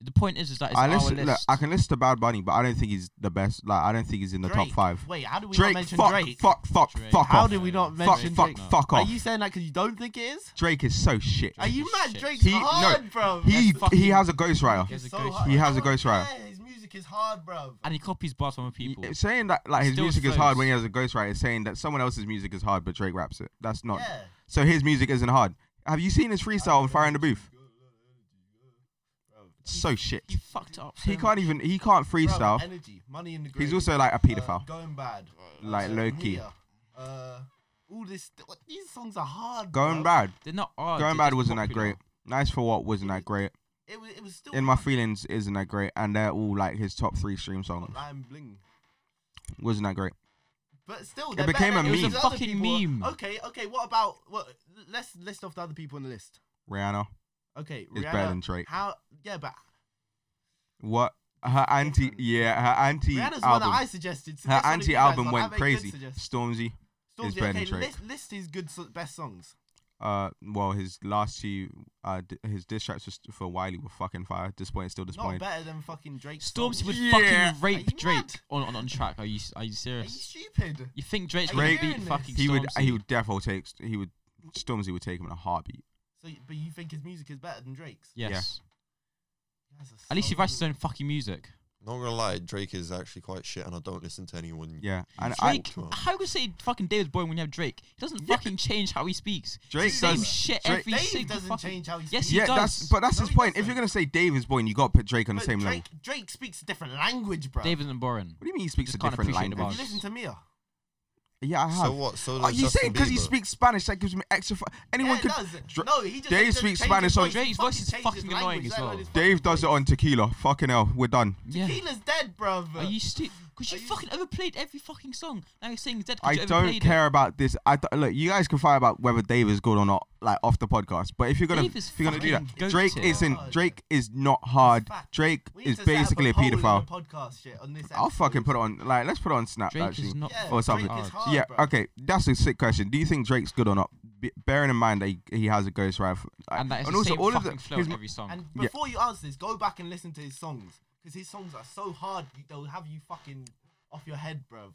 [SPEAKER 4] The point is, is that it's
[SPEAKER 3] I
[SPEAKER 4] our
[SPEAKER 3] listen,
[SPEAKER 4] list.
[SPEAKER 3] Look, I can list to Bad Bunny, but I don't think he's the best. Like I don't think he's in the top
[SPEAKER 2] Drake.
[SPEAKER 3] five.
[SPEAKER 2] Wait, how did we
[SPEAKER 3] Drake,
[SPEAKER 2] not mention
[SPEAKER 3] fuck,
[SPEAKER 2] Drake?
[SPEAKER 3] fuck, fuck,
[SPEAKER 4] Drake.
[SPEAKER 3] fuck
[SPEAKER 2] How
[SPEAKER 3] off.
[SPEAKER 2] did we not
[SPEAKER 3] fuck,
[SPEAKER 2] mention
[SPEAKER 3] fuck,
[SPEAKER 2] Drake?
[SPEAKER 3] fuck
[SPEAKER 2] Are
[SPEAKER 3] off.
[SPEAKER 2] you saying that because you don't think it is?
[SPEAKER 3] Drake is so shit.
[SPEAKER 2] Are you
[SPEAKER 4] is
[SPEAKER 2] mad?
[SPEAKER 4] shit.
[SPEAKER 2] Drake's
[SPEAKER 3] He- no,
[SPEAKER 2] hard, bro.
[SPEAKER 3] he
[SPEAKER 4] That's fucking-
[SPEAKER 3] he has a ghostwriter.
[SPEAKER 4] He has a
[SPEAKER 2] It's so
[SPEAKER 4] ghost
[SPEAKER 2] hard.
[SPEAKER 3] He has a
[SPEAKER 2] No one
[SPEAKER 3] ghostwriter.
[SPEAKER 2] cares. His music is hard, bro.
[SPEAKER 4] and he copies bars from other people.
[SPEAKER 3] Y- Saying that like his
[SPEAKER 4] Still
[SPEAKER 3] music is
[SPEAKER 4] flows.
[SPEAKER 3] hard when he has a ghostwriter is saying that someone else's music is hard, but Drake raps it. That's not.
[SPEAKER 2] Yeah.
[SPEAKER 3] So his music isn't hard. Have you seen his freestyle on Fire in the Booth? It's so shit.
[SPEAKER 4] He fucked up. So
[SPEAKER 3] He can't even. He can't
[SPEAKER 2] Bro,
[SPEAKER 3] freestyle.
[SPEAKER 2] energy, money in the grave.
[SPEAKER 3] He's also like a
[SPEAKER 2] uh,
[SPEAKER 3] pedophile.
[SPEAKER 2] going bad.
[SPEAKER 3] Like
[SPEAKER 2] Uh,
[SPEAKER 3] low-key.
[SPEAKER 2] Mia. Uh, all this. What, these songs are hard.
[SPEAKER 3] Going
[SPEAKER 2] bro.
[SPEAKER 3] bad.
[SPEAKER 4] They're not odd.
[SPEAKER 3] Going
[SPEAKER 4] they're
[SPEAKER 3] bad
[SPEAKER 4] just
[SPEAKER 3] wasn't that
[SPEAKER 4] popular.
[SPEAKER 3] great. Nice for what wasn't that great.
[SPEAKER 2] It was. It was still.
[SPEAKER 3] In My Feelings isn't that great, and they're all like his top three stream songs.
[SPEAKER 2] Hotline Bling.
[SPEAKER 3] Wasn't that great?
[SPEAKER 2] But still,
[SPEAKER 3] It
[SPEAKER 2] they're
[SPEAKER 3] became
[SPEAKER 2] better
[SPEAKER 3] a
[SPEAKER 2] than
[SPEAKER 3] meme. It
[SPEAKER 2] these
[SPEAKER 3] was a
[SPEAKER 2] other
[SPEAKER 4] fucking
[SPEAKER 2] people.
[SPEAKER 4] meme.
[SPEAKER 2] Okay, okay. What about what? Let's list off the other people on the list.
[SPEAKER 3] Rihanna.
[SPEAKER 2] Okay,
[SPEAKER 3] It's
[SPEAKER 2] Rihanna,
[SPEAKER 3] better than Drake.
[SPEAKER 2] How? Yeah, but
[SPEAKER 3] What? Her anti.
[SPEAKER 2] different.
[SPEAKER 3] Yeah, her anti
[SPEAKER 2] Rihanna's one that
[SPEAKER 3] album.
[SPEAKER 2] I suggested. so
[SPEAKER 3] Her
[SPEAKER 2] guess one of
[SPEAKER 3] anti
[SPEAKER 2] you guys
[SPEAKER 3] album
[SPEAKER 2] are.
[SPEAKER 3] went
[SPEAKER 2] Have a good
[SPEAKER 3] crazy.
[SPEAKER 2] suggestion.
[SPEAKER 3] Stormzy.
[SPEAKER 2] Stormzy,
[SPEAKER 3] better than
[SPEAKER 2] okay,
[SPEAKER 3] Drake.
[SPEAKER 2] List, list his good so- best songs.
[SPEAKER 3] Uh, well, his last two, uh, d- his diss tracks for, st- for Wiley were fucking fire. Disappointed, still
[SPEAKER 2] Not
[SPEAKER 3] disappointed.
[SPEAKER 2] better than fucking Drake.
[SPEAKER 4] Stormzy would
[SPEAKER 3] Yeah.
[SPEAKER 4] fucking
[SPEAKER 2] Are you
[SPEAKER 4] rape
[SPEAKER 2] mad?
[SPEAKER 4] Drake on, on on track. Are you
[SPEAKER 2] Are
[SPEAKER 4] are you
[SPEAKER 2] you
[SPEAKER 4] serious?
[SPEAKER 2] stupid?
[SPEAKER 4] You think Drake's
[SPEAKER 2] Are
[SPEAKER 3] you
[SPEAKER 4] gonna
[SPEAKER 2] hearing
[SPEAKER 4] beat fucking
[SPEAKER 2] this?
[SPEAKER 3] He would.
[SPEAKER 4] Stormzy?
[SPEAKER 3] He would definitely take. st- He would. Stormzy would take him in a heartbeat.
[SPEAKER 2] So, but you think his music is better than Drake's?
[SPEAKER 4] Yes.
[SPEAKER 2] You guys are
[SPEAKER 4] At least
[SPEAKER 2] so
[SPEAKER 4] he writes his
[SPEAKER 2] rude.
[SPEAKER 4] own fucking music.
[SPEAKER 1] Not gonna lie, Drake is actually quite shit, and I don't listen to anyone.
[SPEAKER 3] Yeah, and I,
[SPEAKER 4] Drake, how you gonna say fucking David's boring when you have Drake? He doesn't fucking change how he speaks. It's
[SPEAKER 3] Drake
[SPEAKER 4] the same
[SPEAKER 3] does-
[SPEAKER 4] shit
[SPEAKER 3] Drake-
[SPEAKER 4] every
[SPEAKER 2] Dave
[SPEAKER 4] single
[SPEAKER 2] doesn't
[SPEAKER 4] fucking.
[SPEAKER 2] change how he
[SPEAKER 4] Yes,
[SPEAKER 2] speaks.
[SPEAKER 4] he
[SPEAKER 3] yeah,
[SPEAKER 4] does.
[SPEAKER 3] that's. But that's
[SPEAKER 2] No,
[SPEAKER 3] his
[SPEAKER 2] he
[SPEAKER 3] point. If
[SPEAKER 2] doesn't.
[SPEAKER 3] you're gonna say Dave is born, you got to put Drake on the
[SPEAKER 2] But
[SPEAKER 3] same
[SPEAKER 2] Drake,
[SPEAKER 3] level.
[SPEAKER 2] Drake speaks a different language, bro.
[SPEAKER 4] David isn't boring.
[SPEAKER 3] What do you mean he speaks a
[SPEAKER 4] Just can't
[SPEAKER 3] different
[SPEAKER 4] appreciate the
[SPEAKER 2] Have
[SPEAKER 3] language?
[SPEAKER 2] you listened to Mia?
[SPEAKER 3] Yeah, I have.
[SPEAKER 1] So what? So
[SPEAKER 3] Are
[SPEAKER 1] does
[SPEAKER 3] you
[SPEAKER 1] Justin
[SPEAKER 3] saying because he
[SPEAKER 1] Bieber.
[SPEAKER 3] speaks Spanish that gives him extra? Fu- Anyone
[SPEAKER 2] yeah,
[SPEAKER 3] could.
[SPEAKER 2] it does.
[SPEAKER 3] Dra-
[SPEAKER 2] no, he just
[SPEAKER 3] Dave
[SPEAKER 2] he just
[SPEAKER 3] speaks
[SPEAKER 2] changed his
[SPEAKER 3] Spanish, so
[SPEAKER 2] voice. He
[SPEAKER 4] Drake's voice is
[SPEAKER 2] changed his
[SPEAKER 4] fucking
[SPEAKER 2] language,
[SPEAKER 4] annoying as
[SPEAKER 2] let alone
[SPEAKER 4] well.
[SPEAKER 2] his fucking
[SPEAKER 3] Dave does it
[SPEAKER 2] voice.
[SPEAKER 3] on tequila. Fucking hell, we're done.
[SPEAKER 4] Yeah.
[SPEAKER 2] Tequila's dead, bro.
[SPEAKER 4] Are you stupid? Because you
[SPEAKER 2] Are you-
[SPEAKER 4] fucking overplayed every fucking song. Now you're saying he's dead. 'cause
[SPEAKER 3] I
[SPEAKER 4] you
[SPEAKER 3] don't
[SPEAKER 4] overplayed
[SPEAKER 3] care about this. I th- look. You guys can fight about whether Dave is good or not, like off the podcast. But if you're gonna,
[SPEAKER 4] Dave is
[SPEAKER 3] if you're gonna do that,
[SPEAKER 4] fucking
[SPEAKER 3] Drake
[SPEAKER 4] goated.
[SPEAKER 3] isn't. Drake is not hard.
[SPEAKER 2] Fact.
[SPEAKER 3] Drake
[SPEAKER 2] We need
[SPEAKER 3] is
[SPEAKER 2] to set up
[SPEAKER 3] basically a
[SPEAKER 2] poll in the
[SPEAKER 3] pedophile.
[SPEAKER 2] Podcast shit on this.
[SPEAKER 3] I'll fucking put it
[SPEAKER 2] episode.
[SPEAKER 3] on. Like, let's put it on Snap
[SPEAKER 4] It. Drake
[SPEAKER 3] actually,
[SPEAKER 4] is not. Oh,
[SPEAKER 2] Yeah,
[SPEAKER 3] or something.
[SPEAKER 2] Drake is hard,
[SPEAKER 3] yeah.
[SPEAKER 2] bro.
[SPEAKER 3] Okay, that's a sick question. Do you think Drake's good or not? B- bearing in mind that he, he has a ghost rifle, like,
[SPEAKER 4] And that is the same fucking flow
[SPEAKER 3] his
[SPEAKER 4] in
[SPEAKER 3] m-
[SPEAKER 4] every song.
[SPEAKER 2] And
[SPEAKER 3] Yeah.
[SPEAKER 2] before you answer this, go back and listen to his songs because his songs are so hard you- they'll have you fucking off your head, bro.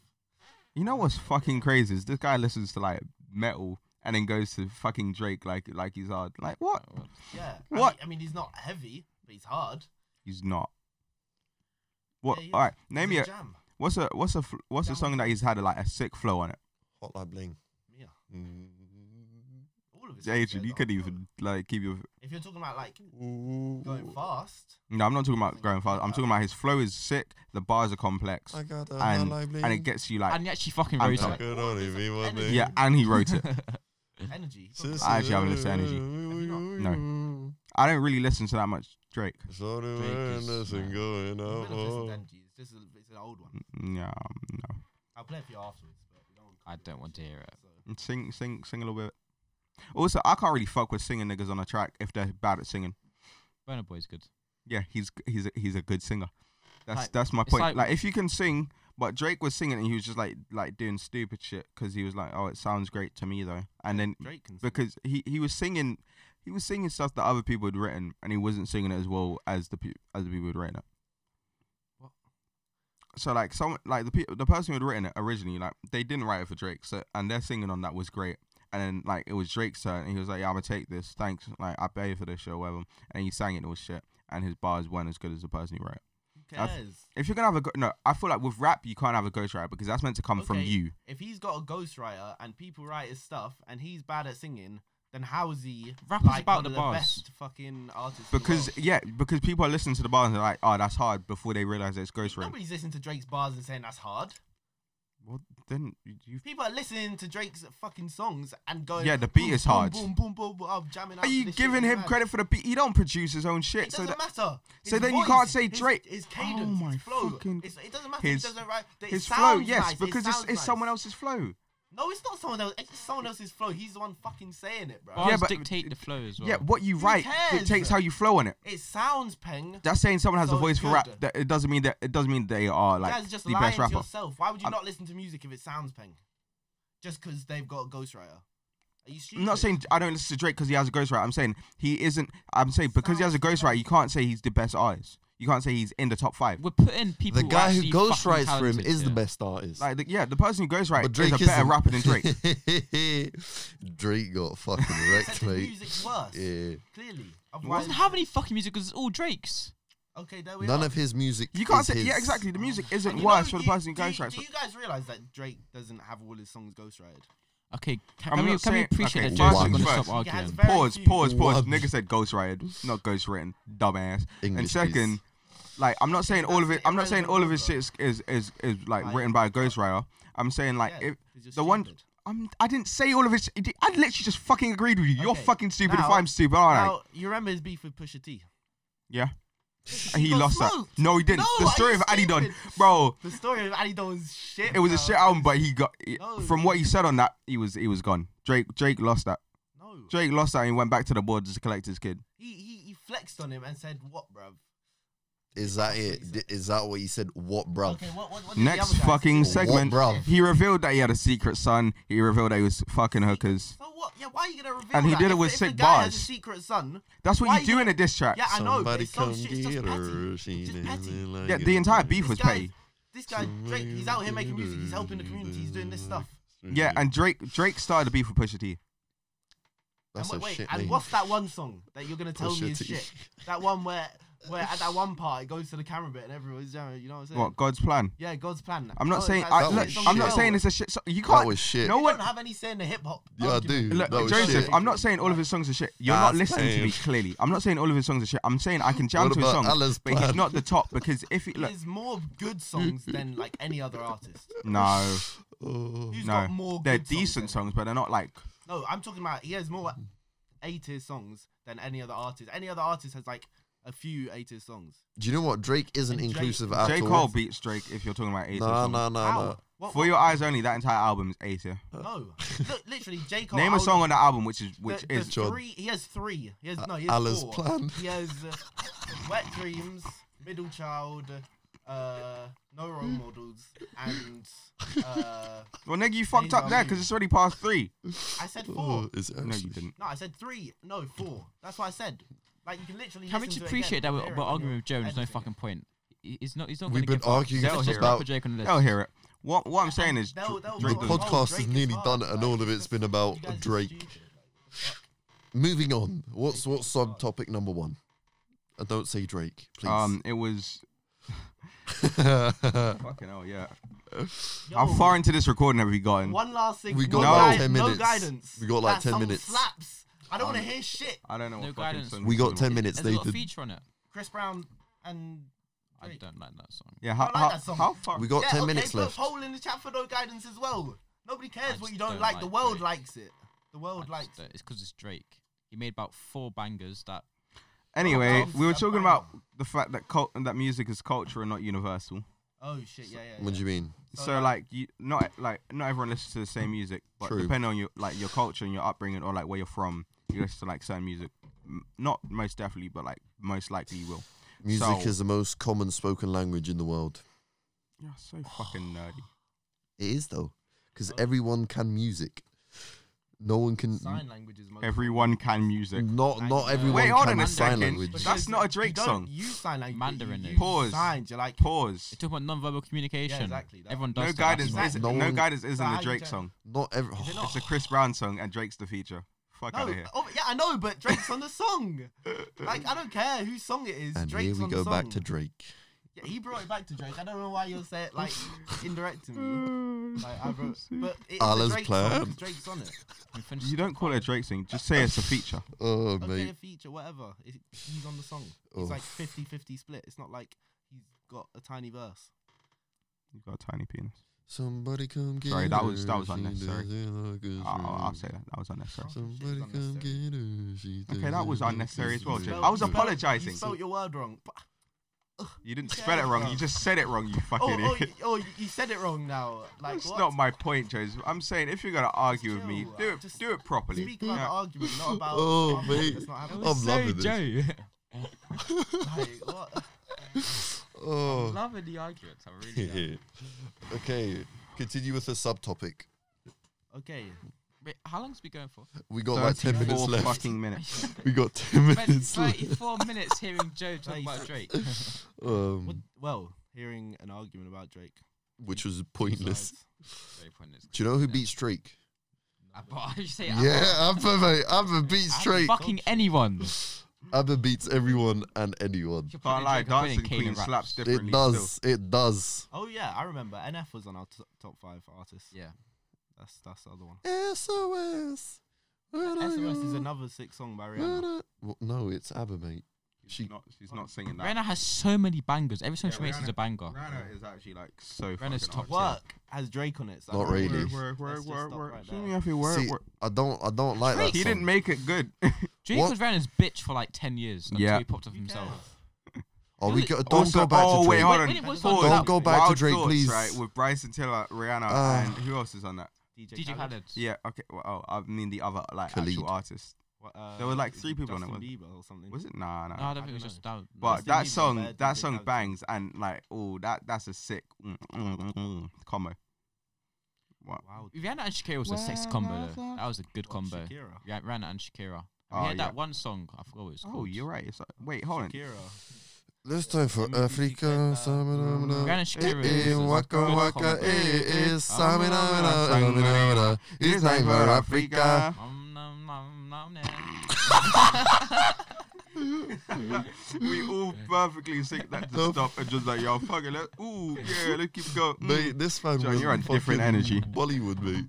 [SPEAKER 3] You know what's fucking crazy is this guy listens to like metal and then goes to fucking Drake like like he's hard. Like what?
[SPEAKER 4] Oh,
[SPEAKER 2] Yeah.
[SPEAKER 3] What?
[SPEAKER 2] I mean, I mean, he's not heavy, but he's hard.
[SPEAKER 3] He's not. What?
[SPEAKER 2] Yeah, he is.
[SPEAKER 3] All right,
[SPEAKER 2] He's
[SPEAKER 3] name me
[SPEAKER 2] a
[SPEAKER 3] a
[SPEAKER 2] jam.
[SPEAKER 3] what's a what's a fl- what's a
[SPEAKER 2] Jam
[SPEAKER 3] song that he's had like a sick flow on it.
[SPEAKER 1] Hotline Bling.
[SPEAKER 2] Yeah.
[SPEAKER 1] Mm.
[SPEAKER 2] All of his
[SPEAKER 3] Adrian, you couldn't even like keep your.
[SPEAKER 2] If you're talking about like going fast,
[SPEAKER 3] No, I'm not talking about going fast. I'm talking about his flow is sick. The bars are complex,
[SPEAKER 5] I got a
[SPEAKER 3] and
[SPEAKER 5] high
[SPEAKER 3] and it gets you like
[SPEAKER 4] And he actually fucking
[SPEAKER 3] I'm
[SPEAKER 4] wrote
[SPEAKER 3] sorry.
[SPEAKER 4] it.
[SPEAKER 5] Could only be one thing.
[SPEAKER 3] yeah. And he wrote it.
[SPEAKER 2] energy.
[SPEAKER 3] I actually haven't listened to Energy.
[SPEAKER 5] No.
[SPEAKER 3] I don't really listen to that much Drake.
[SPEAKER 5] So there
[SPEAKER 4] Drake
[SPEAKER 5] ain't
[SPEAKER 4] is
[SPEAKER 5] nothing
[SPEAKER 4] mad.
[SPEAKER 5] going on.
[SPEAKER 2] We're not listening
[SPEAKER 1] Uh-huh.
[SPEAKER 2] to energy. It's just a, it's an old one.
[SPEAKER 3] No, um, no.
[SPEAKER 2] I'll play it for you afterwards, but we don't want to
[SPEAKER 4] I
[SPEAKER 2] cut
[SPEAKER 4] don't want to hear it.
[SPEAKER 2] it, so.
[SPEAKER 3] And Sing, sing, sing a little bit. Also, I can't really fuck with singing niggas on a track if they're bad at singing.
[SPEAKER 4] Burner Boy's good.
[SPEAKER 3] Yeah, he's he's a, he's a good singer. That's
[SPEAKER 4] Like,
[SPEAKER 3] that's my
[SPEAKER 4] it's
[SPEAKER 3] point.
[SPEAKER 4] like-
[SPEAKER 3] Like, if you can sing, but Drake was singing and he was just like like doing stupid shit because he was like, oh, it sounds great to me though. And then
[SPEAKER 2] Drake can sing.
[SPEAKER 3] because he he was singing, he was singing stuff that other people had written, and he wasn't singing it as well as the pe- as the people had written it.
[SPEAKER 2] What?
[SPEAKER 3] So like some like the pe- the person who had written it originally like they didn't write it for Drake so and their singing on that was great and then like it was Drake's turn and he was like yeah I'm gonna take this thanks like I pay for this show whatever and he sang it and it was shit and his bars weren't as good as the person who wrote it.
[SPEAKER 2] Who
[SPEAKER 3] I-
[SPEAKER 2] cares?
[SPEAKER 3] If you're gonna have a go- no I feel like with rap you can't have a ghostwriter because that's meant to come from
[SPEAKER 2] Okay.
[SPEAKER 3] you
[SPEAKER 2] If he's got a ghostwriter and people write his stuff and he's bad at singing, then how is he
[SPEAKER 4] Rap is
[SPEAKER 2] like, one
[SPEAKER 4] about the
[SPEAKER 2] of
[SPEAKER 4] bars.
[SPEAKER 2] best fucking artists? in the
[SPEAKER 3] because
[SPEAKER 2] world?
[SPEAKER 3] yeah because people are listening to the bars and they're like oh that's hard before they realize it's ghostwritten.
[SPEAKER 2] nobody's listening to Drake's bars and saying that's hard.
[SPEAKER 3] Well then you
[SPEAKER 2] People are listening to Drake's fucking songs and going.
[SPEAKER 3] Yeah, the beat
[SPEAKER 2] boom,
[SPEAKER 3] is
[SPEAKER 2] boom,
[SPEAKER 3] hard.
[SPEAKER 2] Boom, boom, boom, boom, I'm jamming out
[SPEAKER 3] Are
[SPEAKER 2] to
[SPEAKER 3] you
[SPEAKER 2] this shit,
[SPEAKER 3] giving
[SPEAKER 2] it's
[SPEAKER 3] him
[SPEAKER 2] mad.
[SPEAKER 3] credit for the beat? He don't produce his own shit.
[SPEAKER 2] It
[SPEAKER 3] so
[SPEAKER 2] doesn't
[SPEAKER 3] that
[SPEAKER 2] matter.
[SPEAKER 3] so then you can't say
[SPEAKER 2] his-
[SPEAKER 3] Drake-
[SPEAKER 2] His,
[SPEAKER 3] Oh
[SPEAKER 2] cadence,
[SPEAKER 3] my
[SPEAKER 2] his flow.
[SPEAKER 3] fucking-
[SPEAKER 2] It's, it doesn't matter.
[SPEAKER 3] his-
[SPEAKER 2] if he doesn't write. It
[SPEAKER 3] his flow,
[SPEAKER 2] sounds
[SPEAKER 3] yes,
[SPEAKER 2] nice, it
[SPEAKER 3] because it's,
[SPEAKER 2] sounds
[SPEAKER 3] it's someone
[SPEAKER 2] nice.
[SPEAKER 3] else's flow.
[SPEAKER 2] No, it's not someone else. It's just someone else's flow. He's the one fucking saying it, bro.
[SPEAKER 4] Bars
[SPEAKER 3] but-
[SPEAKER 4] dictate the flow as well.
[SPEAKER 3] Yeah, what you
[SPEAKER 2] Who
[SPEAKER 3] write
[SPEAKER 2] cares?
[SPEAKER 3] dictates how you flow on it.
[SPEAKER 2] It sounds peng.
[SPEAKER 3] That's saying someone has
[SPEAKER 2] So
[SPEAKER 3] a voice
[SPEAKER 2] it's
[SPEAKER 3] for rap.
[SPEAKER 2] good.
[SPEAKER 3] That it doesn't mean that it doesn't mean they are like
[SPEAKER 2] Guys, just
[SPEAKER 3] the
[SPEAKER 2] lying
[SPEAKER 3] best
[SPEAKER 2] to
[SPEAKER 3] rapper.
[SPEAKER 2] yourself. Why would you
[SPEAKER 3] I'm-
[SPEAKER 2] not listen to music if it sounds peng? Just because they've got a ghostwriter. Are you stupid?
[SPEAKER 3] I'm not saying I don't listen to Drake because he has a ghostwriter. I'm saying he isn't. I'm saying because he has a ghostwriter, you can't say he's the best artist. You can't say he's in the top five.
[SPEAKER 4] We're putting people.
[SPEAKER 1] The guy who
[SPEAKER 4] actually fucking
[SPEAKER 1] ghostwrites for him
[SPEAKER 4] talented
[SPEAKER 1] is the
[SPEAKER 4] here.
[SPEAKER 1] best artist.
[SPEAKER 3] Like, the, yeah, the person who ghostwrites
[SPEAKER 1] But Drake
[SPEAKER 3] is a better
[SPEAKER 1] isn't.
[SPEAKER 3] rapper than Drake.
[SPEAKER 1] Drake got fucking
[SPEAKER 2] Said
[SPEAKER 1] wrecked,
[SPEAKER 2] the
[SPEAKER 1] mate.
[SPEAKER 2] music's worse.
[SPEAKER 1] Yeah.
[SPEAKER 2] Clearly.
[SPEAKER 4] Wasn't-
[SPEAKER 2] Otherwise,
[SPEAKER 4] How many fucking music is all Drake's?
[SPEAKER 2] okay, there we
[SPEAKER 1] None
[SPEAKER 2] are.
[SPEAKER 1] of his music.
[SPEAKER 3] You can't
[SPEAKER 1] is
[SPEAKER 3] say.
[SPEAKER 1] his.
[SPEAKER 3] Yeah, exactly. The music isn't
[SPEAKER 2] And you
[SPEAKER 3] worse for
[SPEAKER 2] know,
[SPEAKER 3] the
[SPEAKER 2] you-
[SPEAKER 3] person who
[SPEAKER 2] do you-
[SPEAKER 3] ghostwrites.
[SPEAKER 2] Do you guys realize that Drake doesn't have all his songs ghostwritten?
[SPEAKER 4] Okay, can,
[SPEAKER 3] I'm
[SPEAKER 4] can we,
[SPEAKER 3] not
[SPEAKER 4] can we
[SPEAKER 3] saying-
[SPEAKER 4] appreciate
[SPEAKER 3] okay,
[SPEAKER 4] that Drake's
[SPEAKER 1] one
[SPEAKER 4] not going to
[SPEAKER 3] first.
[SPEAKER 4] stop
[SPEAKER 2] He has
[SPEAKER 4] arguing?
[SPEAKER 2] very
[SPEAKER 3] pause,
[SPEAKER 2] few.
[SPEAKER 3] pause, pause.
[SPEAKER 1] What?
[SPEAKER 3] Nigga said ghostwritten, not ghostwritten, dumbass. and
[SPEAKER 1] English
[SPEAKER 3] second, like I'm not saying all of it. I'm not saying all of his shit is is is, is like
[SPEAKER 2] Like-
[SPEAKER 3] written by a ghostwriter. I'm saying like
[SPEAKER 2] Yeah,
[SPEAKER 3] if
[SPEAKER 2] he's
[SPEAKER 3] the
[SPEAKER 2] just
[SPEAKER 3] one.
[SPEAKER 2] stupid.
[SPEAKER 3] I'm, I didn't say all of his. I literally just fucking agreed with you. You're
[SPEAKER 2] Okay,
[SPEAKER 3] fucking stupid if
[SPEAKER 2] now-
[SPEAKER 3] I'm stupid, aren't I?
[SPEAKER 2] Now, you remember his beef with Pusha T?
[SPEAKER 3] Yeah. And he
[SPEAKER 2] got
[SPEAKER 3] lost
[SPEAKER 2] smoked.
[SPEAKER 3] that. No, he didn't.
[SPEAKER 2] No,
[SPEAKER 3] the
[SPEAKER 2] are
[SPEAKER 3] story
[SPEAKER 2] you
[SPEAKER 3] of Adidon,
[SPEAKER 2] stupid?
[SPEAKER 3] bro.
[SPEAKER 2] The story of Adidon was shit.
[SPEAKER 3] It was a
[SPEAKER 2] bro.
[SPEAKER 3] shit album, but he got
[SPEAKER 2] No.
[SPEAKER 3] from what he said on that, he was he was gone. Drake Drake lost that.
[SPEAKER 2] No.
[SPEAKER 3] Drake lost that and he went back to the board to collect his kid.
[SPEAKER 2] He, he, he flexed on him and said, What, bruv?
[SPEAKER 1] Is that it? D- Is that what he said? What, bro?
[SPEAKER 2] Okay, what, what, what did the
[SPEAKER 3] Oh. Next
[SPEAKER 2] other guys
[SPEAKER 3] fucking
[SPEAKER 2] do?
[SPEAKER 1] What,
[SPEAKER 3] segment.
[SPEAKER 1] bruv?
[SPEAKER 3] He revealed that he had a secret son. He revealed that he was fucking hookers.
[SPEAKER 2] So what? Yeah, why are you gonna reveal
[SPEAKER 3] And he
[SPEAKER 2] that?
[SPEAKER 3] did it
[SPEAKER 2] If-
[SPEAKER 3] with
[SPEAKER 2] if
[SPEAKER 3] sick
[SPEAKER 2] the guy Has a
[SPEAKER 3] bars.
[SPEAKER 2] secret son.
[SPEAKER 3] That's what
[SPEAKER 2] Why
[SPEAKER 3] you
[SPEAKER 2] you
[SPEAKER 3] do in
[SPEAKER 2] gonna-
[SPEAKER 3] a diss track.
[SPEAKER 2] Yeah, I know. But
[SPEAKER 1] Somebody
[SPEAKER 2] it's some
[SPEAKER 1] come
[SPEAKER 2] shit, it's just
[SPEAKER 1] get her.
[SPEAKER 2] petty.
[SPEAKER 1] She
[SPEAKER 2] It's just petty.
[SPEAKER 1] doesn't like
[SPEAKER 3] Yeah, the
[SPEAKER 1] it. Mm-hmm.
[SPEAKER 3] entire beef was
[SPEAKER 2] This guy-
[SPEAKER 3] petty.
[SPEAKER 2] This guy Drake, he's out here making music. He's helping the community. He's doing this stuff.
[SPEAKER 3] Yeah, and Drake Drake started the beef with Pusha T.
[SPEAKER 1] That's
[SPEAKER 2] and
[SPEAKER 1] a
[SPEAKER 2] wait,
[SPEAKER 1] shit
[SPEAKER 2] wait, and
[SPEAKER 1] name.
[SPEAKER 2] what's that one song that you're gonna tell
[SPEAKER 1] Pusha
[SPEAKER 2] me is
[SPEAKER 1] T.
[SPEAKER 2] shit? That one where, where at that one part it goes to the camera bit and everyone's jamming. You know what I'm saying?
[SPEAKER 3] What God's plan?
[SPEAKER 2] Yeah, God's plan.
[SPEAKER 3] I'm not
[SPEAKER 2] Oh,
[SPEAKER 3] saying.
[SPEAKER 2] that's-
[SPEAKER 3] I,
[SPEAKER 1] That
[SPEAKER 3] look,
[SPEAKER 1] was
[SPEAKER 3] I'm not
[SPEAKER 1] shit.
[SPEAKER 3] saying it's a shit. song. You
[SPEAKER 1] That
[SPEAKER 3] can't.
[SPEAKER 1] was shit.
[SPEAKER 3] No
[SPEAKER 2] You
[SPEAKER 3] one.
[SPEAKER 2] don't have any say in the hip hop.
[SPEAKER 1] Yeah, I do.
[SPEAKER 2] argument.
[SPEAKER 3] Look,
[SPEAKER 1] That was
[SPEAKER 3] Joseph,
[SPEAKER 1] shit.
[SPEAKER 3] I'm not saying all of his songs are shit. You're
[SPEAKER 1] Nah,
[SPEAKER 3] not
[SPEAKER 1] it's
[SPEAKER 3] listening to me
[SPEAKER 1] fine.
[SPEAKER 3] clearly. I'm not saying all of his songs are shit. I'm saying I can jam
[SPEAKER 1] What
[SPEAKER 3] to his
[SPEAKER 1] about
[SPEAKER 3] songs,
[SPEAKER 1] Allah's
[SPEAKER 3] but he's
[SPEAKER 1] plan?
[SPEAKER 3] not the top because if he look,
[SPEAKER 2] There's more good songs than like any other artist.
[SPEAKER 3] no,
[SPEAKER 1] Oh.
[SPEAKER 2] Who's got
[SPEAKER 3] no,
[SPEAKER 2] more?
[SPEAKER 3] they're
[SPEAKER 2] good songs than him?
[SPEAKER 3] decent songs, but they're not like
[SPEAKER 2] No, I'm talking about he has more A tier songs than any other artist. Any other artist has like a few A tier songs.
[SPEAKER 1] Do you know what? Drake isn't
[SPEAKER 2] And Drake-
[SPEAKER 1] inclusive at
[SPEAKER 3] J
[SPEAKER 1] all.
[SPEAKER 3] Cole beats Drake if you're talking about eight.
[SPEAKER 1] Nah, nah, nah,
[SPEAKER 2] How?
[SPEAKER 1] nah.
[SPEAKER 2] What-
[SPEAKER 3] Oh. For
[SPEAKER 2] what-
[SPEAKER 3] your eyes only, that entire album is eight. yeah.
[SPEAKER 2] No, look, literally, J Cole.
[SPEAKER 3] Name
[SPEAKER 2] I
[SPEAKER 3] a
[SPEAKER 2] would-
[SPEAKER 3] song on that album which is
[SPEAKER 2] the-
[SPEAKER 3] which
[SPEAKER 2] the
[SPEAKER 3] is
[SPEAKER 1] John.
[SPEAKER 2] three. He has three. He has no. He has
[SPEAKER 1] Allah's
[SPEAKER 2] four.
[SPEAKER 1] plan.
[SPEAKER 2] He has uh, Wet Dreams, Middle Child, uh, No Role
[SPEAKER 1] Hmm.
[SPEAKER 2] Models, and uh,
[SPEAKER 3] Well, nigga, you fucked up
[SPEAKER 2] Amazing.
[SPEAKER 3] there because it's already past three.
[SPEAKER 2] I said
[SPEAKER 1] Oh,
[SPEAKER 2] four.
[SPEAKER 1] is it
[SPEAKER 3] No, you
[SPEAKER 1] actually-
[SPEAKER 3] didn't.
[SPEAKER 2] No, I said three. No, four. That's what I said. Like you can literally.
[SPEAKER 4] Can we
[SPEAKER 2] listen
[SPEAKER 4] just
[SPEAKER 2] to it
[SPEAKER 4] appreciate that
[SPEAKER 2] again,
[SPEAKER 4] we're,
[SPEAKER 2] hear it
[SPEAKER 4] we're
[SPEAKER 2] when you're
[SPEAKER 4] arguing with Joe? and There's no
[SPEAKER 2] editing it.
[SPEAKER 4] fucking point. He- He's not. He's not going
[SPEAKER 1] We've
[SPEAKER 4] to
[SPEAKER 1] been
[SPEAKER 4] give up.
[SPEAKER 1] arguing
[SPEAKER 3] They'll
[SPEAKER 4] Let's
[SPEAKER 3] hear
[SPEAKER 4] just
[SPEAKER 3] it.
[SPEAKER 4] not
[SPEAKER 1] about
[SPEAKER 4] put Drake on the list.
[SPEAKER 3] They'll hear it. What what I'm saying is
[SPEAKER 2] They'll- they'll-
[SPEAKER 3] Drake
[SPEAKER 1] the
[SPEAKER 2] they'll-
[SPEAKER 3] doesn't-
[SPEAKER 1] podcast
[SPEAKER 2] Oh, Drake
[SPEAKER 1] is
[SPEAKER 2] is
[SPEAKER 1] nearly
[SPEAKER 2] hard,
[SPEAKER 1] done, and
[SPEAKER 2] like,
[SPEAKER 1] all of it's been about
[SPEAKER 2] You guys are
[SPEAKER 1] Drake.
[SPEAKER 2] stupid.
[SPEAKER 1] Moving on. What's what's subtopic number one? Uh, don't say Drake, please.
[SPEAKER 3] Um, it was fucking hell, yeah. How
[SPEAKER 2] Yo,
[SPEAKER 3] far into this recording have we gotten?
[SPEAKER 2] One last thing.
[SPEAKER 1] we got
[SPEAKER 2] no
[SPEAKER 1] like
[SPEAKER 2] gui-
[SPEAKER 1] ten
[SPEAKER 2] no
[SPEAKER 1] minutes.
[SPEAKER 2] guidance.
[SPEAKER 1] We got like
[SPEAKER 2] That
[SPEAKER 1] ten
[SPEAKER 2] song
[SPEAKER 1] minutes. Um,
[SPEAKER 2] Slaps. I don't want to hear shit.
[SPEAKER 3] I don't know
[SPEAKER 4] No
[SPEAKER 3] what fucking
[SPEAKER 4] guidance.
[SPEAKER 3] song
[SPEAKER 1] We
[SPEAKER 3] you're
[SPEAKER 1] got
[SPEAKER 3] talking
[SPEAKER 1] 10 minutes,
[SPEAKER 4] Has it got a
[SPEAKER 1] Nathan.
[SPEAKER 4] feature on it?
[SPEAKER 2] Chris Brown and
[SPEAKER 4] I
[SPEAKER 2] Drake.
[SPEAKER 4] don't like that song.
[SPEAKER 3] about. Yeah, how,
[SPEAKER 2] I like that
[SPEAKER 3] how,
[SPEAKER 2] song.
[SPEAKER 3] how far?
[SPEAKER 1] We got
[SPEAKER 2] yeah,
[SPEAKER 1] 10
[SPEAKER 2] okay,
[SPEAKER 1] minutes
[SPEAKER 2] put
[SPEAKER 1] left.
[SPEAKER 2] a poll in the chat for no guidance as well. Nobody cares what
[SPEAKER 4] just
[SPEAKER 2] you don't,
[SPEAKER 4] don't
[SPEAKER 2] like. The
[SPEAKER 4] like
[SPEAKER 2] world
[SPEAKER 4] Drake.
[SPEAKER 2] likes it. The world
[SPEAKER 4] I
[SPEAKER 2] likes
[SPEAKER 4] just
[SPEAKER 2] it.
[SPEAKER 4] don't- It's because it's Drake. He made about four bangers that
[SPEAKER 3] Anyway,
[SPEAKER 2] Oh,
[SPEAKER 3] we were
[SPEAKER 2] that's
[SPEAKER 3] talking
[SPEAKER 2] fine.
[SPEAKER 3] about the fact that cult that music is culture and not universal.
[SPEAKER 2] Oh shit! Yeah, yeah.
[SPEAKER 1] What do
[SPEAKER 2] yeah.
[SPEAKER 1] you mean?
[SPEAKER 2] So,
[SPEAKER 3] So
[SPEAKER 2] like-
[SPEAKER 3] like, you, not like not everyone listens to the same music, but
[SPEAKER 1] True.
[SPEAKER 3] depending on your like your culture and your upbringing or like where you're from, you listen to like certain music. M- Not most definitely, but like most likely you will.
[SPEAKER 1] Music
[SPEAKER 3] So-
[SPEAKER 1] is the most common spoken language in the world.
[SPEAKER 3] You're so fucking nerdy.
[SPEAKER 1] It is though, because everyone can music. No one can.
[SPEAKER 2] Sign language is most-
[SPEAKER 3] Everyone can music.
[SPEAKER 1] Not not
[SPEAKER 2] Wait,
[SPEAKER 1] everyone
[SPEAKER 3] Wait, hold on
[SPEAKER 1] can
[SPEAKER 3] a second.
[SPEAKER 1] sign language.
[SPEAKER 2] But
[SPEAKER 3] That's
[SPEAKER 2] you-
[SPEAKER 3] not a Drake
[SPEAKER 2] you don't
[SPEAKER 3] song.
[SPEAKER 2] use sign language.
[SPEAKER 4] Mandarin
[SPEAKER 2] You,
[SPEAKER 4] is.
[SPEAKER 2] use
[SPEAKER 3] Pause.
[SPEAKER 2] Signs. You're like
[SPEAKER 3] Pause.
[SPEAKER 4] It's talking about non-verbal communication.
[SPEAKER 2] exactly, that-
[SPEAKER 4] Everyone does.
[SPEAKER 3] No
[SPEAKER 4] that, that's
[SPEAKER 3] guidance.
[SPEAKER 4] right.
[SPEAKER 3] Is,
[SPEAKER 1] No
[SPEAKER 3] no,
[SPEAKER 1] one-
[SPEAKER 3] guidance isn't
[SPEAKER 2] Nah,
[SPEAKER 3] a
[SPEAKER 2] you
[SPEAKER 3] Drake
[SPEAKER 2] don't.
[SPEAKER 3] song.
[SPEAKER 1] Not oh, every.
[SPEAKER 2] it
[SPEAKER 3] It's
[SPEAKER 2] not?
[SPEAKER 3] a Chris Brown song, and Drake's the feature. Fuck out
[SPEAKER 2] No,
[SPEAKER 3] of here.
[SPEAKER 2] oh, yeah, I know, but Drake's on the song. Like, I don't care whose song it is.
[SPEAKER 1] and
[SPEAKER 2] Drake's
[SPEAKER 1] here
[SPEAKER 2] on
[SPEAKER 1] we go
[SPEAKER 2] the
[SPEAKER 1] back
[SPEAKER 2] song.
[SPEAKER 1] to Drake.
[SPEAKER 2] Yeah, he brought it back to Drake. I don't know why you're saying like indirecting me. Like, I wrote, but it's a
[SPEAKER 1] Allah's
[SPEAKER 2] Drake song,
[SPEAKER 1] plan.
[SPEAKER 2] 'cause Drake's on it.
[SPEAKER 4] We finished
[SPEAKER 3] You don't call it a Drake song. Just say it's a feature.
[SPEAKER 1] Oh
[SPEAKER 2] Okay, a
[SPEAKER 1] mate,
[SPEAKER 2] feature, whatever. It, he's on the song. It's like 50-50 split. It's not like he's got a tiny verse.
[SPEAKER 3] You've got a tiny penis.
[SPEAKER 1] somebody come get
[SPEAKER 3] Sorry,
[SPEAKER 1] her.
[SPEAKER 3] that was- that was
[SPEAKER 1] She
[SPEAKER 3] unnecessary.
[SPEAKER 1] doesn't like us
[SPEAKER 3] I'll, I'll- I'll
[SPEAKER 1] right
[SPEAKER 3] say that. That was unnecessary.
[SPEAKER 2] Oh, shit,
[SPEAKER 1] Somebody
[SPEAKER 2] it's
[SPEAKER 1] come
[SPEAKER 2] unnecessary.
[SPEAKER 1] get her. She
[SPEAKER 3] Okay, that was
[SPEAKER 1] doesn't like
[SPEAKER 3] unnecessary
[SPEAKER 1] us
[SPEAKER 3] as well,
[SPEAKER 1] right
[SPEAKER 3] Jake.
[SPEAKER 2] Spelled-
[SPEAKER 3] I was
[SPEAKER 2] you
[SPEAKER 1] now.
[SPEAKER 2] spelled-
[SPEAKER 3] apologising.
[SPEAKER 2] You spelled your word wrong.
[SPEAKER 3] You didn't
[SPEAKER 2] Yeah,
[SPEAKER 3] spell it wrong.
[SPEAKER 2] bro.
[SPEAKER 3] You just said it wrong. You
[SPEAKER 2] Oh,
[SPEAKER 3] fucking
[SPEAKER 2] oh,
[SPEAKER 3] idiot.
[SPEAKER 2] you- oh, you said it wrong now. Like,
[SPEAKER 3] That's
[SPEAKER 2] what?
[SPEAKER 3] not my point, Joseph. I'm saying if you're gonna argue with me,
[SPEAKER 2] chill.
[SPEAKER 3] do it.
[SPEAKER 2] Just
[SPEAKER 3] Do it properly.
[SPEAKER 2] Speak about
[SPEAKER 3] Yeah.
[SPEAKER 2] the argument, not about.
[SPEAKER 1] Oh,
[SPEAKER 2] I'm not-
[SPEAKER 1] mate.
[SPEAKER 2] It's not
[SPEAKER 4] It
[SPEAKER 2] happening.
[SPEAKER 1] I'm
[SPEAKER 4] was
[SPEAKER 1] loving this.
[SPEAKER 4] Joe.
[SPEAKER 2] Like, what?
[SPEAKER 1] Oh.
[SPEAKER 4] loving the arguments. I really am.
[SPEAKER 1] okay, continue with the subtopic.
[SPEAKER 2] Okay.
[SPEAKER 4] Wait, how long's we going for?
[SPEAKER 1] We got like ten minutes
[SPEAKER 3] 34
[SPEAKER 1] left.
[SPEAKER 3] fucking minutes.
[SPEAKER 1] We got ten
[SPEAKER 4] Spent
[SPEAKER 1] minutes left.
[SPEAKER 4] 34 minutes hearing Joe talk about Drake.
[SPEAKER 2] What,
[SPEAKER 1] Um,
[SPEAKER 2] well, hearing an argument about Drake.
[SPEAKER 1] which was pointless.
[SPEAKER 2] Besides-
[SPEAKER 4] Very pointless.
[SPEAKER 1] Do you know who beats Drake?
[SPEAKER 4] Abba, you say Abba.
[SPEAKER 1] Yeah, Abba, mate. Abba beats Drake.
[SPEAKER 4] Fucking anyone.
[SPEAKER 1] Abba beats everyone and anyone.
[SPEAKER 4] You're putting
[SPEAKER 3] Can't lie.
[SPEAKER 4] Drake- you're putting
[SPEAKER 3] Dancing
[SPEAKER 4] Kane in
[SPEAKER 3] Queen
[SPEAKER 4] raps.
[SPEAKER 3] slaps differently.
[SPEAKER 1] It does. It does.
[SPEAKER 2] Oh yeah, I remember. NF was on our t- top five artists.
[SPEAKER 4] Yeah.
[SPEAKER 2] That's that's the other one.
[SPEAKER 1] SOS. When I
[SPEAKER 2] SOS is
[SPEAKER 1] go-
[SPEAKER 2] another sick song by
[SPEAKER 1] when
[SPEAKER 2] Rihanna.
[SPEAKER 1] I- Well, no, it's Abba, mate. She-
[SPEAKER 3] She's not. She's not singing that.
[SPEAKER 4] Rihanna has so many bangers. Every song
[SPEAKER 3] Yeah,
[SPEAKER 4] she makes is a
[SPEAKER 3] Rihanna-
[SPEAKER 4] banger.
[SPEAKER 3] Rihanna is actually like so.
[SPEAKER 4] Rihanna's
[SPEAKER 3] fucking
[SPEAKER 4] top
[SPEAKER 3] hard.
[SPEAKER 2] Work has Drake on it. So
[SPEAKER 1] Not
[SPEAKER 2] I
[SPEAKER 1] really.
[SPEAKER 2] can't-
[SPEAKER 3] Work,
[SPEAKER 1] Work,
[SPEAKER 3] work,
[SPEAKER 2] Let's just
[SPEAKER 3] work,
[SPEAKER 2] stop
[SPEAKER 3] work.
[SPEAKER 2] right
[SPEAKER 3] Give
[SPEAKER 2] there.
[SPEAKER 3] me off your work,
[SPEAKER 1] See,
[SPEAKER 3] work.
[SPEAKER 1] I don't. I don't like that.
[SPEAKER 3] He didn't
[SPEAKER 1] song.
[SPEAKER 3] make it good.
[SPEAKER 4] Drake
[SPEAKER 1] What?
[SPEAKER 4] was Rihanna's bitch for like 10 years until
[SPEAKER 3] Yeah.
[SPEAKER 4] he popped up
[SPEAKER 2] Who cares?
[SPEAKER 4] himself.
[SPEAKER 1] Oh, we go, don't
[SPEAKER 3] Also-
[SPEAKER 1] go back
[SPEAKER 3] oh,
[SPEAKER 1] to
[SPEAKER 3] wait,
[SPEAKER 1] Drake.
[SPEAKER 3] hold
[SPEAKER 4] Wait,
[SPEAKER 3] on.
[SPEAKER 4] when it was
[SPEAKER 3] Pause.
[SPEAKER 4] on
[SPEAKER 1] Don't go back to
[SPEAKER 3] Wild
[SPEAKER 1] Drake,
[SPEAKER 3] Thoughts,
[SPEAKER 1] please.
[SPEAKER 3] right? With Bryson Tiller, Rihanna,
[SPEAKER 1] Ah.
[SPEAKER 3] and who else is on that?
[SPEAKER 4] DJ Khaled.
[SPEAKER 3] Yeah. Okay. Well, oh, I mean the other like
[SPEAKER 1] Khalid.
[SPEAKER 3] actual artist.
[SPEAKER 2] What, uh,
[SPEAKER 3] There were, like,
[SPEAKER 2] is
[SPEAKER 3] three
[SPEAKER 2] it
[SPEAKER 3] people on it,
[SPEAKER 2] Justin
[SPEAKER 3] wasn't
[SPEAKER 2] Bieber or something.
[SPEAKER 3] Was it? Nah, nah.
[SPEAKER 4] No, I don't think it was
[SPEAKER 2] don't
[SPEAKER 4] just that.
[SPEAKER 3] But
[SPEAKER 2] Justin
[SPEAKER 3] that
[SPEAKER 2] Bieber,
[SPEAKER 3] song,
[SPEAKER 2] Bad
[SPEAKER 3] that
[SPEAKER 2] DJ
[SPEAKER 3] song
[SPEAKER 2] Khaled.
[SPEAKER 3] bangs, and like, oh, that that's a sick mm, mm, mm, mm, combo. What?
[SPEAKER 2] Wow.
[SPEAKER 4] Rihanna and Shakira was a sexy combo though. That was a good combo.
[SPEAKER 2] Shakira.
[SPEAKER 4] Yeah, Rihanna and Shakira. Have
[SPEAKER 3] Oh,
[SPEAKER 4] you heard
[SPEAKER 3] yeah.
[SPEAKER 4] that one song? I forgot what it was called.
[SPEAKER 3] Oh, you're right. It's like, wait, hold on.
[SPEAKER 2] Shakira.
[SPEAKER 1] This time for
[SPEAKER 2] Maybe we
[SPEAKER 1] Africa,
[SPEAKER 2] can, uh,
[SPEAKER 1] Samanamana.
[SPEAKER 4] Ghana Shakira
[SPEAKER 1] Eh, eh,
[SPEAKER 4] is a
[SPEAKER 1] waka
[SPEAKER 4] good
[SPEAKER 1] waka,
[SPEAKER 4] comment.
[SPEAKER 1] eh, eh, Samanamana,
[SPEAKER 3] Samanamana.
[SPEAKER 1] Samanamana. It's time for Africa.
[SPEAKER 4] Um, nom, nom, nom, nom.
[SPEAKER 3] we all perfectly sync that
[SPEAKER 1] The
[SPEAKER 3] to stop and just like, yo, fucking let, ooh, yeah, let's keep going. Mm.
[SPEAKER 1] Mate, this man
[SPEAKER 3] John,
[SPEAKER 1] was
[SPEAKER 3] you're on different
[SPEAKER 1] fucking
[SPEAKER 3] energy.
[SPEAKER 1] Bollywood, mate.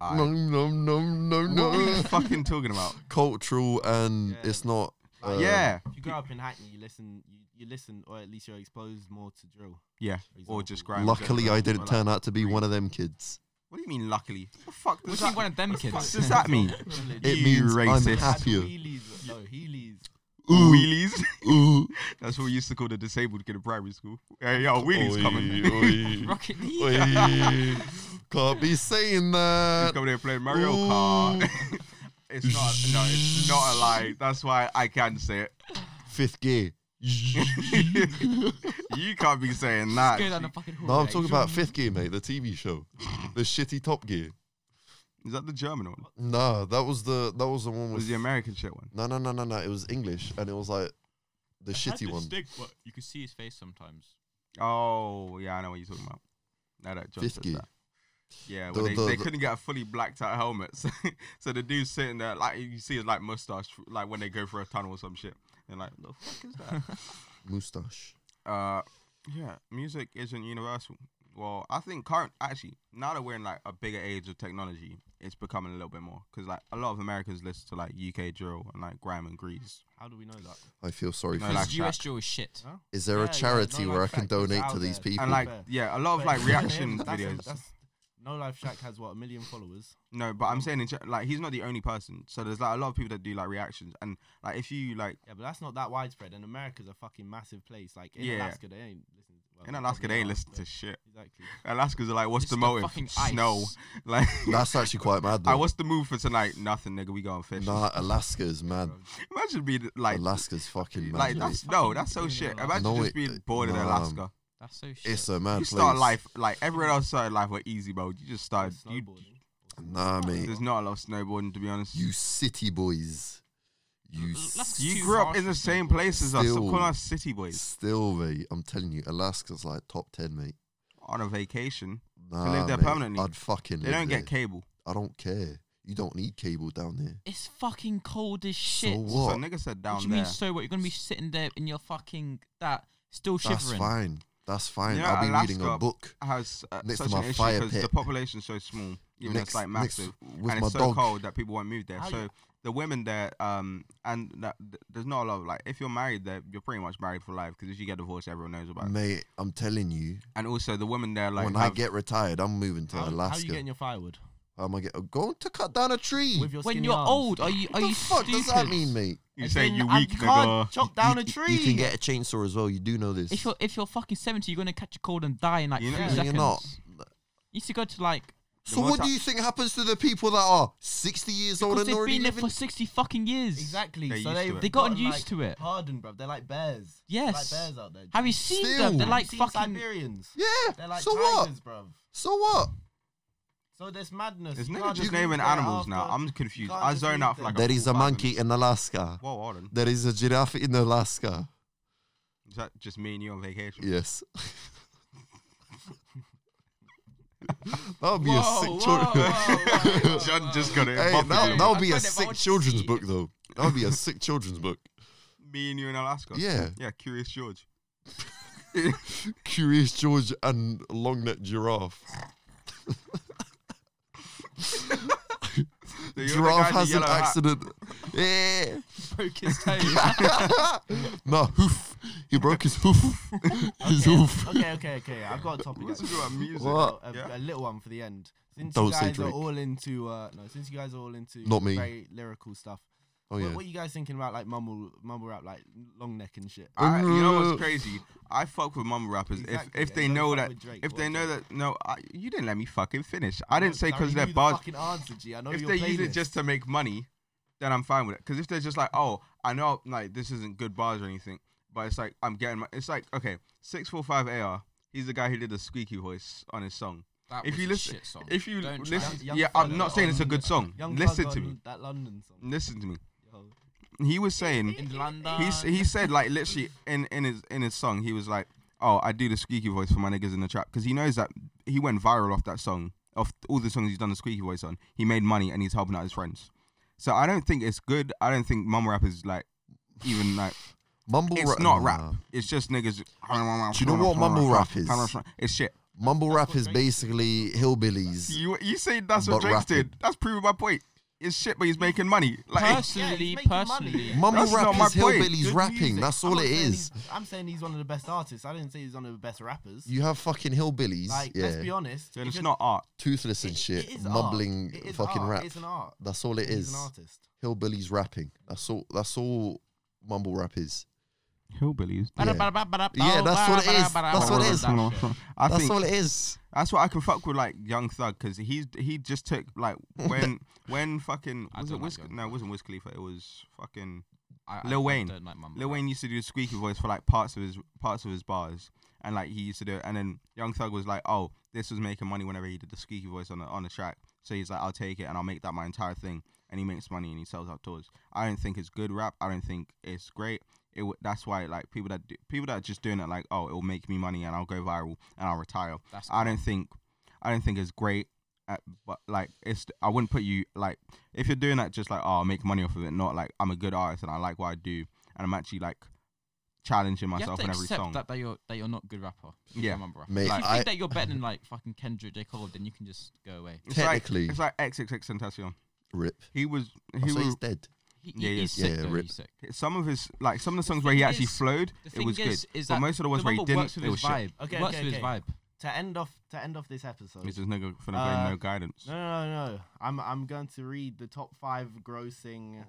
[SPEAKER 3] Aight.
[SPEAKER 1] Nom nom nom nom
[SPEAKER 3] What are you
[SPEAKER 1] nom.
[SPEAKER 3] fucking talking about?
[SPEAKER 1] Cultural and
[SPEAKER 2] Yeah.
[SPEAKER 1] it's not. uh,
[SPEAKER 3] yeah,
[SPEAKER 2] If you grow up in Hackney, you listen, you, you listen, or at least you're exposed more to drill.
[SPEAKER 3] yeah,
[SPEAKER 2] example.
[SPEAKER 3] or just grime.
[SPEAKER 1] Luckily, I didn't
[SPEAKER 3] Like,
[SPEAKER 1] turn out to be one of them kids.
[SPEAKER 3] What do you mean, luckily? What the fuck
[SPEAKER 4] Was
[SPEAKER 3] does
[SPEAKER 4] he
[SPEAKER 3] that,
[SPEAKER 4] one
[SPEAKER 3] what
[SPEAKER 4] of them
[SPEAKER 3] the fuck
[SPEAKER 4] kids?
[SPEAKER 3] does that mean?
[SPEAKER 2] Privilege.
[SPEAKER 1] It
[SPEAKER 3] You
[SPEAKER 1] means I'm
[SPEAKER 3] racist.
[SPEAKER 1] happier.
[SPEAKER 2] Heelys, no, Heelys.
[SPEAKER 1] Ooh,
[SPEAKER 3] Wheelies.
[SPEAKER 1] ooh.
[SPEAKER 3] That's what we used to call the disabled kid in primary school. Hey, yo, wheelies
[SPEAKER 1] Oi,
[SPEAKER 3] coming.
[SPEAKER 1] oi,
[SPEAKER 4] Rocket League.
[SPEAKER 1] oi. Can't be saying
[SPEAKER 3] He's
[SPEAKER 1] that.
[SPEAKER 3] coming here playing Mario
[SPEAKER 1] Ooh.
[SPEAKER 3] Kart. it's not, no, it's not a lie. That's why I can say it.
[SPEAKER 1] Fifth gear.
[SPEAKER 3] you can't be saying that.
[SPEAKER 4] Go down the fucking hallway.
[SPEAKER 1] No, I'm talking about Fifth Gear, mate, the TV show, the shitty Top Gear.
[SPEAKER 3] Is that the German one?
[SPEAKER 1] Nah, that was the that was the one
[SPEAKER 3] Was
[SPEAKER 1] with
[SPEAKER 3] the American shit one?
[SPEAKER 1] no no no no no. It was English, and it was like the shitty one.
[SPEAKER 4] you can see his face sometimes.
[SPEAKER 3] Oh, yeah, I know what you're talking about. Now that John says
[SPEAKER 1] Fifth gear.
[SPEAKER 3] that. Yeah, well,
[SPEAKER 1] The-
[SPEAKER 3] they,
[SPEAKER 1] the-
[SPEAKER 3] they
[SPEAKER 1] the-
[SPEAKER 3] couldn't get a fully blacked out helmet. So, so the dude's sitting there, like, you see his, like, mustache, like, when they go for a tunnel or some shit. And, like, the fuck is that?
[SPEAKER 1] Moustache.
[SPEAKER 3] Uh, yeah, music isn't universal. Well, I think current actually now that we're in like a bigger age of technology, it's becoming a little bit more because like a lot of Americans listen to like UK drill and like grime and grease.
[SPEAKER 2] How do we know that?
[SPEAKER 1] I feel sorry
[SPEAKER 3] No,
[SPEAKER 1] for.
[SPEAKER 3] like
[SPEAKER 4] Because US
[SPEAKER 3] Shaq.
[SPEAKER 4] drill is shit.
[SPEAKER 2] Huh?
[SPEAKER 1] Is there
[SPEAKER 2] Yeah,
[SPEAKER 1] a
[SPEAKER 2] yeah,
[SPEAKER 1] charity
[SPEAKER 2] no,
[SPEAKER 1] where I
[SPEAKER 2] like,
[SPEAKER 1] can
[SPEAKER 2] fact, it's
[SPEAKER 1] donate
[SPEAKER 2] out
[SPEAKER 1] to these
[SPEAKER 2] there.
[SPEAKER 1] people?
[SPEAKER 3] And like
[SPEAKER 2] Fair.
[SPEAKER 3] yeah, a lot of like reaction
[SPEAKER 2] That's-
[SPEAKER 3] videos.
[SPEAKER 2] that's- no Life Shack has what a million followers.
[SPEAKER 3] No, but I'm saying in, ge- like he's not the only person. So there's like a lot of people that do like reactions and like if you like
[SPEAKER 2] Yeah, but that's not that widespread. And America's a fucking massive place. Like in
[SPEAKER 3] Yeah.
[SPEAKER 2] Alaska, they ain't listening. well,
[SPEAKER 3] in Alaska
[SPEAKER 2] probably
[SPEAKER 3] they ain't
[SPEAKER 2] Oh, are,
[SPEAKER 3] listen
[SPEAKER 2] but-
[SPEAKER 3] to shit.
[SPEAKER 2] Exactly.
[SPEAKER 3] Alaska's like what's
[SPEAKER 4] It's
[SPEAKER 3] the
[SPEAKER 4] the
[SPEAKER 3] motive?
[SPEAKER 4] fucking ice.
[SPEAKER 3] Snow. Like
[SPEAKER 1] That's actually quite mad.
[SPEAKER 3] I
[SPEAKER 1] Though.
[SPEAKER 3] what's the move for tonight? Nothing, nigga. We going fishing.
[SPEAKER 1] Nah, Alaska's mad.
[SPEAKER 3] Imagine being like
[SPEAKER 1] Alaska's fucking mad.
[SPEAKER 3] like
[SPEAKER 1] mate.
[SPEAKER 3] that's no, that's so shit. Imagine
[SPEAKER 1] No,
[SPEAKER 3] just
[SPEAKER 1] it-
[SPEAKER 3] being bored in
[SPEAKER 1] nah,
[SPEAKER 3] Alaska.
[SPEAKER 4] That's so shit.
[SPEAKER 1] it's a mad
[SPEAKER 3] You
[SPEAKER 1] place.
[SPEAKER 3] start life like everyone else started life with easy mode. You just started. You,
[SPEAKER 2] Snowboarding.
[SPEAKER 1] Nah, mate.
[SPEAKER 3] there's not a lot of snowboarding to be honest.
[SPEAKER 1] You
[SPEAKER 3] You,
[SPEAKER 1] city boys. You
[SPEAKER 4] L- let's
[SPEAKER 1] s-
[SPEAKER 4] too
[SPEAKER 3] grew up
[SPEAKER 4] harsh
[SPEAKER 3] in the
[SPEAKER 4] for
[SPEAKER 3] same
[SPEAKER 4] snowboarding.
[SPEAKER 3] place as us. So
[SPEAKER 1] Still.
[SPEAKER 3] call us city boys
[SPEAKER 1] still, mate. I'm telling you, Alaska's like top ten, mate.
[SPEAKER 3] on a vacation.
[SPEAKER 1] Nah,
[SPEAKER 3] live there
[SPEAKER 1] mate,
[SPEAKER 3] permanently.
[SPEAKER 1] I'd fucking.
[SPEAKER 3] They
[SPEAKER 1] live
[SPEAKER 3] don't
[SPEAKER 1] there.
[SPEAKER 3] get cable.
[SPEAKER 1] I don't care. You don't need cable down there.
[SPEAKER 4] It's fucking cold as shit.
[SPEAKER 1] So
[SPEAKER 3] So
[SPEAKER 1] what?
[SPEAKER 3] nigga said
[SPEAKER 4] What do
[SPEAKER 3] down
[SPEAKER 4] you mean?
[SPEAKER 3] there.
[SPEAKER 4] So what? You're gonna be sitting there in your fucking that still
[SPEAKER 1] That's
[SPEAKER 4] shivering.
[SPEAKER 1] fine. That's fine.
[SPEAKER 3] You know,
[SPEAKER 1] I'll be reading a
[SPEAKER 3] Alaska-
[SPEAKER 1] book.
[SPEAKER 3] Has uh,
[SPEAKER 1] Next to
[SPEAKER 3] such
[SPEAKER 1] my
[SPEAKER 3] an issue
[SPEAKER 1] fire
[SPEAKER 3] because the
[SPEAKER 1] pit.
[SPEAKER 3] population's so small, even though it's like
[SPEAKER 1] next-
[SPEAKER 3] massive,
[SPEAKER 1] with
[SPEAKER 3] and
[SPEAKER 1] my
[SPEAKER 3] it's so
[SPEAKER 1] dog.
[SPEAKER 3] cold that people won't move there.
[SPEAKER 2] How
[SPEAKER 3] so
[SPEAKER 2] you-
[SPEAKER 3] the women there, um, and that, th- there's not a lot of like if you're married there, you're pretty much married for life because if you get divorced, everyone knows about. it.
[SPEAKER 1] Mate, I'm telling you,
[SPEAKER 3] And also the women there, like
[SPEAKER 1] when I
[SPEAKER 3] have-
[SPEAKER 1] get retired, I'm moving to
[SPEAKER 2] How, how are you
[SPEAKER 1] Alaska.
[SPEAKER 2] getting your firewood?
[SPEAKER 1] How am I getting? I'm going to cut down a tree.
[SPEAKER 2] With your
[SPEAKER 4] When
[SPEAKER 2] skinny
[SPEAKER 4] you're
[SPEAKER 2] arms?
[SPEAKER 4] old, are you are
[SPEAKER 1] what the
[SPEAKER 4] you
[SPEAKER 1] fuck
[SPEAKER 4] stupid?
[SPEAKER 1] does that mean, mate?
[SPEAKER 3] you
[SPEAKER 4] As
[SPEAKER 3] say
[SPEAKER 4] in,
[SPEAKER 3] you
[SPEAKER 4] I
[SPEAKER 3] weak nigga.
[SPEAKER 2] can't chop down
[SPEAKER 1] you,
[SPEAKER 2] a
[SPEAKER 1] you-
[SPEAKER 2] tree.
[SPEAKER 1] You can get a chainsaw as well. You do know this.
[SPEAKER 4] If you're if you're fucking seventy, you're gonna catch a cold and die in like
[SPEAKER 3] You know-
[SPEAKER 4] three
[SPEAKER 3] No,
[SPEAKER 1] No,
[SPEAKER 4] seconds.
[SPEAKER 1] you're not.
[SPEAKER 4] You used to go to like
[SPEAKER 1] So
[SPEAKER 3] more
[SPEAKER 1] what do
[SPEAKER 3] ti-
[SPEAKER 1] you think happens to the people that are 60 years old
[SPEAKER 4] because
[SPEAKER 1] and
[SPEAKER 4] they've
[SPEAKER 1] already
[SPEAKER 4] been there
[SPEAKER 1] living?
[SPEAKER 4] for sixty fucking years.
[SPEAKER 2] Exactly.
[SPEAKER 3] They're used
[SPEAKER 2] so
[SPEAKER 3] to
[SPEAKER 2] they've
[SPEAKER 3] it.
[SPEAKER 4] They've gotten used
[SPEAKER 2] like,
[SPEAKER 4] to it.
[SPEAKER 2] Hardened, bruv. They're like bears.
[SPEAKER 4] Yes.
[SPEAKER 2] They're like bears out there.
[SPEAKER 4] Have you seen them? They're
[SPEAKER 1] Still.
[SPEAKER 4] like
[SPEAKER 2] Seen
[SPEAKER 4] fucking.
[SPEAKER 2] Siberians.
[SPEAKER 1] yeah.
[SPEAKER 2] They're like
[SPEAKER 1] so what?
[SPEAKER 2] tigers, bruv.
[SPEAKER 1] So what?
[SPEAKER 2] So there's madness.
[SPEAKER 3] It's
[SPEAKER 2] You
[SPEAKER 3] nigga
[SPEAKER 2] can't
[SPEAKER 3] just
[SPEAKER 2] leave
[SPEAKER 3] naming
[SPEAKER 2] there
[SPEAKER 3] animals now.
[SPEAKER 2] after-
[SPEAKER 3] I'm
[SPEAKER 2] you
[SPEAKER 3] confused.
[SPEAKER 2] can't
[SPEAKER 3] I
[SPEAKER 2] just
[SPEAKER 3] zone
[SPEAKER 2] leave
[SPEAKER 3] out for
[SPEAKER 2] them.
[SPEAKER 3] like
[SPEAKER 1] There
[SPEAKER 3] a
[SPEAKER 1] is
[SPEAKER 3] full
[SPEAKER 1] a
[SPEAKER 3] five
[SPEAKER 1] monkey
[SPEAKER 3] minutes.
[SPEAKER 1] in Alaska.
[SPEAKER 3] Whoa, hold on.
[SPEAKER 1] There is a giraffe in Alaska.
[SPEAKER 3] Is that just me and you on vacation?
[SPEAKER 1] Yes. that would be a
[SPEAKER 4] Whoa,
[SPEAKER 1] sick
[SPEAKER 4] whoa,
[SPEAKER 1] children.
[SPEAKER 4] whoa, whoa, whoa,
[SPEAKER 3] John just got it.
[SPEAKER 1] Hey,
[SPEAKER 3] buffed
[SPEAKER 1] that,
[SPEAKER 3] you.
[SPEAKER 1] that would be
[SPEAKER 4] I
[SPEAKER 1] a
[SPEAKER 4] find it
[SPEAKER 1] sick
[SPEAKER 4] hard to
[SPEAKER 1] children's
[SPEAKER 4] see.
[SPEAKER 1] book, though. That would be a sick children's book.
[SPEAKER 3] me and you in Alaska.
[SPEAKER 1] Yeah.
[SPEAKER 3] Yeah, Curious George.
[SPEAKER 1] Curious George and long necked giraffe.
[SPEAKER 3] So you're the guy
[SPEAKER 1] giraffe
[SPEAKER 3] in the
[SPEAKER 1] has an
[SPEAKER 3] yellow hat.
[SPEAKER 1] accident. Yeah.
[SPEAKER 4] broke his toe.
[SPEAKER 1] no, hoof. He broke his hoof. his
[SPEAKER 2] okay,
[SPEAKER 1] hoof.
[SPEAKER 2] okay, okay, okay. I've got a topic.
[SPEAKER 3] Let's
[SPEAKER 2] actually.
[SPEAKER 3] talk about music.
[SPEAKER 1] What?
[SPEAKER 2] A,
[SPEAKER 3] Yeah.
[SPEAKER 2] a little one for the end. Since
[SPEAKER 1] Don't
[SPEAKER 2] you
[SPEAKER 1] say
[SPEAKER 2] guys are
[SPEAKER 1] Drake.
[SPEAKER 2] all into uh, no, since you guys are all into
[SPEAKER 1] Not me.
[SPEAKER 2] very lyrical stuff.
[SPEAKER 1] Oh,
[SPEAKER 2] what,
[SPEAKER 1] yeah.
[SPEAKER 2] what are you guys thinking about like mumble mumble rap like long neck and shit?
[SPEAKER 3] I, you know what's crazy? I fuck with mum rappers
[SPEAKER 2] Exactly,
[SPEAKER 3] if if
[SPEAKER 2] yeah,
[SPEAKER 3] they
[SPEAKER 2] don't
[SPEAKER 3] know
[SPEAKER 2] fuck
[SPEAKER 3] that
[SPEAKER 2] with Drake
[SPEAKER 3] if
[SPEAKER 2] or
[SPEAKER 3] they know
[SPEAKER 2] Drake.
[SPEAKER 3] that no I, you didn't let me fucking finish. I didn't say
[SPEAKER 2] Sorry,
[SPEAKER 3] because
[SPEAKER 2] you
[SPEAKER 3] they're
[SPEAKER 2] the
[SPEAKER 3] bars.
[SPEAKER 2] Fucking answer, G. I know
[SPEAKER 3] If
[SPEAKER 2] your
[SPEAKER 3] they use it
[SPEAKER 2] playlist.
[SPEAKER 3] just to make money, then I'm fine with it. Because if they're just like oh I know like this isn't good bars or anything, but it's like I'm getting my it's like okay six four five AR. He's the guy who did the squeaky voice on his song.
[SPEAKER 4] That
[SPEAKER 3] If
[SPEAKER 4] was
[SPEAKER 3] you
[SPEAKER 4] a
[SPEAKER 3] listen-
[SPEAKER 4] shit song.
[SPEAKER 3] If you
[SPEAKER 4] Don't try
[SPEAKER 3] listen,
[SPEAKER 4] it.
[SPEAKER 2] Young
[SPEAKER 3] yeah, I'm
[SPEAKER 2] Thug
[SPEAKER 3] not saying it's a
[SPEAKER 2] on-
[SPEAKER 3] good song.
[SPEAKER 2] Young
[SPEAKER 3] Listen
[SPEAKER 2] Thug
[SPEAKER 3] to
[SPEAKER 2] on
[SPEAKER 3] me.
[SPEAKER 2] That London song.
[SPEAKER 3] Listen to me.
[SPEAKER 2] Yo.
[SPEAKER 3] He was saying
[SPEAKER 4] in London.
[SPEAKER 3] He's, he said like literally in, in his in his song he was like oh I do the squeaky voice for my niggas in the trap because he knows that he went viral off that song off all the songs he's done the squeaky voice on he made money and he's helping out his friends so I don't think it's good I don't think mum rap is like even like
[SPEAKER 1] Mumble
[SPEAKER 3] it's
[SPEAKER 1] rap.
[SPEAKER 3] not
[SPEAKER 1] nah.
[SPEAKER 3] rap it's just niggas do
[SPEAKER 1] you know what mumble rap is?
[SPEAKER 3] it's shit
[SPEAKER 1] Mumble rap is basically hillbillies.
[SPEAKER 3] you you say that's what
[SPEAKER 1] But
[SPEAKER 3] Drake's
[SPEAKER 1] rapping.
[SPEAKER 3] did that's proving my point it's shit but he's making money like
[SPEAKER 2] Yeah, he's
[SPEAKER 4] personally,
[SPEAKER 2] making money.
[SPEAKER 4] personally,
[SPEAKER 1] Mumble
[SPEAKER 3] That's
[SPEAKER 1] rap
[SPEAKER 3] not my
[SPEAKER 1] is
[SPEAKER 3] point.
[SPEAKER 1] hillbillies
[SPEAKER 2] Good
[SPEAKER 1] rapping.
[SPEAKER 2] music.
[SPEAKER 1] That's
[SPEAKER 2] I'm
[SPEAKER 1] all
[SPEAKER 2] not
[SPEAKER 1] it
[SPEAKER 2] saying
[SPEAKER 1] is.
[SPEAKER 2] he's- I'm saying he's one of the best artists. I didn't say he's one of the best rappers.
[SPEAKER 1] You have fucking hillbillies.
[SPEAKER 2] like,
[SPEAKER 1] yeah.
[SPEAKER 2] let's be honest.
[SPEAKER 3] then
[SPEAKER 2] if
[SPEAKER 3] it's
[SPEAKER 2] you're-
[SPEAKER 3] not art
[SPEAKER 1] Toothless and
[SPEAKER 2] it-
[SPEAKER 1] shit.
[SPEAKER 2] it is art.
[SPEAKER 1] mumbling
[SPEAKER 2] It is
[SPEAKER 1] fucking
[SPEAKER 2] art.
[SPEAKER 1] rap.
[SPEAKER 2] It's an art.
[SPEAKER 1] That's all it
[SPEAKER 2] He's
[SPEAKER 1] is.
[SPEAKER 2] an artist.
[SPEAKER 1] Hillbillies rapping. That's all that's all mumble rap is.
[SPEAKER 3] hillbillies
[SPEAKER 1] Yeah. Yeah, that's what it is. That's what it is.
[SPEAKER 4] That shit.
[SPEAKER 3] I
[SPEAKER 1] That's
[SPEAKER 3] think
[SPEAKER 1] all it is.
[SPEAKER 3] That's why I can fuck with like Young Thug because he's he just took like when when fucking
[SPEAKER 4] I
[SPEAKER 3] was it
[SPEAKER 4] don't like
[SPEAKER 3] Wiz,
[SPEAKER 4] Young
[SPEAKER 3] no it wasn't Wiz Khalifa it was fucking
[SPEAKER 4] I- I
[SPEAKER 3] Lil Wayne.
[SPEAKER 4] don't like mumble
[SPEAKER 3] Lil
[SPEAKER 4] rap.
[SPEAKER 3] Wayne used to do squeaky voice for like parts of his parts of his bars and like he used to do it and then Young Thug was like oh this was making money whenever he did the squeaky voice on the on the track so he's like I'll take it and I'll make that my entire thing and he makes money and he sells out tours I don't think it's good rap I don't think it's great it w- that's why like people that do, people that are just doing it like oh it'll make me money and I'll go viral and I'll retire
[SPEAKER 4] That's
[SPEAKER 3] I don't think I don't think it's great. At, but like it's I wouldn't put you like if you're doing that just like oh I'll make money off of it, not like I'm a good artist and I like what I do and I'm actually like challenging
[SPEAKER 4] You have
[SPEAKER 3] myself
[SPEAKER 4] to
[SPEAKER 3] in every
[SPEAKER 4] accept
[SPEAKER 3] song.
[SPEAKER 4] that, that you're that you're not a good rapper. if you
[SPEAKER 3] Yeah.
[SPEAKER 4] remember rapper.
[SPEAKER 1] Mate,
[SPEAKER 4] if you
[SPEAKER 1] I-
[SPEAKER 4] think that you're better than like fucking Kendrick J Cole, then you can just go away.
[SPEAKER 3] It's like-
[SPEAKER 1] Technically,
[SPEAKER 3] it's like XXX Tentacion.
[SPEAKER 1] rip.
[SPEAKER 3] He was
[SPEAKER 1] I'll
[SPEAKER 3] he
[SPEAKER 1] say he's
[SPEAKER 3] was
[SPEAKER 1] dead.
[SPEAKER 4] He,
[SPEAKER 3] Yeah,
[SPEAKER 4] he-
[SPEAKER 3] yeah.
[SPEAKER 4] he's sick
[SPEAKER 1] Yeah,
[SPEAKER 4] though.
[SPEAKER 1] rip.
[SPEAKER 4] He's sick.
[SPEAKER 3] some of his like some of the songs where he
[SPEAKER 4] thing
[SPEAKER 3] actually
[SPEAKER 4] is-
[SPEAKER 3] flowed.
[SPEAKER 4] The thing
[SPEAKER 3] It was
[SPEAKER 4] is,
[SPEAKER 3] good,
[SPEAKER 4] is
[SPEAKER 3] but
[SPEAKER 4] that
[SPEAKER 3] most of the ones
[SPEAKER 4] the
[SPEAKER 3] where he
[SPEAKER 4] rapper
[SPEAKER 3] didn't,
[SPEAKER 4] works with
[SPEAKER 3] it was
[SPEAKER 4] his
[SPEAKER 3] shit.
[SPEAKER 4] vibe.
[SPEAKER 2] Okay,
[SPEAKER 4] works
[SPEAKER 2] okay,
[SPEAKER 4] with
[SPEAKER 2] okay.
[SPEAKER 4] his vibe.
[SPEAKER 2] To end off, to end off this episode.
[SPEAKER 3] He's just nigga finna
[SPEAKER 2] Uh,
[SPEAKER 3] blame no guidance.
[SPEAKER 2] No, no, no, no. I'm I'm going to read the top five
[SPEAKER 1] Oh,
[SPEAKER 2] grossing.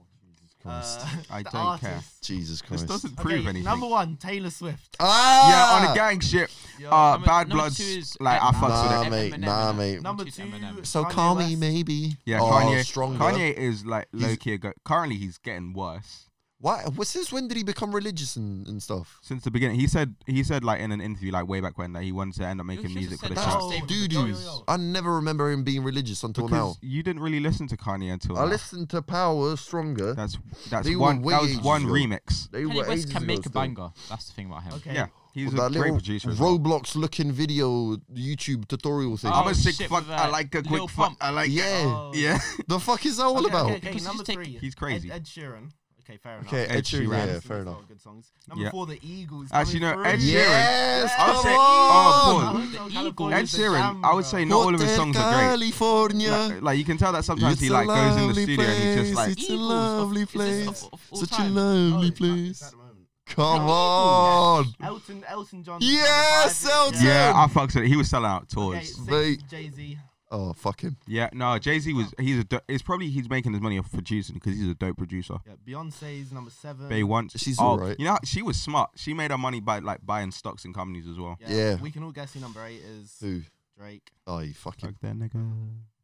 [SPEAKER 2] uh,
[SPEAKER 3] I
[SPEAKER 2] the
[SPEAKER 3] don't care.
[SPEAKER 2] artists.
[SPEAKER 1] Jesus
[SPEAKER 3] This
[SPEAKER 1] Christ.
[SPEAKER 3] doesn't prove
[SPEAKER 2] Okay,
[SPEAKER 3] anything.
[SPEAKER 2] number one, Taylor Swift.
[SPEAKER 1] ah!
[SPEAKER 3] yeah, on the gang shit.
[SPEAKER 2] Yo,
[SPEAKER 3] Uh,
[SPEAKER 4] Number-
[SPEAKER 3] Bad
[SPEAKER 4] number
[SPEAKER 3] Bloods,
[SPEAKER 4] two is
[SPEAKER 3] like I
[SPEAKER 4] Eminem.
[SPEAKER 3] fucks with
[SPEAKER 1] Nah,
[SPEAKER 3] it.
[SPEAKER 4] Eminem,
[SPEAKER 1] mate.
[SPEAKER 4] Eminem,
[SPEAKER 1] Nah,
[SPEAKER 4] Eminem.
[SPEAKER 1] mate.
[SPEAKER 2] Number
[SPEAKER 4] two's
[SPEAKER 2] two,
[SPEAKER 4] Eminem.
[SPEAKER 1] So
[SPEAKER 2] Kanye
[SPEAKER 1] call me
[SPEAKER 2] West.
[SPEAKER 1] maybe.
[SPEAKER 3] Yeah,
[SPEAKER 1] Oh,
[SPEAKER 3] Kanye.
[SPEAKER 1] Stronger.
[SPEAKER 3] Kanye is like
[SPEAKER 1] He's-
[SPEAKER 3] low key. A go- currently, he's getting worse
[SPEAKER 1] Why? well, Since when did he become religious and, and stuff?
[SPEAKER 3] since the beginning. He said he said like in an interview like way back when that he wanted to end up making
[SPEAKER 4] should've
[SPEAKER 3] music for
[SPEAKER 4] said
[SPEAKER 3] the
[SPEAKER 4] that.
[SPEAKER 3] church.
[SPEAKER 2] Oh,
[SPEAKER 1] That's doo
[SPEAKER 2] yo, yo,
[SPEAKER 1] doos.
[SPEAKER 2] yo.
[SPEAKER 1] I never remember him being religious until now.
[SPEAKER 3] Because you didn't really listen to Kanye until
[SPEAKER 1] I
[SPEAKER 3] now.
[SPEAKER 1] listened to Power Stronger.
[SPEAKER 3] That's that's
[SPEAKER 1] They were
[SPEAKER 3] one.
[SPEAKER 1] way
[SPEAKER 3] That was
[SPEAKER 1] ages
[SPEAKER 3] one
[SPEAKER 1] ago.
[SPEAKER 3] remix.
[SPEAKER 1] they
[SPEAKER 4] Kanye
[SPEAKER 1] were
[SPEAKER 4] West
[SPEAKER 1] ages
[SPEAKER 4] can
[SPEAKER 1] ago
[SPEAKER 4] make a
[SPEAKER 1] still.
[SPEAKER 4] banger. That's the thing about him.
[SPEAKER 2] Okay.
[SPEAKER 3] Yeah, he's
[SPEAKER 1] That
[SPEAKER 3] a great
[SPEAKER 1] little
[SPEAKER 3] producer. as well.
[SPEAKER 1] Roblox looking video YouTube tutorial thing.
[SPEAKER 4] Oh,
[SPEAKER 3] I'm a sick
[SPEAKER 4] shit,
[SPEAKER 3] fuck.
[SPEAKER 4] with, uh,
[SPEAKER 3] I like a
[SPEAKER 4] Lil
[SPEAKER 3] quick fuck.
[SPEAKER 4] Pump.
[SPEAKER 3] I like
[SPEAKER 1] yeah.
[SPEAKER 2] Oh,
[SPEAKER 3] yeah.
[SPEAKER 1] The fuck is that all
[SPEAKER 2] Okay,
[SPEAKER 1] about?
[SPEAKER 2] Okay, okay,
[SPEAKER 4] Because
[SPEAKER 2] number
[SPEAKER 4] he's taking-
[SPEAKER 2] three.
[SPEAKER 3] He's crazy.
[SPEAKER 2] Ed, Ed Sheeran. Okay, fair enough.
[SPEAKER 1] Okay, Ed
[SPEAKER 3] Ed
[SPEAKER 1] Sheeran.
[SPEAKER 3] Sheeran.
[SPEAKER 1] Yeah,
[SPEAKER 2] Listen,
[SPEAKER 1] fair
[SPEAKER 2] these are
[SPEAKER 1] enough.
[SPEAKER 2] all Good songs. Number
[SPEAKER 3] Yeah.
[SPEAKER 2] four, the Eagles.
[SPEAKER 3] Actually,
[SPEAKER 2] coming
[SPEAKER 3] no, Ed
[SPEAKER 2] through.
[SPEAKER 3] Sheeran.
[SPEAKER 1] Yes,
[SPEAKER 3] I
[SPEAKER 1] come
[SPEAKER 3] would say.
[SPEAKER 1] on.
[SPEAKER 3] Oh,
[SPEAKER 2] Hotel
[SPEAKER 4] The
[SPEAKER 2] California,
[SPEAKER 3] Ed
[SPEAKER 2] the
[SPEAKER 3] Sheeran.
[SPEAKER 2] Jam,
[SPEAKER 3] I would
[SPEAKER 2] bro.
[SPEAKER 3] say not all of his
[SPEAKER 1] Hotel
[SPEAKER 3] songs are great.
[SPEAKER 1] California.
[SPEAKER 3] Like, like, you can tell that sometimes
[SPEAKER 1] It's
[SPEAKER 3] he
[SPEAKER 1] a
[SPEAKER 3] like goes in the
[SPEAKER 1] lovely
[SPEAKER 3] studio and he's just
[SPEAKER 1] place,
[SPEAKER 3] like
[SPEAKER 1] It's a
[SPEAKER 4] Eagles of-
[SPEAKER 1] lovely
[SPEAKER 4] is this
[SPEAKER 1] place.
[SPEAKER 4] of- of all
[SPEAKER 1] Such a
[SPEAKER 4] time?
[SPEAKER 2] Oh,
[SPEAKER 1] lovely
[SPEAKER 2] it's at- it's
[SPEAKER 1] place.
[SPEAKER 2] at the moment.
[SPEAKER 1] Come
[SPEAKER 2] Eagles.
[SPEAKER 1] on.
[SPEAKER 2] Elton, Elton John.
[SPEAKER 1] Yes, Elton.
[SPEAKER 3] Yeah, I fucks with it. He was selling out tours.
[SPEAKER 1] Mate.
[SPEAKER 2] Jay Z.
[SPEAKER 1] Oh, fuck him.
[SPEAKER 3] Yeah, no, Jay Z was. He's a. do- It's probably he's making his money off producing because he's a dope producer.
[SPEAKER 2] Yeah, Beyonce's number seven.
[SPEAKER 3] They want.
[SPEAKER 1] She's
[SPEAKER 3] oh,
[SPEAKER 1] alright.
[SPEAKER 3] You know, she was smart. She made her money by like buying stocks and companies as well.
[SPEAKER 1] Yeah.
[SPEAKER 2] We can all guess who number eight is.
[SPEAKER 1] Who?
[SPEAKER 2] Drake.
[SPEAKER 1] Oh, you fucking.
[SPEAKER 3] Fuck that nigga.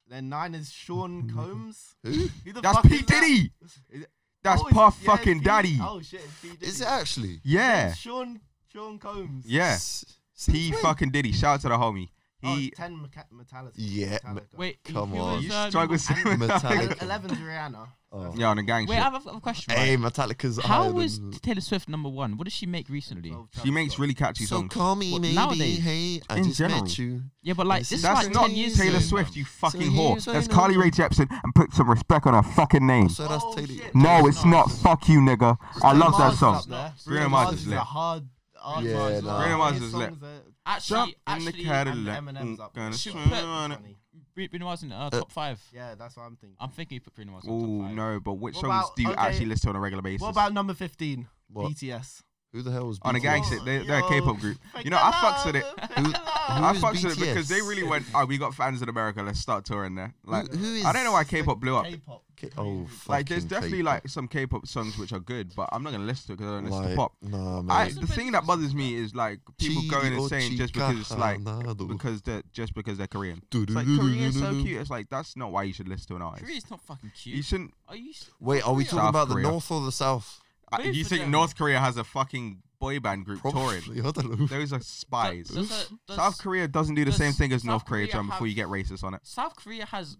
[SPEAKER 2] Then nine is Sean Combs.
[SPEAKER 1] Who?
[SPEAKER 2] Who the
[SPEAKER 3] That's
[SPEAKER 2] fuck
[SPEAKER 3] P
[SPEAKER 2] is that?
[SPEAKER 3] Diddy.
[SPEAKER 2] Is it-
[SPEAKER 3] That's
[SPEAKER 2] Oh, it's-
[SPEAKER 3] Puff
[SPEAKER 2] yeah, it's
[SPEAKER 3] fucking
[SPEAKER 2] P.
[SPEAKER 3] Daddy.
[SPEAKER 2] Oh shit, it's P Diddy.
[SPEAKER 1] Is it actually?
[SPEAKER 3] Yeah,
[SPEAKER 2] It's Sean Sean Combs.
[SPEAKER 3] yeah.
[SPEAKER 1] S-
[SPEAKER 3] P
[SPEAKER 1] since when?
[SPEAKER 3] fucking Diddy. Shout out to the homie.
[SPEAKER 2] Oh,
[SPEAKER 3] He.
[SPEAKER 2] ten Mecha- Metallica.
[SPEAKER 1] Yeah,
[SPEAKER 2] Metallica.
[SPEAKER 4] Wait, who-
[SPEAKER 1] Come
[SPEAKER 4] who
[SPEAKER 1] on.
[SPEAKER 4] was,
[SPEAKER 3] you
[SPEAKER 4] uh,
[SPEAKER 3] struggle
[SPEAKER 4] number-
[SPEAKER 3] with
[SPEAKER 1] Metallica.
[SPEAKER 2] Eleven Rihanna.
[SPEAKER 1] Oh.
[SPEAKER 3] Yeah, on the gang
[SPEAKER 4] Wait,
[SPEAKER 3] shit.
[SPEAKER 4] I have a, I have a question.
[SPEAKER 1] Hey,
[SPEAKER 4] Right?
[SPEAKER 1] Metallica's
[SPEAKER 4] How
[SPEAKER 1] higher
[SPEAKER 4] was
[SPEAKER 1] than-
[SPEAKER 4] Taylor Swift number one? What did she make recently?
[SPEAKER 2] 12
[SPEAKER 3] She
[SPEAKER 2] Travis
[SPEAKER 3] makes
[SPEAKER 2] Scott.
[SPEAKER 3] really catchy
[SPEAKER 1] So
[SPEAKER 3] songs.
[SPEAKER 1] call me
[SPEAKER 4] What,
[SPEAKER 1] maybe.
[SPEAKER 4] nowadays?
[SPEAKER 1] Hey, I
[SPEAKER 3] In
[SPEAKER 1] just
[SPEAKER 3] general.
[SPEAKER 1] met you.
[SPEAKER 4] Yeah, but like
[SPEAKER 1] This
[SPEAKER 4] this
[SPEAKER 1] is
[SPEAKER 4] is
[SPEAKER 3] That's
[SPEAKER 4] like
[SPEAKER 3] not
[SPEAKER 4] ten years
[SPEAKER 3] Taylor
[SPEAKER 4] ago.
[SPEAKER 3] Swift, you fucking
[SPEAKER 1] here's
[SPEAKER 3] whore.
[SPEAKER 1] what
[SPEAKER 3] That's
[SPEAKER 1] I know.
[SPEAKER 3] Carly Rae Jepsen, and put some respect on her fucking name.
[SPEAKER 1] So that's
[SPEAKER 2] Oh,
[SPEAKER 1] Taylor.
[SPEAKER 2] shit.
[SPEAKER 3] No, it's not. Fuck you, nigga. I
[SPEAKER 2] Bruno
[SPEAKER 3] love that
[SPEAKER 2] Mars is
[SPEAKER 3] song.
[SPEAKER 2] up there.
[SPEAKER 3] Bruno
[SPEAKER 2] Bruno
[SPEAKER 3] Mars
[SPEAKER 2] Mars
[SPEAKER 3] is
[SPEAKER 2] is a
[SPEAKER 3] lit.
[SPEAKER 2] hard. hard
[SPEAKER 1] Yeah,
[SPEAKER 2] Mars is
[SPEAKER 1] nah.
[SPEAKER 2] up
[SPEAKER 3] Bruno
[SPEAKER 2] there.
[SPEAKER 3] Mars
[SPEAKER 2] His
[SPEAKER 3] is lit.
[SPEAKER 2] songs are-
[SPEAKER 3] Jump
[SPEAKER 4] Actually,
[SPEAKER 3] in the
[SPEAKER 4] actually,
[SPEAKER 2] and
[SPEAKER 3] Cadillac. Mm,
[SPEAKER 2] Eminem's up there.
[SPEAKER 3] Gonna
[SPEAKER 2] Shit,
[SPEAKER 3] swim
[SPEAKER 2] that's
[SPEAKER 3] on it.
[SPEAKER 2] funny.
[SPEAKER 4] Bruno Mars in uh, top five.
[SPEAKER 2] Yeah, that's what I'm thinking.
[SPEAKER 3] Uh,
[SPEAKER 4] I'm thinking you put Bruno Mars. in top
[SPEAKER 3] Oh
[SPEAKER 4] five.
[SPEAKER 3] no, but which
[SPEAKER 2] What
[SPEAKER 3] songs
[SPEAKER 2] about-
[SPEAKER 3] do you
[SPEAKER 2] okay,
[SPEAKER 3] actually listen to on a regular basis?
[SPEAKER 2] What about number 15?
[SPEAKER 1] What?
[SPEAKER 2] BTS.
[SPEAKER 1] Who the hell was
[SPEAKER 3] on a
[SPEAKER 1] BTS?
[SPEAKER 3] gang shit? They're, they're a K-pop group. You know, I fucks with it.
[SPEAKER 1] Who, who
[SPEAKER 3] I
[SPEAKER 1] is
[SPEAKER 3] fucks with it because
[SPEAKER 1] BTS?
[SPEAKER 3] they really went. Oh, we got fans in America. Let's start touring there. Like,
[SPEAKER 1] who is-
[SPEAKER 3] I don't know why K-pop blew up.
[SPEAKER 2] K-pop.
[SPEAKER 1] K- oh,
[SPEAKER 3] Like, there's
[SPEAKER 1] fucking
[SPEAKER 3] definitely
[SPEAKER 1] K-pop.
[SPEAKER 3] like some K-pop songs which are good, but I'm not gonna listen to it because I don't listen to pop.
[SPEAKER 1] Nah, man.
[SPEAKER 3] I, the thing that bothers me is like people
[SPEAKER 1] Chi
[SPEAKER 3] going
[SPEAKER 1] o
[SPEAKER 3] insane just
[SPEAKER 1] chica
[SPEAKER 3] because it's like
[SPEAKER 1] hanado.
[SPEAKER 3] because they're just because they're Korean. It's like Korea's so cute. It's like that's not why you should listen to an artist.
[SPEAKER 4] Korea's not fucking
[SPEAKER 3] You
[SPEAKER 4] cute.
[SPEAKER 3] shouldn't.
[SPEAKER 4] Are you? s-
[SPEAKER 1] Wait, are we talking
[SPEAKER 3] South
[SPEAKER 1] about the
[SPEAKER 3] Korea.
[SPEAKER 1] north or the south?
[SPEAKER 3] uh,
[SPEAKER 4] Korea's
[SPEAKER 3] You
[SPEAKER 4] for
[SPEAKER 3] think
[SPEAKER 4] them.
[SPEAKER 3] North Korea has a fucking boy band group touring?
[SPEAKER 1] Probably, I don't know.
[SPEAKER 3] Those are spies.
[SPEAKER 4] Does- does- does-
[SPEAKER 3] South Korea doesn't do the
[SPEAKER 4] does
[SPEAKER 3] same thing as
[SPEAKER 4] South
[SPEAKER 3] North Korea,
[SPEAKER 4] Korea
[SPEAKER 3] John. Before
[SPEAKER 4] have-
[SPEAKER 3] you get racist on it,
[SPEAKER 4] South Korea has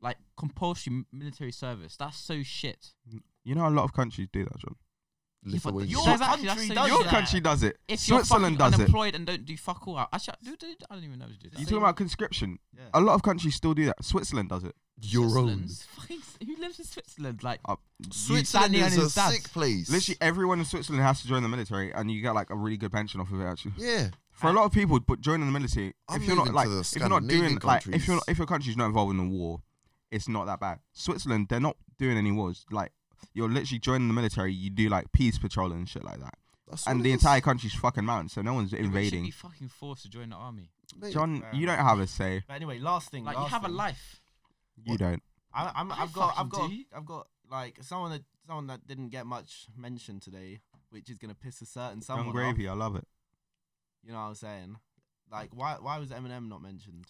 [SPEAKER 4] like compulsory m- military service. That's so shit.
[SPEAKER 3] you know a lot of countries do that, John.
[SPEAKER 1] Lithuania.
[SPEAKER 4] your
[SPEAKER 2] Says
[SPEAKER 4] country
[SPEAKER 2] actually
[SPEAKER 4] does
[SPEAKER 2] does
[SPEAKER 3] Your
[SPEAKER 2] that.
[SPEAKER 3] country does it.
[SPEAKER 4] Oh, If you're
[SPEAKER 3] Switzerland
[SPEAKER 4] fucking
[SPEAKER 3] does it.
[SPEAKER 4] unemployed and don't do fuck all out, actually, I, do, do, I don't even know how to do that.
[SPEAKER 3] You talking about conscription?
[SPEAKER 2] Yeah.
[SPEAKER 3] A lot of countries still do that. Switzerland does it.
[SPEAKER 1] Your own.
[SPEAKER 4] Switzerland's fucking- Who lives in Switzerland? Like,
[SPEAKER 3] Uh,
[SPEAKER 1] Switzerland
[SPEAKER 4] Danny and
[SPEAKER 1] is a
[SPEAKER 4] his dad.
[SPEAKER 1] sick place.
[SPEAKER 3] Literally everyone in Switzerland has to join the military, and you get like a really good pension off of it. Actually,
[SPEAKER 1] Yeah.
[SPEAKER 3] for a lot of people, but joining the military,
[SPEAKER 1] I'm
[SPEAKER 3] if you're not
[SPEAKER 1] moving
[SPEAKER 3] like,
[SPEAKER 1] to the
[SPEAKER 3] if you're not doing
[SPEAKER 1] Scandinavian
[SPEAKER 3] like, if you're
[SPEAKER 1] countries.
[SPEAKER 3] not, if your country's not involved in a war, it's not that bad. Switzerland, they're not doing any wars. Like, you're literally joining the military. You do like peace patrol and shit like that,
[SPEAKER 1] That's
[SPEAKER 3] and
[SPEAKER 1] what
[SPEAKER 3] the
[SPEAKER 1] it
[SPEAKER 3] entire
[SPEAKER 1] is.
[SPEAKER 3] country's fucking mountain, so no one's
[SPEAKER 4] you should be
[SPEAKER 3] invading.
[SPEAKER 4] fucking forced to join the army.
[SPEAKER 1] Mate,
[SPEAKER 3] John,
[SPEAKER 2] Fair
[SPEAKER 3] you don't
[SPEAKER 2] enough.
[SPEAKER 3] have a say.
[SPEAKER 2] But anyway, last
[SPEAKER 3] Mm,
[SPEAKER 2] thing.
[SPEAKER 4] Like, you
[SPEAKER 2] last
[SPEAKER 4] have a
[SPEAKER 2] thing.
[SPEAKER 4] life.
[SPEAKER 3] You don't.
[SPEAKER 2] I, I'm,
[SPEAKER 4] I
[SPEAKER 2] I've got, I've
[SPEAKER 4] fucking
[SPEAKER 2] got,
[SPEAKER 4] do.
[SPEAKER 2] I've got like someone that someone that didn't get much mention today, which is gonna piss a certain someone
[SPEAKER 3] Young
[SPEAKER 2] off.
[SPEAKER 3] gravy, I love it.
[SPEAKER 2] You know what I'm saying? Like, why, why was Eminem not mentioned?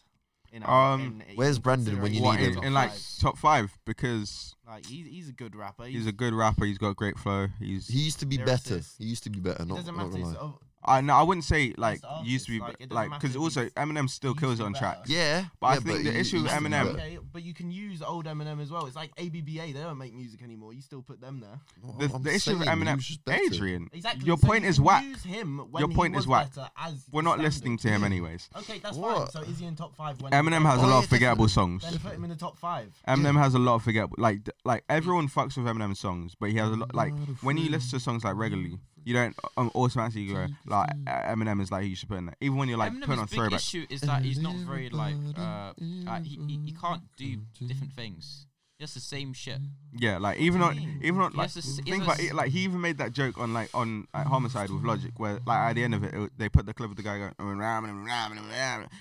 [SPEAKER 2] In
[SPEAKER 3] Um,
[SPEAKER 2] in-
[SPEAKER 1] where's Brandon when you
[SPEAKER 2] considering
[SPEAKER 3] What,
[SPEAKER 1] need
[SPEAKER 2] he's
[SPEAKER 3] in,
[SPEAKER 1] him?
[SPEAKER 2] top
[SPEAKER 3] in like
[SPEAKER 2] five?
[SPEAKER 3] top five because
[SPEAKER 2] like he's, he's a good rapper.
[SPEAKER 3] he's a good rapper. He's got a great flow. He's
[SPEAKER 1] He used to be
[SPEAKER 2] There it
[SPEAKER 1] better.
[SPEAKER 2] is.
[SPEAKER 1] He used to be better. Not,
[SPEAKER 2] doesn't
[SPEAKER 1] not
[SPEAKER 2] matter.
[SPEAKER 1] gonna
[SPEAKER 2] He's,
[SPEAKER 1] lie.
[SPEAKER 2] oh,
[SPEAKER 3] I no, I wouldn't say like
[SPEAKER 2] the artist,
[SPEAKER 3] used to be
[SPEAKER 2] like, it
[SPEAKER 3] be-
[SPEAKER 2] doesn't
[SPEAKER 3] like
[SPEAKER 2] matter
[SPEAKER 3] because
[SPEAKER 2] if
[SPEAKER 3] also
[SPEAKER 2] he's-
[SPEAKER 3] Eminem still
[SPEAKER 2] he's
[SPEAKER 3] kills it
[SPEAKER 2] still
[SPEAKER 3] on
[SPEAKER 2] better.
[SPEAKER 3] tracks.
[SPEAKER 1] Yeah.
[SPEAKER 3] But I
[SPEAKER 1] yeah,
[SPEAKER 3] think the
[SPEAKER 1] he-
[SPEAKER 3] issue
[SPEAKER 1] he
[SPEAKER 3] with
[SPEAKER 1] used to be
[SPEAKER 3] Eminem-
[SPEAKER 1] better.
[SPEAKER 2] okay, but you can use old Eminem as well. It's like ABBA. They don't make music anymore. You still put them there.
[SPEAKER 1] No,
[SPEAKER 3] The,
[SPEAKER 1] I'm
[SPEAKER 3] the issue with
[SPEAKER 1] saying he
[SPEAKER 3] Eminem,
[SPEAKER 1] was just better.
[SPEAKER 3] Adrian,
[SPEAKER 2] Exactly.
[SPEAKER 3] your
[SPEAKER 2] so
[SPEAKER 3] point
[SPEAKER 2] you
[SPEAKER 3] is
[SPEAKER 2] can
[SPEAKER 3] whack.
[SPEAKER 2] Use him when
[SPEAKER 3] Your
[SPEAKER 2] he
[SPEAKER 3] point is
[SPEAKER 2] was
[SPEAKER 3] whack.
[SPEAKER 2] better as
[SPEAKER 3] We're
[SPEAKER 2] the
[SPEAKER 3] not
[SPEAKER 2] standard.
[SPEAKER 3] listening to him anyways.
[SPEAKER 2] Okay, that's
[SPEAKER 1] What?
[SPEAKER 2] fine. So is he in top five? When
[SPEAKER 3] Eminem has
[SPEAKER 1] Oh,
[SPEAKER 3] a lot
[SPEAKER 1] yeah,
[SPEAKER 3] of forgettable songs.
[SPEAKER 2] Then put him in the top five.
[SPEAKER 3] Eminem has a lot of forgettable, like th- like everyone fucks with Eminem songs, but he has a lot like when you listen to songs like regularly, You don't um, automatically go like uh, Eminem is like who you should put in there, even when you're like
[SPEAKER 4] Eminem's
[SPEAKER 3] putting on
[SPEAKER 4] big
[SPEAKER 3] throwback.
[SPEAKER 4] issue is that he's not very like uh, uh he, he, he can't do different things. He does the same shit.
[SPEAKER 3] Yeah, like even on even on
[SPEAKER 4] He
[SPEAKER 3] like
[SPEAKER 4] has to s- he
[SPEAKER 3] think
[SPEAKER 4] has
[SPEAKER 3] about
[SPEAKER 4] to
[SPEAKER 3] it, like he even made that joke on like on like, Homicide with Logic, where like at the end of it, it they put the clip of the guy "Oh, going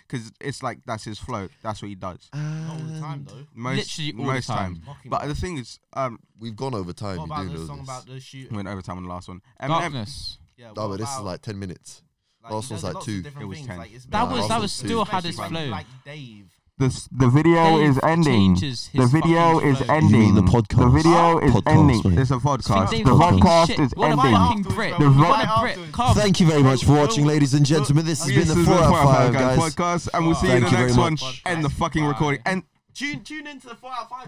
[SPEAKER 3] because it's like that's his flow, that's what he does
[SPEAKER 1] Um,
[SPEAKER 2] Not all the time though.
[SPEAKER 3] most
[SPEAKER 4] Literally all the
[SPEAKER 3] most
[SPEAKER 4] time.
[SPEAKER 3] But the thing is, um,
[SPEAKER 1] We've gone over time.
[SPEAKER 2] What
[SPEAKER 1] You
[SPEAKER 2] about
[SPEAKER 1] do
[SPEAKER 2] the
[SPEAKER 1] know
[SPEAKER 2] song
[SPEAKER 1] this.
[SPEAKER 2] about the shooting?
[SPEAKER 3] we went over time on the last one. Eminem,
[SPEAKER 4] Darkness.
[SPEAKER 2] Yeah,
[SPEAKER 1] No,
[SPEAKER 2] what
[SPEAKER 1] but this is
[SPEAKER 2] about-
[SPEAKER 1] like ten minutes.
[SPEAKER 2] he
[SPEAKER 1] last one's
[SPEAKER 2] does
[SPEAKER 1] like
[SPEAKER 2] lots of
[SPEAKER 1] two.
[SPEAKER 2] different
[SPEAKER 3] It was
[SPEAKER 2] things,
[SPEAKER 3] 10.
[SPEAKER 2] like, it's
[SPEAKER 4] That
[SPEAKER 2] been
[SPEAKER 1] was-
[SPEAKER 2] like-
[SPEAKER 1] that was
[SPEAKER 4] still had
[SPEAKER 2] especially
[SPEAKER 4] his
[SPEAKER 2] when,
[SPEAKER 4] flow.
[SPEAKER 2] Like Dave.
[SPEAKER 3] the s- the video
[SPEAKER 4] Dave
[SPEAKER 3] is ending.
[SPEAKER 4] changes
[SPEAKER 3] The
[SPEAKER 4] his
[SPEAKER 3] video
[SPEAKER 4] fucking
[SPEAKER 3] is
[SPEAKER 4] flow.
[SPEAKER 3] ending.
[SPEAKER 1] You mean the podcast?
[SPEAKER 3] The video is
[SPEAKER 1] Podcast,
[SPEAKER 3] ending.
[SPEAKER 1] mate.
[SPEAKER 3] It's a podcast.
[SPEAKER 4] Dave
[SPEAKER 3] The
[SPEAKER 4] fucking
[SPEAKER 3] podcast
[SPEAKER 4] shit.
[SPEAKER 3] is
[SPEAKER 4] what
[SPEAKER 3] ending.
[SPEAKER 4] a fucking Brit.
[SPEAKER 2] The
[SPEAKER 4] what
[SPEAKER 2] vo-
[SPEAKER 4] a Brit. Come.
[SPEAKER 1] Thank you very much for watching, ladies and gentlemen. Oh. This has
[SPEAKER 3] This
[SPEAKER 1] been the
[SPEAKER 3] is
[SPEAKER 1] four out of five, guys.
[SPEAKER 3] podcast, and we'll see you in the
[SPEAKER 1] Thank you very
[SPEAKER 3] next one.
[SPEAKER 1] much.
[SPEAKER 3] End the fucking recording. End.
[SPEAKER 2] Tune tune into the four out of five